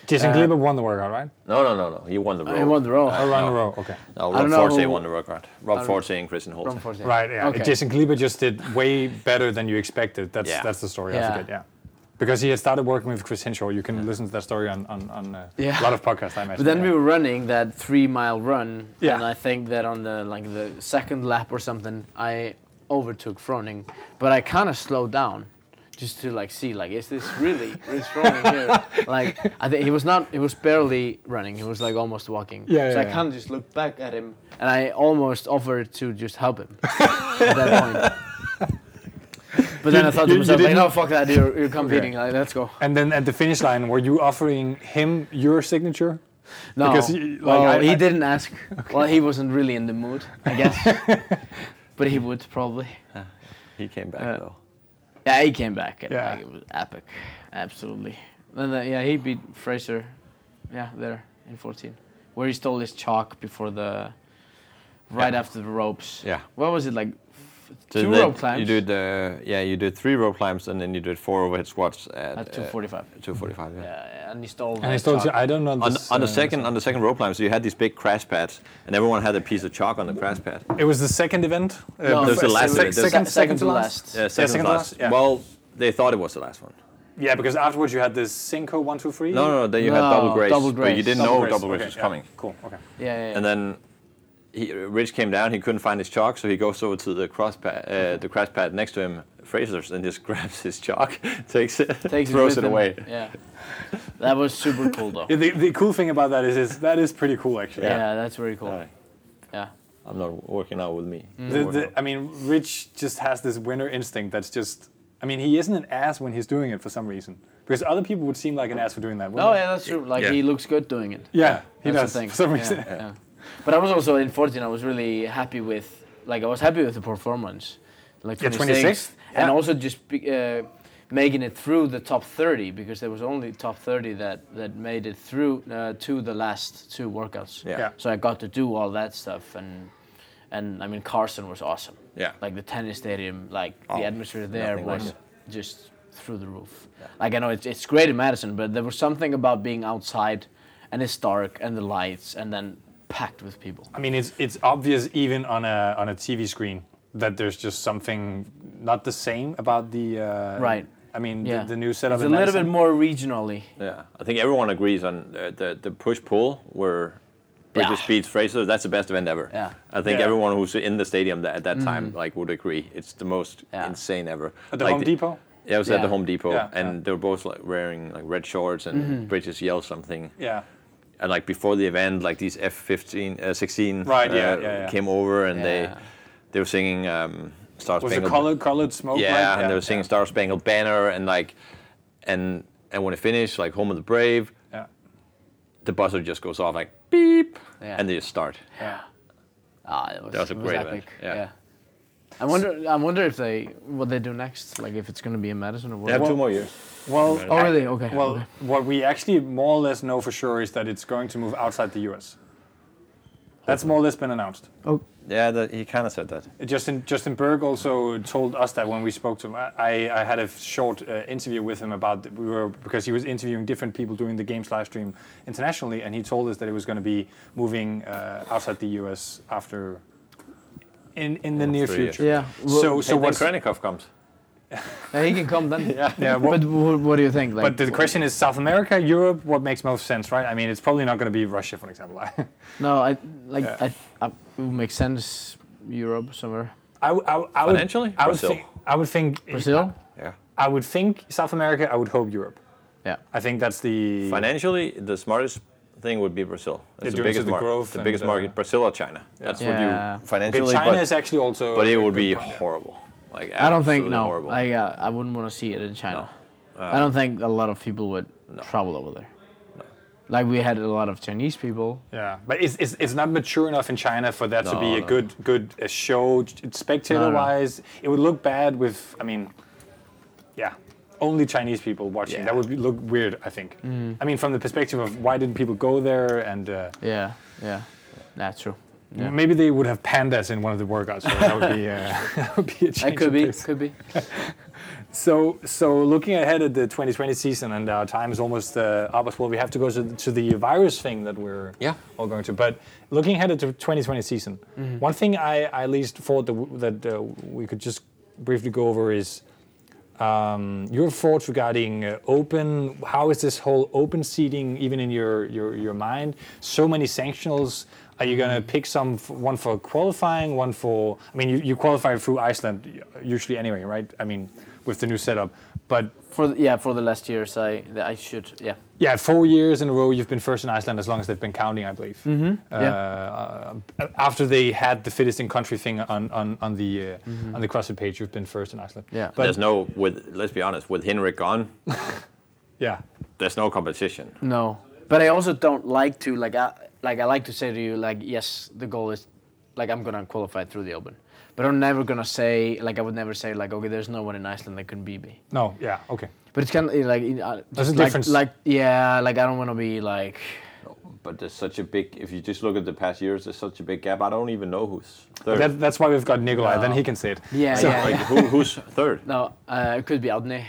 Speaker 1: Jason Kleber won the workout, right?
Speaker 2: no, no, no. He won the row.
Speaker 3: He won the row.
Speaker 1: Or run the row. Okay.
Speaker 2: No,
Speaker 3: I
Speaker 2: Rob
Speaker 3: don't know
Speaker 2: Forte
Speaker 3: who-
Speaker 2: won the workout. Rob Forte and Christian Holt.
Speaker 3: Run 14.
Speaker 1: Right. Yeah.
Speaker 3: Okay.
Speaker 1: Jason Kleber just did way better than you expected. That's
Speaker 2: Yeah.
Speaker 1: that's the story. I
Speaker 3: Yeah.
Speaker 1: forget. Yeah. Because he had started working with Chris Henshaw. You can listen to that story on on, on uh,
Speaker 3: Yeah.
Speaker 1: a lot of podcasts. I imagine.
Speaker 3: But then we
Speaker 1: yeah.
Speaker 3: were running that three mile run,
Speaker 1: Yeah.
Speaker 3: and I think that on the like the second lap or something, I overtook Froning, but I kind of slowed down just to like see like is this really really strong in here? Like I think he was not he was barely running. He was like almost walking.
Speaker 1: Yeah,
Speaker 3: so
Speaker 1: yeah,
Speaker 3: I
Speaker 1: yeah.
Speaker 3: kind of just looked back at him and I almost offered to just help him at that point. But then I thought
Speaker 1: You-
Speaker 3: to
Speaker 1: you
Speaker 3: myself, like,
Speaker 1: didn't-
Speaker 3: no, fuck that, you're, you're competing, like, let's go.
Speaker 1: And then at the finish line, were you offering him your signature?
Speaker 3: No,
Speaker 1: Because he- like,
Speaker 3: well,
Speaker 1: I-
Speaker 3: he
Speaker 1: I-
Speaker 3: didn't ask. Well, he wasn't really in the mood, I guess. but he would probably.
Speaker 2: He came back
Speaker 3: Uh,
Speaker 2: though.
Speaker 3: Yeah, he came back and
Speaker 1: Yeah.
Speaker 3: like, it was epic, absolutely. And then, yeah, he beat Fraser, yeah, there in 14, where he stole his chalk before the, right
Speaker 2: Yeah.
Speaker 3: after the ropes.
Speaker 2: Yeah.
Speaker 3: What was it like? f-
Speaker 2: So
Speaker 3: two
Speaker 2: that-
Speaker 3: rope climbs.
Speaker 2: You do the yeah, you did three rope climbs and then you did four overhead squats at,
Speaker 3: at
Speaker 2: uh,
Speaker 3: 245.
Speaker 2: Two forty-five. Yeah.
Speaker 3: Yeah, and he stole.
Speaker 1: And I
Speaker 3: that
Speaker 1: told you,
Speaker 3: chalk.
Speaker 1: I don't know.
Speaker 2: On,
Speaker 1: This,
Speaker 2: on the
Speaker 1: uh,
Speaker 2: second on the second rope climb, so you had these big crash pads, and everyone had a piece of chalk on the crash pad.
Speaker 1: It was the second event. Uh,
Speaker 3: No,
Speaker 1: before-
Speaker 2: There's the last
Speaker 1: sec-
Speaker 2: event, there's-
Speaker 1: second,
Speaker 3: Se-
Speaker 1: second to last.
Speaker 2: Yeah,
Speaker 1: second
Speaker 2: second,
Speaker 1: to
Speaker 2: last.
Speaker 1: last, yeah.
Speaker 2: Well, they thought it was the last one.
Speaker 1: Yeah, because afterwards you had this Cinco one two three.
Speaker 2: No, no, no. Then you had double
Speaker 3: No,
Speaker 2: grace,
Speaker 3: double
Speaker 2: but you
Speaker 3: grace.
Speaker 2: didn't
Speaker 1: Double
Speaker 2: know
Speaker 1: grace,
Speaker 2: double grace
Speaker 1: okay,
Speaker 2: was
Speaker 1: yeah,
Speaker 2: coming.
Speaker 1: Cool. Okay.
Speaker 3: Yeah, yeah, yeah.
Speaker 2: And then he, Rich came down. He couldn't find his chalk, so he goes over to the cross pad, uh, the crash pad next to him, Fraser's, and just grabs his chalk, takes it,
Speaker 3: Takes
Speaker 2: throws
Speaker 3: with
Speaker 2: it,
Speaker 3: him.
Speaker 2: away.
Speaker 3: Yeah. That was super cool though.
Speaker 1: Yeah, the, the cool thing about that is, is that is pretty cool actually.
Speaker 3: Yeah, that's very cool.
Speaker 2: Alright.
Speaker 3: Yeah.
Speaker 2: I'm not working out with me.
Speaker 1: The, the, I mean, Rich just has this winner instinct that's just. I mean, he isn't an ass when he's doing it for some reason. Because other people would seem like an ass for doing that. wouldn't
Speaker 3: Oh
Speaker 1: they?
Speaker 3: yeah, that's true. Like
Speaker 2: Yeah.
Speaker 3: he looks good doing it.
Speaker 1: Yeah, he
Speaker 3: that's
Speaker 1: does.
Speaker 3: the thing.
Speaker 1: For some
Speaker 3: Yeah,
Speaker 1: reason.
Speaker 3: yeah. But I was also in 14. I was really happy with, like, I was happy with the performance, like
Speaker 1: Yeah,
Speaker 3: 26th,
Speaker 1: 26th,
Speaker 3: and
Speaker 1: yeah.
Speaker 3: also just be, uh, making it through the top 30 because there was only top 30 that that made it through uh, to the last two workouts.
Speaker 2: Yeah.
Speaker 1: Yeah.
Speaker 3: So I got to do all that stuff, and and I mean Carson was awesome.
Speaker 2: Yeah.
Speaker 3: Like the tennis stadium, like
Speaker 2: Oh,
Speaker 3: the atmosphere there
Speaker 2: nothing
Speaker 3: was
Speaker 2: like
Speaker 3: just through the roof. Like I know it's it's great in Madison, but there was something about being outside, and it's dark and the lights, and then packed with people.
Speaker 1: I mean, it's it's obvious even on a on a TV screen that there's just something not the same about the. Uh,
Speaker 3: Right.
Speaker 1: I mean,
Speaker 3: Yeah.
Speaker 1: the, the new setup.
Speaker 3: It's a
Speaker 1: in
Speaker 3: little
Speaker 1: Madison.
Speaker 3: bit more regionally.
Speaker 2: Yeah, I think everyone agrees on uh, the the push pull where British
Speaker 3: Yeah.
Speaker 2: beats Fraser. That's the best event ever.
Speaker 3: Yeah. Mm-hmm.
Speaker 2: I think
Speaker 1: Yeah.
Speaker 2: everyone who's in the stadium that, at that time like would agree. It's the most
Speaker 3: Yeah.
Speaker 2: insane ever.
Speaker 1: At the
Speaker 2: Like
Speaker 1: Home Depot.
Speaker 2: Yeah, it was at the
Speaker 3: Yeah.
Speaker 2: Home Depot,
Speaker 1: Yeah,
Speaker 2: and
Speaker 1: yeah. Mm-hmm.
Speaker 2: they were both like wearing like red shorts, and British yelled something.
Speaker 1: Yeah.
Speaker 2: And like before the event, like these F15, uh, 16
Speaker 1: Right,
Speaker 2: uh,
Speaker 1: yeah, yeah, yeah.
Speaker 2: came over, and they
Speaker 3: Yeah.
Speaker 2: they were singing um, Star
Speaker 1: Was it
Speaker 2: Spangled.
Speaker 1: colored colored smoke?
Speaker 2: Yeah,
Speaker 1: like?
Speaker 2: and they were singing Star Spangled Banner, and like, and and when it finished, like Home of the Brave,
Speaker 1: Yeah.
Speaker 2: the buzzer just goes off like beep,
Speaker 3: Yeah.
Speaker 2: and they just start.
Speaker 1: yeah.
Speaker 3: Ah, it was,
Speaker 2: That was a
Speaker 3: it
Speaker 2: great event,
Speaker 3: epic.
Speaker 2: yeah.
Speaker 3: I wonder. I wonder if they what they do next. Like if it's gonna be in Madison or
Speaker 2: They
Speaker 3: what.
Speaker 2: have two more years.
Speaker 1: Well,
Speaker 3: Oh really? Okay.
Speaker 1: Well,
Speaker 3: okay.
Speaker 1: what we actually more or less know for sure is that it's going to move outside the U.S. That's more or less been announced.
Speaker 2: Yeah, that, he kind of said that.
Speaker 1: Justin Justin Berg also told us that when we spoke to him, I, I I had a short uh, interview with him about th- we were because he was interviewing different people doing the games live stream internationally, and he told us that it was going to be moving uh, outside the U.S. after in in the near
Speaker 2: three years.
Speaker 1: future.
Speaker 3: yeah.
Speaker 1: So
Speaker 3: Well,
Speaker 2: So
Speaker 1: so
Speaker 2: when
Speaker 1: what's
Speaker 2: Kranikov comes,
Speaker 3: yeah, he can come then. yeah.
Speaker 1: yeah, what,
Speaker 3: but what, what do you think? Like,
Speaker 1: but the question is South America, Europe, what makes most sense, right? I mean, it's probably not going to be Russia, for example.
Speaker 3: No, I like
Speaker 1: Yeah.
Speaker 3: I, I, it would make sense. Europe somewhere.
Speaker 1: I, w- I, w- I would,
Speaker 2: Financially?
Speaker 1: I would
Speaker 2: Brazil.
Speaker 1: think. I would think.
Speaker 3: Brazil.
Speaker 2: yeah.
Speaker 1: I would think South America. I would hope Europe.
Speaker 3: Yeah.
Speaker 1: I think that's the
Speaker 2: Financially, the smartest thing would be Brazil.
Speaker 1: due
Speaker 2: That's
Speaker 1: to
Speaker 2: the biggest
Speaker 1: the
Speaker 2: market.
Speaker 1: growth
Speaker 2: the
Speaker 1: and
Speaker 2: biggest
Speaker 1: the-
Speaker 2: market, Brazil or China. That's
Speaker 3: Yeah.
Speaker 2: what you
Speaker 1: Okay,
Speaker 2: financially.
Speaker 1: China
Speaker 2: but,
Speaker 1: is actually also.
Speaker 2: but it
Speaker 1: a
Speaker 2: would
Speaker 1: good
Speaker 2: be
Speaker 1: point, yeah.
Speaker 2: horrible. Like
Speaker 3: I don't think
Speaker 2: absolutely
Speaker 3: no.
Speaker 2: Horrible.
Speaker 3: I uh, I wouldn't want to see it in China. I
Speaker 1: Uh,
Speaker 3: don't think a lot of people would travel over there. Like we had a lot of Chinese people.
Speaker 1: Yeah, but it's, it's, it's not mature enough in China for that to
Speaker 2: No,
Speaker 1: be a
Speaker 2: no.
Speaker 1: good good uh, show spectator wise. It would look bad with I mean, yeah, only Chinese people watching.
Speaker 2: Yeah. Mm.
Speaker 1: That would be, look weird, I think. I mean, from the perspective of why didn't people go there, and uh,
Speaker 3: Yeah, yeah, that's true. Yeah.
Speaker 1: maybe they would have pandas in one of the workouts. So that would be uh, that would be a change.
Speaker 3: That could
Speaker 1: of
Speaker 3: be,
Speaker 1: pace.
Speaker 3: could be.
Speaker 1: So, so looking ahead at the 2020 season, and our time is almost uh, up as well. We have to go to, to the virus thing that we're
Speaker 2: Yeah.
Speaker 1: all going to. But looking ahead at the 2020 season,
Speaker 3: Mm-hmm.
Speaker 1: one thing I, I at least thought that, w- that uh, we could just briefly go over is um, your thoughts regarding uh, open. How is this whole open seating even in your your, your mind? So many sanctionals. Are you gonna
Speaker 3: Mm-hmm.
Speaker 1: pick some f- one for qualifying, one for? I mean, you, you qualify through Iceland usually anyway, right? I mean, with the new setup. But
Speaker 3: For the, yeah, for the last years, I I should yeah.
Speaker 1: yeah, four years in a row you've been first in Iceland as long as they've been counting, I believe. Uh,
Speaker 3: Mm-hmm. yeah.
Speaker 1: uh, after they had the fittest in country thing on on, on the uh, on the CrossFit page, you've been first in Iceland.
Speaker 3: Mm-hmm. Yeah.
Speaker 1: but
Speaker 2: there's no with. Let's be honest. With Henrik gone,
Speaker 1: yeah,
Speaker 2: there's no competition.
Speaker 3: No, but I also don't like to like I like I like to say to you like yes, the goal is like I'm gonna qualify through the Open, but I'm never gonna say like I would never say like okay, there's no one in Iceland that can beat me.
Speaker 1: no, yeah, okay.
Speaker 3: But it's kind of like uh,
Speaker 1: There's a
Speaker 3: like,
Speaker 1: difference.
Speaker 3: Like yeah, like I don't want to be like
Speaker 2: But there's such a big. If you just look at the past years, there's such a big gap. I don't even know who's third.
Speaker 1: That, that's why we've got Nikolai. Then
Speaker 3: No.
Speaker 1: he can say it.
Speaker 3: yeah
Speaker 1: So-
Speaker 3: yeah,
Speaker 2: like
Speaker 3: yeah.
Speaker 2: who, who's third?
Speaker 3: no uh, it could be Adne,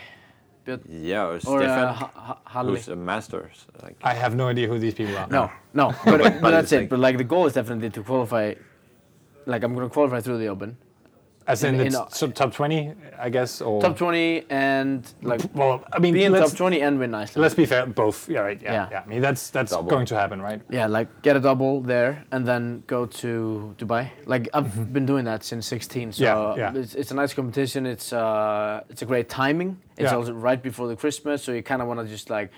Speaker 3: but
Speaker 2: Yeah, or,
Speaker 3: or
Speaker 2: Stefan,
Speaker 3: uh, Ha- Ha- Halle.
Speaker 2: who's a master. so, Like,
Speaker 1: I have no idea who these people are.
Speaker 3: No, no, but, but,
Speaker 2: but
Speaker 3: that's
Speaker 2: it's
Speaker 3: it.
Speaker 2: like-
Speaker 3: But like the goal is definitely to qualify. Like I'm gonna qualify through the Open,
Speaker 1: as in,
Speaker 3: in-
Speaker 1: it's
Speaker 3: in-
Speaker 1: sub- top twenty, I guess, or
Speaker 3: top 20, and like
Speaker 1: Well, I mean,
Speaker 3: be in
Speaker 1: let's,
Speaker 3: top 20 and win Iceland.
Speaker 1: let's be fair. Both, yeah, right, yeah, yeah.
Speaker 3: Yeah.
Speaker 1: I mean, that's that's
Speaker 2: Double.
Speaker 1: going to happen, right?
Speaker 3: Yeah, like get a double there and then go to Dubai. Like I've been doing that since 16,
Speaker 1: Mm-hmm.
Speaker 3: so
Speaker 1: Yeah, yeah.
Speaker 3: It's, it's a nice competition. It's uh, it's a great timing. It's
Speaker 1: Yeah.
Speaker 3: also right before the Christmas, so you kind of want to just like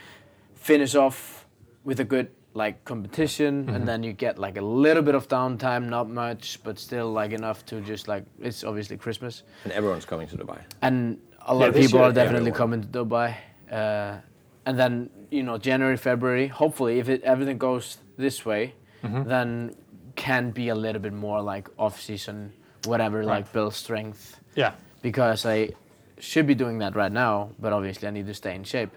Speaker 3: finish off with a good like competition,
Speaker 1: Mm-hmm.
Speaker 3: and then you get like a little bit of downtime, not much, but still like enough to just like it's obviously Christmas,
Speaker 2: and everyone's coming to Dubai.
Speaker 3: and a lot
Speaker 1: Yeah,
Speaker 3: of
Speaker 1: this
Speaker 3: people
Speaker 1: year
Speaker 3: are definitely
Speaker 2: everyone.
Speaker 3: coming to Dubai. Uh, and then you know January, February. Hopefully, if it, everything goes this way,
Speaker 1: Mm-hmm.
Speaker 3: then can be a little bit more like off season, whatever, like build strength
Speaker 1: Yeah,
Speaker 3: because I should be doing that right now, but obviously I need to stay in shape.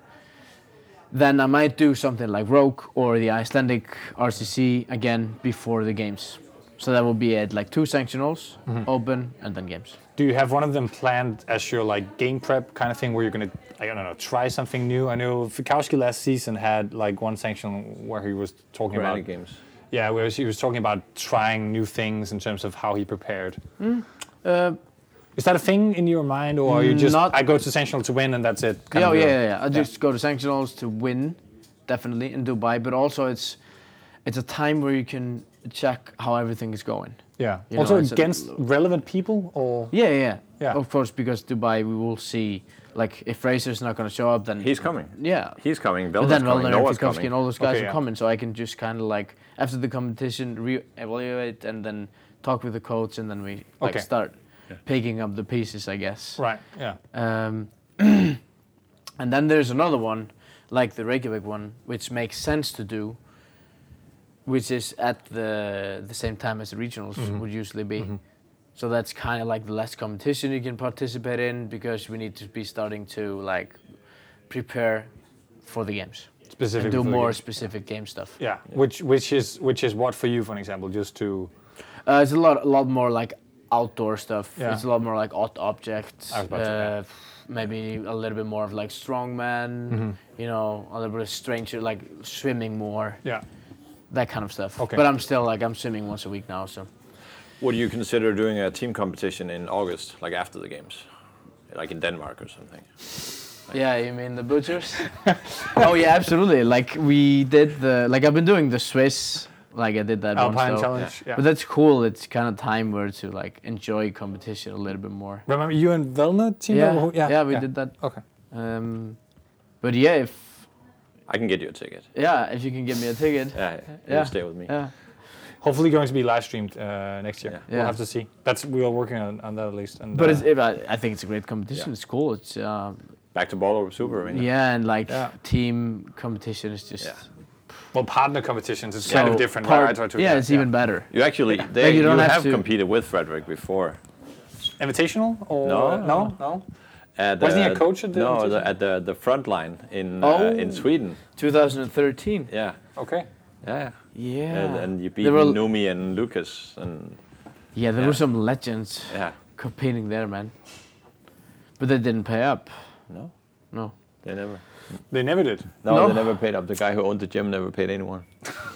Speaker 3: Then I might do something like Rogue or the Icelandic RCC again before the games. So that will be it, like two sanctionals,
Speaker 1: Mm-hmm.
Speaker 3: open, and then games.
Speaker 1: Do you have one of them planned as your like game prep kind of thing where you're gonna I don't know try something new? I know Fikowski last season had like one sanction where he was talking
Speaker 2: Rally
Speaker 1: about
Speaker 2: games.
Speaker 1: yeah where he was talking about trying new things in terms of how he prepared.
Speaker 3: Uh,
Speaker 1: Is that a thing in your mind or are you just
Speaker 3: Not-
Speaker 1: I go to sanctional to win and that's it? kind
Speaker 3: yeah,
Speaker 1: of
Speaker 3: yeah,
Speaker 1: deal?
Speaker 3: yeah, yeah. I just go to sanctionals to win, definitely in Dubai. But also, it's it's a time where you can check how everything is going.
Speaker 1: yeah.
Speaker 3: You know,
Speaker 1: also
Speaker 3: it's a-
Speaker 1: against relevant people or
Speaker 3: Yeah, yeah,
Speaker 1: Yeah.
Speaker 3: Of course, because Dubai, we will see. Like, if Fraser's not going to show up, then
Speaker 2: He's coming.
Speaker 3: Yeah,
Speaker 2: He's coming.
Speaker 3: But
Speaker 2: Velda's
Speaker 3: then
Speaker 2: coming.
Speaker 3: Velner
Speaker 2: Noah's
Speaker 3: and Fikowski
Speaker 2: coming.
Speaker 3: and all those guys
Speaker 1: Okay, yeah.
Speaker 3: are coming, so I can just kind of like after the competition re-evaluate and then talk with the coach, and then we like
Speaker 1: Okay.
Speaker 3: start picking up the pieces, I guess.
Speaker 1: right yeah
Speaker 3: Um, and then there's another one, like the Reykjavik one, which makes sense to do, which is at the the same time as the regionals
Speaker 1: Mm-hmm.
Speaker 3: would usually be. So that's kind of like the less competition you can participate in because we need to be starting to like prepare for the games
Speaker 1: specifically
Speaker 3: and do
Speaker 1: for the
Speaker 3: more
Speaker 1: games.
Speaker 3: specific game stuff.
Speaker 1: Yeah, which which is which is what for you, for an example, just to
Speaker 3: Uh, it's a lot, a lot more like outdoor stuff.
Speaker 1: Yeah.
Speaker 3: It's a lot more like odd objects.
Speaker 1: I was about to- yeah.
Speaker 3: uh, Maybe a little bit more of like strongman.
Speaker 1: Mm-hmm.
Speaker 3: You know, a little bit of stranger, like swimming more,
Speaker 1: yeah
Speaker 3: that kind of stuff.
Speaker 1: Okay.
Speaker 3: But I'm still like I'm swimming once a week now, so
Speaker 2: Would you consider doing a team competition in August, like after the games, like in Denmark or something?
Speaker 3: Yeah, you mean the butchers? oh yeah, absolutely. Like we did the like I've been doing the Swiss. Like I did that once,
Speaker 1: Alpine
Speaker 3: though.
Speaker 1: Challenge, yeah.
Speaker 3: But that's cool. It's kind of time where to like enjoy competition a little bit more.
Speaker 1: remember you and Velna team.
Speaker 3: Yeah,
Speaker 1: or who-
Speaker 3: yeah, we did that.
Speaker 1: Okay.
Speaker 3: Um, but yeah, if
Speaker 2: I can get you a ticket.
Speaker 3: yeah, if you can give me a ticket,
Speaker 2: Yeah, yeah.
Speaker 3: Yeah.
Speaker 2: You stay with me.
Speaker 3: yeah,
Speaker 1: Hopefully going to be live streamed uh, next year.
Speaker 2: Yeah.
Speaker 1: We'll
Speaker 3: Yeah.
Speaker 1: have to see. That's we are working on, on that at least. And,
Speaker 3: But
Speaker 1: uh,
Speaker 3: it's, it, I I think it's a great competition.
Speaker 2: Yeah.
Speaker 3: It's cool. It's um,
Speaker 2: Back to ball or super? I mean,
Speaker 3: yeah, and like
Speaker 1: Yeah.
Speaker 3: team competition is just
Speaker 2: Yeah.
Speaker 1: well, partner competitions is kind of
Speaker 3: so
Speaker 1: different.
Speaker 3: part-
Speaker 1: right? I try to-
Speaker 3: yeah, it's even better.
Speaker 2: You actually, they,
Speaker 3: Like,
Speaker 2: you,
Speaker 3: you don't
Speaker 2: have,
Speaker 3: have to-
Speaker 2: competed with Frederick before.
Speaker 1: invitational or
Speaker 2: No,
Speaker 1: no, no.
Speaker 2: At,
Speaker 1: Wasn't he a coach at the
Speaker 2: No,
Speaker 1: competition?
Speaker 2: the, at the the front line in
Speaker 3: Oh.
Speaker 2: uh, in Sweden.
Speaker 3: 2013.
Speaker 2: Yeah,
Speaker 1: Okay.
Speaker 2: yeah.
Speaker 3: Yeah.
Speaker 2: And, and you beat
Speaker 3: there were,
Speaker 2: Numi and Lucas and
Speaker 3: Yeah, there
Speaker 2: yeah.
Speaker 3: were some legends
Speaker 2: yeah.
Speaker 3: competing there, man. But they didn't pay up.
Speaker 2: No,
Speaker 3: No.
Speaker 2: they never.
Speaker 1: They never did.
Speaker 2: No,
Speaker 3: No.
Speaker 2: they never paid up. The guy who owned the gym never paid anyone.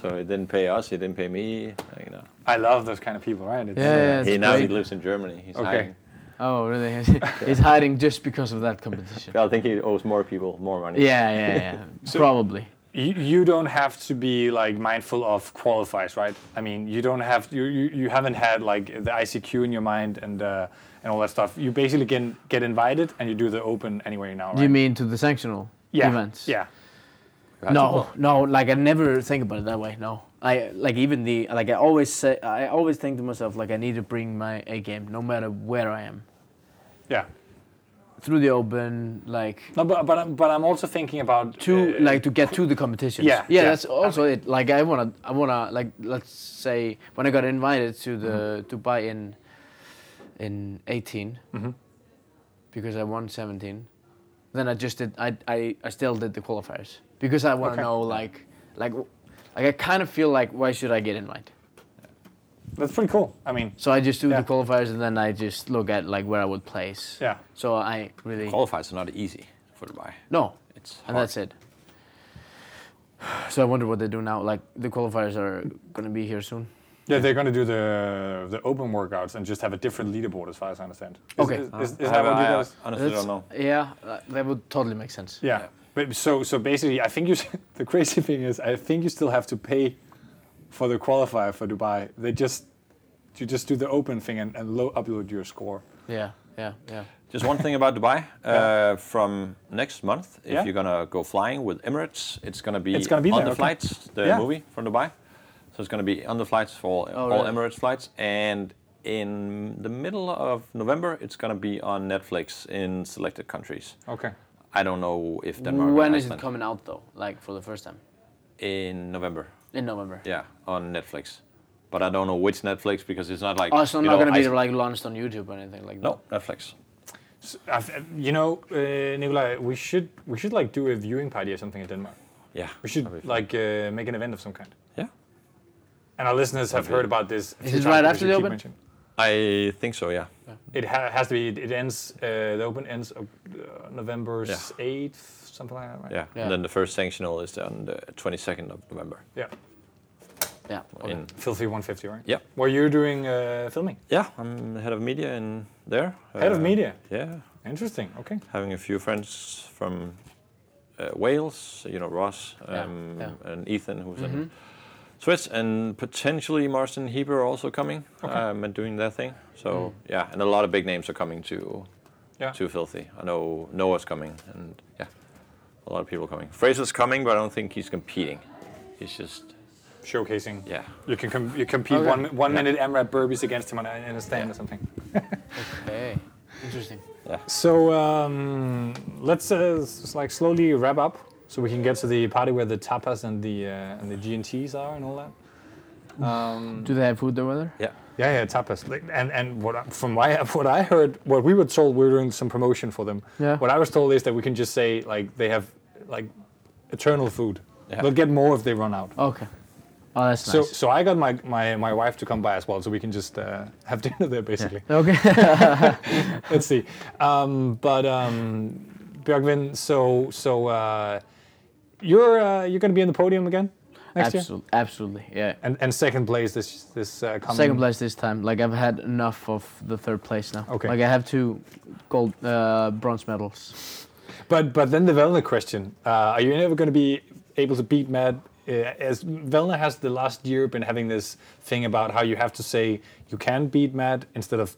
Speaker 2: so he didn't pay us. He didn't pay me. You know.
Speaker 1: I love those kind of people, right? It's,
Speaker 3: Yeah, yeah.
Speaker 2: He
Speaker 3: That's
Speaker 2: now he
Speaker 3: great.
Speaker 2: lives in Germany. He's
Speaker 1: Okay.
Speaker 2: hiding.
Speaker 3: Oh, really? He's hiding just because of that competition.
Speaker 2: I think he owes more people more money.
Speaker 3: Yeah, yeah, yeah. Probably.
Speaker 1: You, you don't have to be like mindful of qualifiers, right? I mean, you don't have you, you, you haven't had like the ICQ in your mind and uh, and all that stuff. You basically can get invited, and you do the open anyway now. Right?
Speaker 3: You mean to the sanctional
Speaker 1: yeah,
Speaker 3: events?
Speaker 1: Yeah.
Speaker 3: No, no. Like I never think about it that way. No. I like even the like I always say I always think to myself like I need to bring my A game no matter where I am
Speaker 1: Yeah.
Speaker 3: through the open like
Speaker 1: No, but but I'm, but I'm also thinking about
Speaker 3: to
Speaker 1: uh,
Speaker 3: like to get to the competitions.
Speaker 1: Yeah,
Speaker 3: yeah,
Speaker 1: yeah.
Speaker 3: that's also it. Like I wanna, I wanna like let's say when I got invited to the
Speaker 1: Mm-hmm.
Speaker 3: to buy in in 18
Speaker 1: Mm-hmm.
Speaker 3: because I won seventeen, then I just did I I, I still did the qualifiers because I wanna
Speaker 1: Okay.
Speaker 3: know like like w- like I kind of feel like why should I get invited?
Speaker 1: that's pretty cool. I mean,
Speaker 3: So I just do
Speaker 1: Yeah.
Speaker 3: the qualifiers and then I just look at like where I would place.
Speaker 1: Yeah.
Speaker 3: So I really
Speaker 2: Qualifiers are not easy for Dubai.
Speaker 3: no.
Speaker 2: It's
Speaker 3: and that's it. So I wonder what they do now. Like the qualifiers are gonna be here soon.
Speaker 1: yeah, they're going to do the the open workouts and just have a different leaderboard, as far as I understand. Is-
Speaker 3: Okay.
Speaker 1: Is, is, is
Speaker 2: I
Speaker 1: that what you
Speaker 2: I
Speaker 1: guys?
Speaker 2: uh, honestly don't know.
Speaker 3: Yeah, uh, that would totally make sense.
Speaker 1: Yeah. But so so basically, I think you. the crazy thing is, I think you still have to pay for the qualifier for Dubai. They just you just do the open thing and, and low upload your score.
Speaker 3: Yeah, yeah, yeah.
Speaker 2: Just one thing about Dubai. Uh, from next month, if
Speaker 1: Yeah.
Speaker 2: you're gonna go flying with Emirates, it's gonna be,
Speaker 1: It's gonna be
Speaker 2: on
Speaker 1: there,
Speaker 2: the
Speaker 1: okay.
Speaker 2: flights. The
Speaker 1: Yeah.
Speaker 2: movie from Dubai, so it's gonna be on the flights for all
Speaker 3: Oh, really?
Speaker 2: Emirates flights. And in the middle of November, it's gonna be on Netflix in selected countries.
Speaker 1: Okay.
Speaker 2: I don't know if Denmark.
Speaker 3: When
Speaker 2: or
Speaker 3: is it
Speaker 2: Iceland.
Speaker 3: coming out though? Like for the first time
Speaker 2: In November.
Speaker 3: in November.
Speaker 2: Yeah, on Netflix. But I don't know which Netflix because it's not like.
Speaker 3: Oh, so
Speaker 2: you
Speaker 3: not
Speaker 2: know,
Speaker 3: gonna be
Speaker 2: Iceland-
Speaker 3: like launched on YouTube or anything like that.
Speaker 2: No, Netflix.
Speaker 1: So, I th- you know, uh, Nikolai, we should we should like do a viewing party or something in Denmark.
Speaker 2: Yeah.
Speaker 1: We should
Speaker 2: that'd be fun.
Speaker 1: like uh, make an event of some kind.
Speaker 2: Yeah.
Speaker 1: And our listeners have heard about this. a
Speaker 3: Is
Speaker 1: few
Speaker 3: it
Speaker 1: times, but
Speaker 3: right
Speaker 1: we
Speaker 3: after
Speaker 1: should
Speaker 3: the
Speaker 1: keep
Speaker 3: Open?
Speaker 1: mentioning.
Speaker 2: I think so. Yeah.
Speaker 1: It ha- has to be. It ends. Uh, the Open ends uh, November
Speaker 2: Yeah.
Speaker 1: eighth, something like that, right?
Speaker 2: Yeah.
Speaker 3: Yeah.
Speaker 2: And then the first sanctional is on the 22nd of November.
Speaker 1: Yeah.
Speaker 3: Yeah. okay.
Speaker 2: In,
Speaker 1: Filthy 150, right?
Speaker 2: Yep.
Speaker 1: Where you're doing uh, filming?
Speaker 2: yeah, I'm the head of media in there.
Speaker 1: Head of
Speaker 2: Uh,
Speaker 1: media.
Speaker 2: Yeah,
Speaker 1: Interesting. Okay.
Speaker 2: having a few friends from uh, Wales, you know, Ross
Speaker 3: Yeah,
Speaker 2: um,
Speaker 3: yeah.
Speaker 2: and Ethan, who's
Speaker 1: Mm-hmm.
Speaker 2: in Swiss, and potentially Marston Heber also coming um, and doing their thing. So, yeah, and a lot of big names are coming to,
Speaker 1: Mm. Yeah.
Speaker 2: to Filthy. I know Noah's coming, and yeah, a lot of people coming. Fraser's coming, but I don't think he's competing. He's just,
Speaker 1: Showcasing.
Speaker 2: yeah.
Speaker 1: You can com- you compete
Speaker 3: Okay.
Speaker 1: one mi- one
Speaker 2: Yeah.
Speaker 1: minute MRAP burpees against him on a- in a stand or something.
Speaker 3: Hey, interesting.
Speaker 1: So um, let's uh, s- s- like slowly wrap up so we can get to the party where the tapas and the uh, and the G and T's are and all that.
Speaker 3: Do they have food there, weather?
Speaker 2: Yeah.
Speaker 1: Yeah, yeah, tapas. Like, And and what I, from my, what I heard, what we were told, we were doing some promotion for them.
Speaker 3: Yeah.
Speaker 1: What I was told is that we can just say like they have like eternal food.
Speaker 2: Yeah.
Speaker 1: They'll get more if they run out.
Speaker 3: Okay. Oh, that's
Speaker 1: So
Speaker 3: nice.
Speaker 1: so I got my, my, my wife to come by as well, so we can just uh, have dinner there basically.
Speaker 3: okay.
Speaker 1: Let's see. Um, but um, Björkvin, so so uh, you're uh, you're going to be in the podium again next year,
Speaker 3: absolutely. Absolutely. Yeah.
Speaker 1: and and second place this this uh, coming
Speaker 3: Second place this time. Like I've had enough of the third place now.
Speaker 1: Okay.
Speaker 3: Like I have two gold, uh, bronze medals.
Speaker 1: But but then the Velna question: uh, Are you ever going to be able to beat Matt? Uh, as Velna has the last year been having this thing about how you have to say you can beat Matt instead of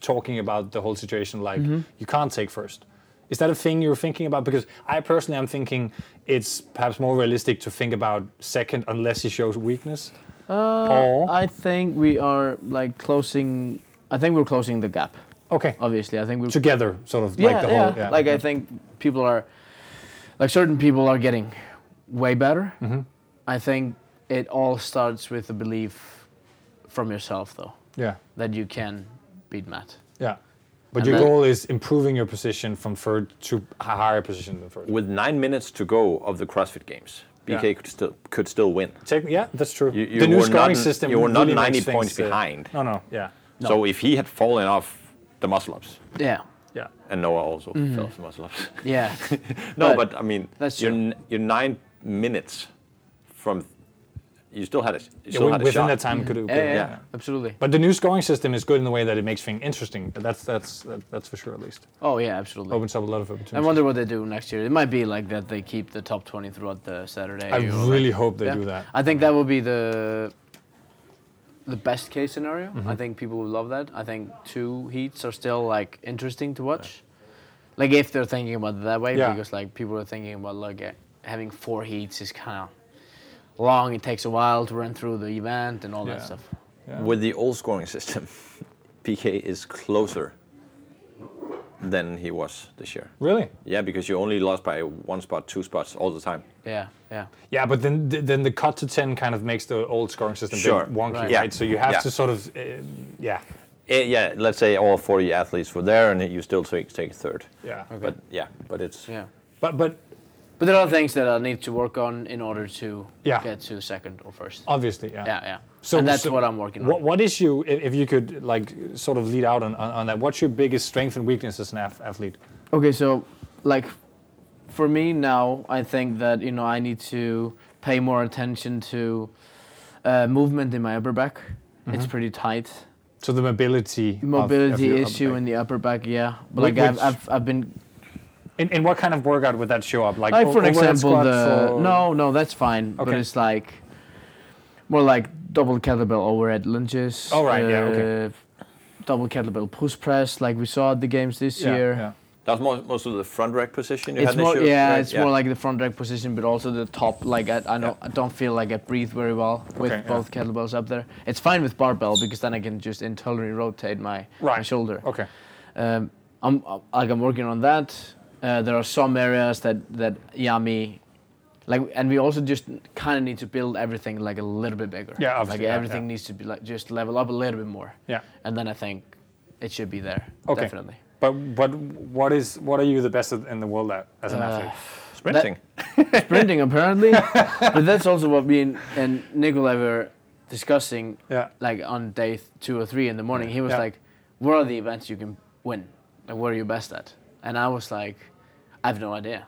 Speaker 1: talking about the whole situation like
Speaker 3: Mm-hmm.
Speaker 1: you can't take first. Is that a thing you're thinking about? Because I personally am thinking it's perhaps more realistic to think about second unless he shows weakness. or
Speaker 3: Uh, I think we are like closing. I think we're closing the gap.
Speaker 1: okay,
Speaker 3: Obviously, I think we're.
Speaker 1: together sort of
Speaker 3: yeah,
Speaker 1: like the
Speaker 3: yeah.
Speaker 1: whole yeah.
Speaker 3: Like I think people are, like certain people are getting way better.
Speaker 1: Mm-hmm.
Speaker 3: I think it all starts with the belief from yourself, though,
Speaker 1: yeah
Speaker 3: that you can beat Matt.
Speaker 1: yeah. But
Speaker 3: And
Speaker 1: your
Speaker 3: then-
Speaker 1: goal is improving your position from third to a higher position than third.
Speaker 2: With nine minutes to go of the CrossFit Games, BK
Speaker 1: Yeah.
Speaker 2: could still could still win.
Speaker 1: Techn- yeah, that's true.
Speaker 2: You- you
Speaker 1: the new
Speaker 2: were
Speaker 1: scoring
Speaker 2: not-
Speaker 1: system.
Speaker 2: you were not
Speaker 1: really makes
Speaker 2: 90 points
Speaker 1: things, uh,
Speaker 2: behind.
Speaker 1: no, no, yeah,
Speaker 2: So if he had fallen off the muscle ups,
Speaker 3: Yeah,
Speaker 1: yeah,
Speaker 2: and Noah also fell off the muscle ups.
Speaker 3: yeah,
Speaker 2: no,
Speaker 3: Mm-hmm. But
Speaker 2: but, I mean,
Speaker 3: that's
Speaker 2: you're,
Speaker 3: true.
Speaker 2: n- you're nine minutes from. You still had a, you
Speaker 1: yeah
Speaker 2: still
Speaker 1: wi-
Speaker 2: had a
Speaker 1: within
Speaker 2: shot.
Speaker 1: that time could have.
Speaker 3: yeah,
Speaker 1: been-
Speaker 3: yeah,
Speaker 2: Yeah.
Speaker 3: absolutely.
Speaker 1: But the new scoring system is good in the way that it makes things interesting. That's that's that, that's for sure at least.
Speaker 3: Oh yeah, absolutely.
Speaker 1: Opens up a lot of
Speaker 3: I
Speaker 1: opportunities.
Speaker 3: wonder what they do next year. It might be like that they keep the top 20 throughout the Saturday.
Speaker 1: I
Speaker 3: or, like-
Speaker 1: really hope they
Speaker 3: Yeah.
Speaker 1: do that.
Speaker 3: I think that will be the the best case scenario.
Speaker 1: Mm-hmm.
Speaker 3: I think people will love that. I think two heats are still like interesting to watch. Like if they're thinking about it that way,
Speaker 1: Yeah.
Speaker 3: because like people are thinking about like eh, having four heats is kind of long. It takes a while to run through the event and all
Speaker 1: Yeah.
Speaker 3: that stuff.
Speaker 2: With the old scoring system, PK is closer than he was this year.
Speaker 1: Really?
Speaker 2: Yeah, because you only lost by one spot, two spots all the time.
Speaker 3: Yeah, yeah.
Speaker 1: Yeah, but then th- then the cut to ten kind of makes the old scoring system a bit
Speaker 2: Sure.
Speaker 1: wonky, right?
Speaker 3: Right.
Speaker 2: Yeah.
Speaker 1: So you have
Speaker 2: Yeah.
Speaker 1: to sort of, uh, yeah,
Speaker 2: Eh, yeah, let's say all 40 athletes were there and you still take, take third.
Speaker 1: yeah.
Speaker 3: Okay.
Speaker 2: But yeah, but it's
Speaker 3: Yeah.
Speaker 1: But but
Speaker 3: But there are things that I need to work on in order to
Speaker 1: Yeah.
Speaker 3: get to second or first.
Speaker 1: obviously, yeah.
Speaker 3: Yeah, yeah.
Speaker 1: So-
Speaker 3: and that's
Speaker 1: so
Speaker 3: what I'm working on.
Speaker 1: What what is you if if you could like sort of lead out on, on, on that? What's your biggest strength and weakness as an ath- athlete?
Speaker 3: Okay, so like for me now, I think that you know I need to pay more attention to uh, movement in my upper back. It's pretty tight.
Speaker 1: So the mobility, of- of
Speaker 3: Mobility
Speaker 1: your upper
Speaker 3: issue
Speaker 1: back.
Speaker 3: in the upper back, yeah. But
Speaker 1: Which-
Speaker 3: like I've,
Speaker 1: which-
Speaker 3: I've I've been
Speaker 1: In, in what kind of workout would that show up? Like,
Speaker 3: like
Speaker 1: o-
Speaker 3: for
Speaker 1: overhead
Speaker 3: example
Speaker 1: squats
Speaker 3: the
Speaker 1: or-
Speaker 3: no no that's fine, but
Speaker 1: Okay.
Speaker 3: it's like more like double kettlebell overhead lunges.
Speaker 1: Oh, right, yeah, okay.
Speaker 3: uh, Double kettlebell push press, like we saw at the games this
Speaker 1: yeah,
Speaker 3: year.
Speaker 1: yeah.
Speaker 2: that's mo- most of the front rack position you
Speaker 3: it's
Speaker 2: had an
Speaker 3: more
Speaker 2: issue,
Speaker 3: yeah,
Speaker 2: right?
Speaker 3: it's more like the front rack position, but also the top. Like I, I don't I don't feel like I breathe very well with
Speaker 1: Okay, yeah.
Speaker 3: both kettlebells up there. It's fine with barbell because then I can just internally rotate my, my
Speaker 1: Right.
Speaker 3: shoulder.
Speaker 1: Okay.
Speaker 3: Um, I'm uh, like I'm working on that. Uh, there are some areas that that Yami, like, and we also just kind of need to build everything like a little bit bigger.
Speaker 1: Yeah,
Speaker 3: like
Speaker 1: obviously, yeah,
Speaker 3: everything
Speaker 1: yeah.
Speaker 3: needs to be like just level up a little bit more.
Speaker 1: Yeah.
Speaker 3: and then I think it should be there.
Speaker 1: Okay.
Speaker 3: definitely.
Speaker 1: But but what is what are you the best in the world at as an
Speaker 3: Uh,
Speaker 1: athlete?
Speaker 2: sprinting.
Speaker 3: sprinting apparently but that's also what me and, and nikolai were discussing
Speaker 1: Yeah.
Speaker 3: like on day th- two or three in the morning he was
Speaker 1: Yeah.
Speaker 3: like what are the events you can win like what are you best at and i was like i have no idea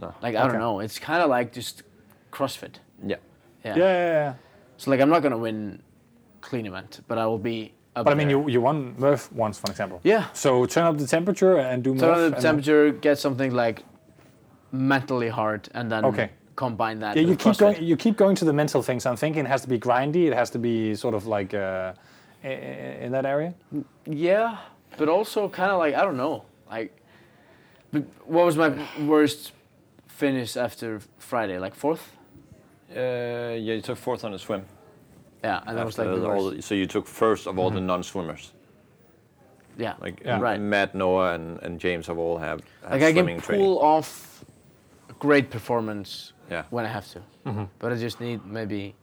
Speaker 2: No.
Speaker 3: like i
Speaker 1: Okay.
Speaker 3: don't know it's kind of like just crossfit
Speaker 2: yeah.
Speaker 3: yeah.
Speaker 1: Yeah, yeah, yeah.
Speaker 3: so like i'm not gonna win clean event but i will be up
Speaker 1: But I mean,
Speaker 3: there.
Speaker 1: you you won Murph once, for example.
Speaker 3: yeah
Speaker 1: So turn up the temperature and do
Speaker 3: turn
Speaker 1: Murph.
Speaker 3: on the
Speaker 1: and-
Speaker 3: temperature get something like mentally hard and then
Speaker 1: Okay.
Speaker 3: combine that
Speaker 1: Yeah, you
Speaker 3: with
Speaker 1: keep
Speaker 3: CrossFit.
Speaker 1: going. You keep going to the mental things. I'm thinking it has to be grindy. It has to be sort of like uh, i- i- in that area.
Speaker 3: Yeah, but also kind of like I don't know. Like, but what was my worst finish after Friday? Like fourth.
Speaker 2: Uh, yeah, you took fourth on the swim.
Speaker 3: Yeah, and that was like
Speaker 2: After
Speaker 3: the
Speaker 2: all
Speaker 3: worst. Mm-hmm.
Speaker 2: the- so you took first of all the non-swimmers.
Speaker 3: Yeah,
Speaker 2: Like
Speaker 1: Yeah.
Speaker 2: M-
Speaker 3: Right.
Speaker 2: Matt, Noah, and, and James have all have, have
Speaker 3: like I
Speaker 2: swimming
Speaker 3: can pull
Speaker 2: training.
Speaker 3: off a great performance
Speaker 2: Yeah.
Speaker 3: when I have to,
Speaker 1: Mm-hmm.
Speaker 3: but I just need maybe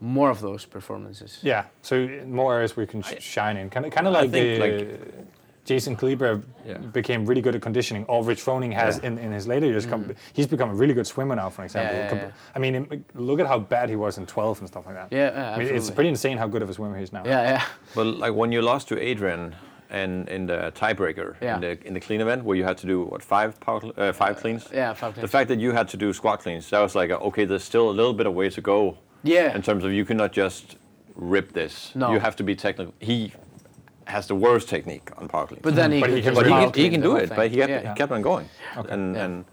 Speaker 3: more of those performances.
Speaker 1: Yeah. So more areas we can sh- shine in. Kind of, kind of like
Speaker 2: think,
Speaker 1: the. Jason Kleber
Speaker 2: Yeah.
Speaker 1: became really good at conditioning, or Rich Froning has
Speaker 2: Yeah.
Speaker 1: in, in his later years. Come, he's become a really good swimmer now, for example.
Speaker 3: Mm-hmm. yeah,
Speaker 1: Compa-
Speaker 3: yeah.
Speaker 1: I mean, im- look at how bad he was in 12 and stuff like that.
Speaker 3: Yeah, yeah,
Speaker 1: I mean, it's
Speaker 3: absolutely.
Speaker 1: pretty insane how good of a swimmer he is now.
Speaker 3: Yeah, yeah,
Speaker 2: But like when you lost to Adrian and in the tiebreaker
Speaker 3: Yeah.
Speaker 2: in the in the clean event where you had to do what five power, cl- uh, five cleans.
Speaker 3: yeah, five
Speaker 2: The
Speaker 3: cleans.
Speaker 2: fact that you had to do squat cleans, that was like a, okay, there's still a little bit of way to go.
Speaker 3: Yeah.
Speaker 2: In terms of you cannot just rip this.
Speaker 3: No.
Speaker 2: You have to be technical. He has the worst technique on power cleans.
Speaker 3: But then he
Speaker 1: Mm-hmm. But he
Speaker 3: could
Speaker 1: can-
Speaker 3: just
Speaker 2: But he
Speaker 1: Power
Speaker 2: can,
Speaker 3: wild
Speaker 2: he
Speaker 3: clean
Speaker 2: can
Speaker 3: the
Speaker 2: do
Speaker 3: whole
Speaker 2: it.
Speaker 3: thing.
Speaker 2: But he kept,
Speaker 3: Yeah.
Speaker 2: he kept on going. And
Speaker 3: Yeah.
Speaker 2: and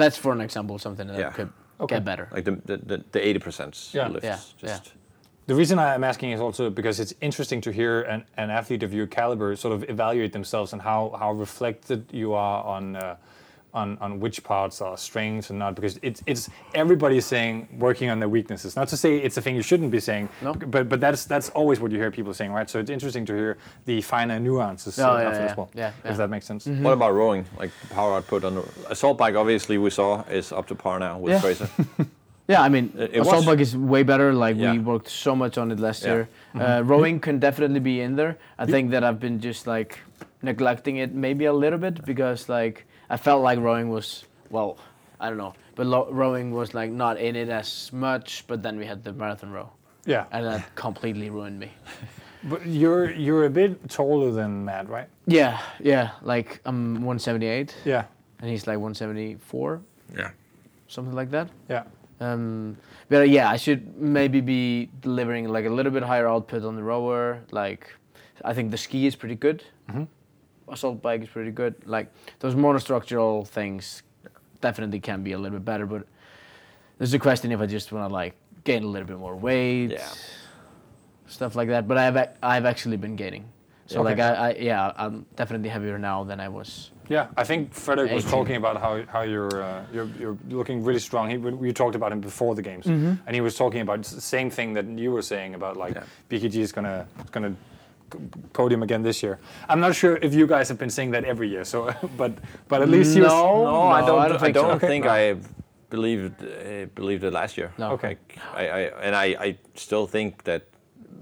Speaker 3: That's for an example of something that
Speaker 2: Yeah.
Speaker 3: could
Speaker 1: Okay.
Speaker 3: get better.
Speaker 2: like the the the- the eighty percent
Speaker 1: Yeah.
Speaker 2: lifts.
Speaker 3: Yeah, yeah.
Speaker 2: Just Mm-hmm.
Speaker 1: The reason I'm asking is also because it's interesting to hear an, an athlete of your caliber sort of evaluate themselves and how, how reflected you are on, uh, on on which parts are strengths and not because it's it's everybody saying working on their weaknesses. Not to say it's a thing you shouldn't be saying,
Speaker 3: No.
Speaker 1: but but that's that's always what you hear people saying, right? So it's interesting to hear the finer nuances
Speaker 3: Oh,
Speaker 1: uh,
Speaker 3: yeah,
Speaker 1: of it
Speaker 3: yeah,
Speaker 1: as well,
Speaker 3: yeah, yeah.
Speaker 1: if that makes sense.
Speaker 2: What about rowing? Like the power output on the assault bike, obviously we saw is up to par now with
Speaker 3: Yeah.
Speaker 2: Fraser.
Speaker 3: Yeah, I mean,
Speaker 2: It- it
Speaker 3: assault
Speaker 2: was-
Speaker 3: bike is way better. Like
Speaker 2: Yeah.
Speaker 3: we worked so much on it last
Speaker 2: Yeah. Mm-hmm.
Speaker 3: year. Uh, rowing can definitely be in there. I think that I've been just like neglecting it maybe a little bit because like I felt like rowing was well, I don't know, but lo- rowing was like not in it as much. But then we had the marathon row,
Speaker 1: Yeah,
Speaker 3: Mm-hmm. and that completely ruined me.
Speaker 1: but you're you're a bit taller than Matt, right?
Speaker 3: Yeah, yeah. Like I'm 178,
Speaker 1: Yeah,
Speaker 3: and he's like 174,
Speaker 2: yeah.
Speaker 3: something like that.
Speaker 1: yeah.
Speaker 3: Um, but uh, yeah, I should maybe be delivering like a little bit higher output on the rower. Like, I think the ski is pretty good. Assault bike is pretty good. Like those monostructural things, definitely can be a little bit better. But there's a question if I just want to like gain a little bit more weight.
Speaker 2: Yeah.
Speaker 3: stuff like that. But I've ac- I've actually been gaining. So
Speaker 1: Okay.
Speaker 3: like I, I yeah I'm definitely heavier now than I was.
Speaker 1: Yeah, I think Frederick was
Speaker 3: 18.
Speaker 1: talking about how, how you're, uh, you're you're looking really strong. He we talked about him before the games,
Speaker 3: Mm-hmm.
Speaker 1: and he was talking about the same thing that you were saying about like
Speaker 2: Yeah.
Speaker 1: BKG is gonna is gonna g- podium again this year. I'm not sure if you guys have been saying that every year, so but but at least he was
Speaker 3: No.
Speaker 2: No, I
Speaker 3: No,
Speaker 2: don't.
Speaker 3: I
Speaker 2: I
Speaker 3: don't
Speaker 2: don't
Speaker 3: think
Speaker 2: think, I,
Speaker 3: so.
Speaker 1: Okay.
Speaker 2: believed uh, believed it last year.
Speaker 3: No.
Speaker 1: Okay.
Speaker 2: Like, I, I and I, I still think that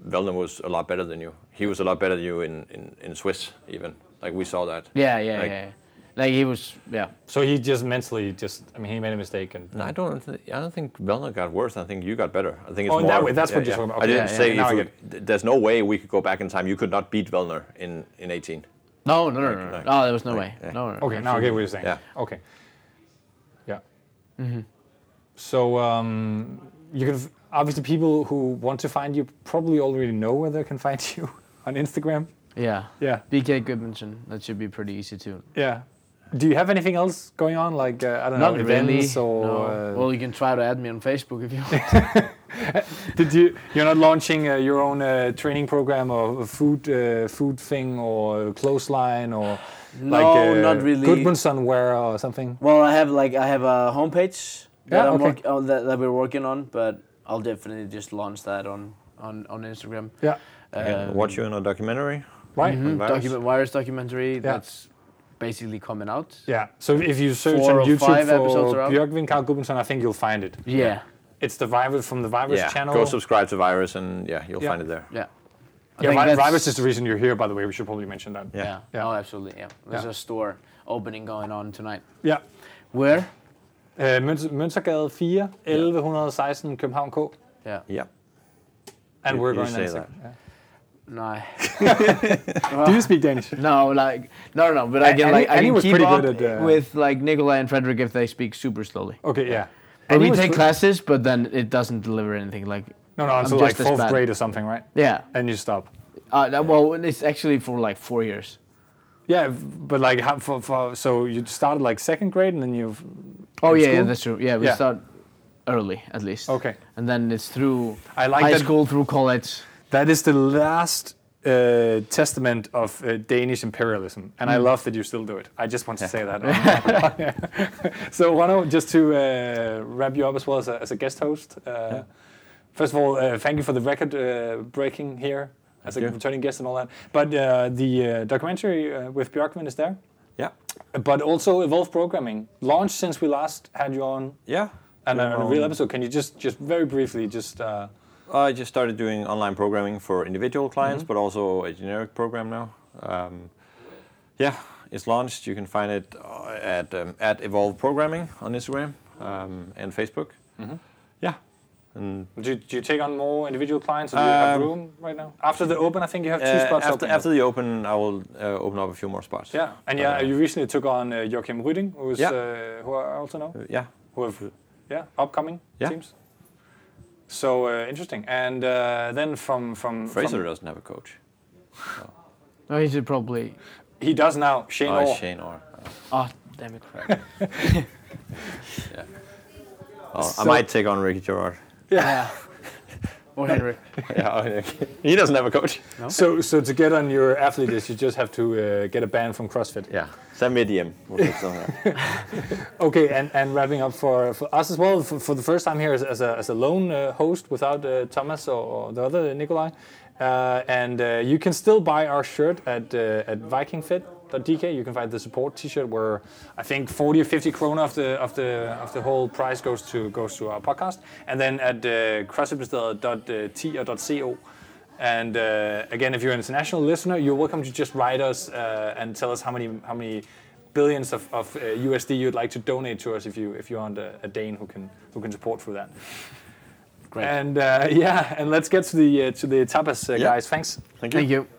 Speaker 2: Velden was a lot better than you. He was a lot better than you in, in, in Swiss even. Like we saw that.
Speaker 3: Yeah, yeah,
Speaker 2: Like-
Speaker 3: yeah. yeah. Like he was yeah.
Speaker 1: So he just mentally just I mean he made a mistake and
Speaker 2: No, I don't. Th- I don't think Velner got worse. I think you got better. I think it's
Speaker 1: Oh, in
Speaker 2: more
Speaker 1: that
Speaker 2: of-
Speaker 1: way, that's
Speaker 2: yeah,
Speaker 1: what you're
Speaker 2: yeah.
Speaker 1: talking about.
Speaker 2: I
Speaker 1: Okay,
Speaker 2: didn't
Speaker 1: yeah,
Speaker 2: say
Speaker 1: yeah, now
Speaker 2: if
Speaker 1: I
Speaker 2: we,
Speaker 1: get
Speaker 2: th- there's no way we could go back in time. You could not beat Velner in, in 18.
Speaker 3: No, no, no, no, no.
Speaker 2: like-
Speaker 3: oh, there was no way.
Speaker 2: yeah.
Speaker 3: No, no, no,
Speaker 1: okay now I
Speaker 3: absolutely.
Speaker 1: get what you're saying.
Speaker 2: Yeah.
Speaker 1: Okay. Yeah. Mm-hmm. So um, you can f- obviously people who want to find you probably already know where they can find you on Instagram.
Speaker 3: Yeah.
Speaker 1: Yeah.
Speaker 3: BK Goodmanson. That should be pretty easy too.
Speaker 1: Yeah. Do you have anything else going on? Like uh, I don't
Speaker 3: Not
Speaker 1: know,
Speaker 3: really.
Speaker 1: events or
Speaker 3: no.
Speaker 1: uh,
Speaker 3: well, you can try to add me on Facebook if you want.
Speaker 1: did you? You're not launching uh, your own uh, training program or a food uh, food thing or a clothesline or
Speaker 3: No,
Speaker 1: like uh,
Speaker 3: not really.
Speaker 1: Goodmanson wear or something.
Speaker 3: Well, I have like I have a homepage that
Speaker 1: Yeah,
Speaker 3: I'm
Speaker 1: okay.
Speaker 3: work, oh, that, that we're working on, but I'll definitely just launch that on on on Instagram.
Speaker 1: Yeah.
Speaker 2: Again,
Speaker 3: Um,
Speaker 2: watch you in a documentary.
Speaker 1: Right.
Speaker 3: mhm,
Speaker 2: virus.
Speaker 3: document virus documentary that's basically coming out.
Speaker 1: Yeah. So if you search
Speaker 3: Four
Speaker 1: on
Speaker 3: or
Speaker 1: YouTube
Speaker 3: five episodes
Speaker 1: for
Speaker 3: are up.
Speaker 1: Björkvin Carl Goodmanson, I think you'll find it.
Speaker 3: Yeah,
Speaker 1: It's the Virus from the Virus
Speaker 2: Yeah.
Speaker 1: channel.
Speaker 2: Go subscribe to Virus and yeah, you'll
Speaker 1: Yeah.
Speaker 2: find it there.
Speaker 3: yeah. I
Speaker 1: yeah,
Speaker 3: think
Speaker 1: Vi-
Speaker 3: that's-
Speaker 1: Virus is the reason you're here. By the way, we should probably mention that.
Speaker 2: Yeah.
Speaker 3: Yeah.
Speaker 1: Yeah.
Speaker 3: Oh, absolutely. Yeah. There's
Speaker 1: Yeah.
Speaker 3: a store opening going on tonight.
Speaker 1: Yeah.
Speaker 3: Where?
Speaker 1: Uh, Møns- Mønstergade 4, 1116 København K.
Speaker 3: Yeah.
Speaker 2: Yeah.
Speaker 1: And
Speaker 2: You-
Speaker 1: we're
Speaker 2: you
Speaker 1: going
Speaker 2: say
Speaker 1: there.
Speaker 2: that.
Speaker 3: No.
Speaker 1: Do you speak Danish?
Speaker 3: No, like no, no. no, But I
Speaker 1: And-
Speaker 3: can
Speaker 1: and
Speaker 3: like
Speaker 1: he- and
Speaker 3: I
Speaker 1: he
Speaker 3: can
Speaker 1: was
Speaker 3: keep
Speaker 1: pretty
Speaker 3: up
Speaker 1: good at, uh,
Speaker 3: with like Nikolai and Frederick if they speak super slowly.
Speaker 1: Okay, yeah.
Speaker 3: But
Speaker 1: And he
Speaker 3: we
Speaker 1: was
Speaker 3: take
Speaker 1: pre-
Speaker 3: classes, but then it doesn't deliver anything. Like
Speaker 1: No, no,
Speaker 3: I'm
Speaker 1: until like
Speaker 3: just as
Speaker 1: fourth
Speaker 3: bad.
Speaker 1: grade or something, right?
Speaker 3: yeah,
Speaker 1: And you stop.
Speaker 3: Uh, that- well, it's actually for like four years.
Speaker 1: Yeah, but like, how, for, for, so you started like second grade and then you've.
Speaker 3: Oh
Speaker 1: in
Speaker 3: yeah, yeah,
Speaker 1: school?
Speaker 3: that's true. Yeah, we
Speaker 1: Yeah.
Speaker 3: start early at least.
Speaker 1: Okay.
Speaker 3: And then it's through
Speaker 1: I like
Speaker 3: high
Speaker 1: that-
Speaker 3: school through college.
Speaker 1: That is the last uh, testament of uh, Danish imperialism, and
Speaker 2: Hmm.
Speaker 1: I love that you still do it. I just want to say that. so, Rano, just to uh, wrap you up as well as a, as a guest host. Uh, First of all, uh, thank you for the record uh, breaking here as a
Speaker 2: you.
Speaker 1: returning guest and all that. But uh, the uh, documentary uh, with Björkman is there,
Speaker 2: Yeah.
Speaker 1: but also Evolve Programming launched since we last had you on.
Speaker 2: Yeah.
Speaker 1: And uh, a
Speaker 2: Um,
Speaker 1: real episode. Can you just, just very briefly, just uh,
Speaker 2: I just started doing online programming for individual clients, but also a generic program now. Um, yeah, it's launched. You can find it uh, at um, at Evolve Programming on Instagram um, and Facebook. Yeah, and
Speaker 1: Do, do you take on more individual clients, or do you have
Speaker 2: Um,
Speaker 1: room right now? After the open, I think you have two
Speaker 2: uh,
Speaker 1: spots
Speaker 2: after,
Speaker 1: open.
Speaker 2: after the open, I will uh, open up a few more spots.
Speaker 1: yeah, and
Speaker 2: But,
Speaker 1: yeah,
Speaker 2: uh,
Speaker 1: you recently took on uh, Joachim Rüding, who is
Speaker 2: Yeah.
Speaker 1: uh, who I also know,
Speaker 2: yeah,
Speaker 1: who have yeah upcoming
Speaker 2: Yeah.
Speaker 1: teams. So uh, interesting, and uh, then from from
Speaker 2: Fraser
Speaker 1: from-
Speaker 2: doesn't have a coach.
Speaker 3: No, he should Oh, probably.
Speaker 1: he does now Shane
Speaker 2: Oh,
Speaker 1: Orr.
Speaker 2: it's Shane Orr. Uh,
Speaker 3: Oh, damn it!
Speaker 2: oh,
Speaker 1: So-
Speaker 2: I might take on Ricky Gerard.
Speaker 3: yeah. Or Oh, Henry.
Speaker 2: yeah, okay. he doesn't have a coach.
Speaker 1: So so to get on your athlete list, you just have to uh, get a ban from CrossFit.
Speaker 2: Yeah, send me a DM. We'll fix it out.
Speaker 1: Okay, and, and wrapping up for, for us as well, for, for the first time here as, as, a, as a lone uh, host without uh, Thomas or, or the other Nikolai. Uh, and uh, you can still buy our shirt at, uh, at vikingfit.dk. You can find the support T-shirt where I think 40 or 50 krona of the of the of the whole price goes to goes to our podcast. And then at uh, crossfitbestell.t.co. And uh, again, if you're an international listener, you're welcome to just write us uh, and tell us how many how many billions of, of uh, USD you'd like to donate to us if you if you aren't a, a Dane who can who can support through that.
Speaker 3: Great.
Speaker 1: And uh, yeah, and let's get to the uh, to the tapas uh,
Speaker 2: Yeah.
Speaker 1: guys. Thanks.
Speaker 2: Thank you.
Speaker 3: Thank you.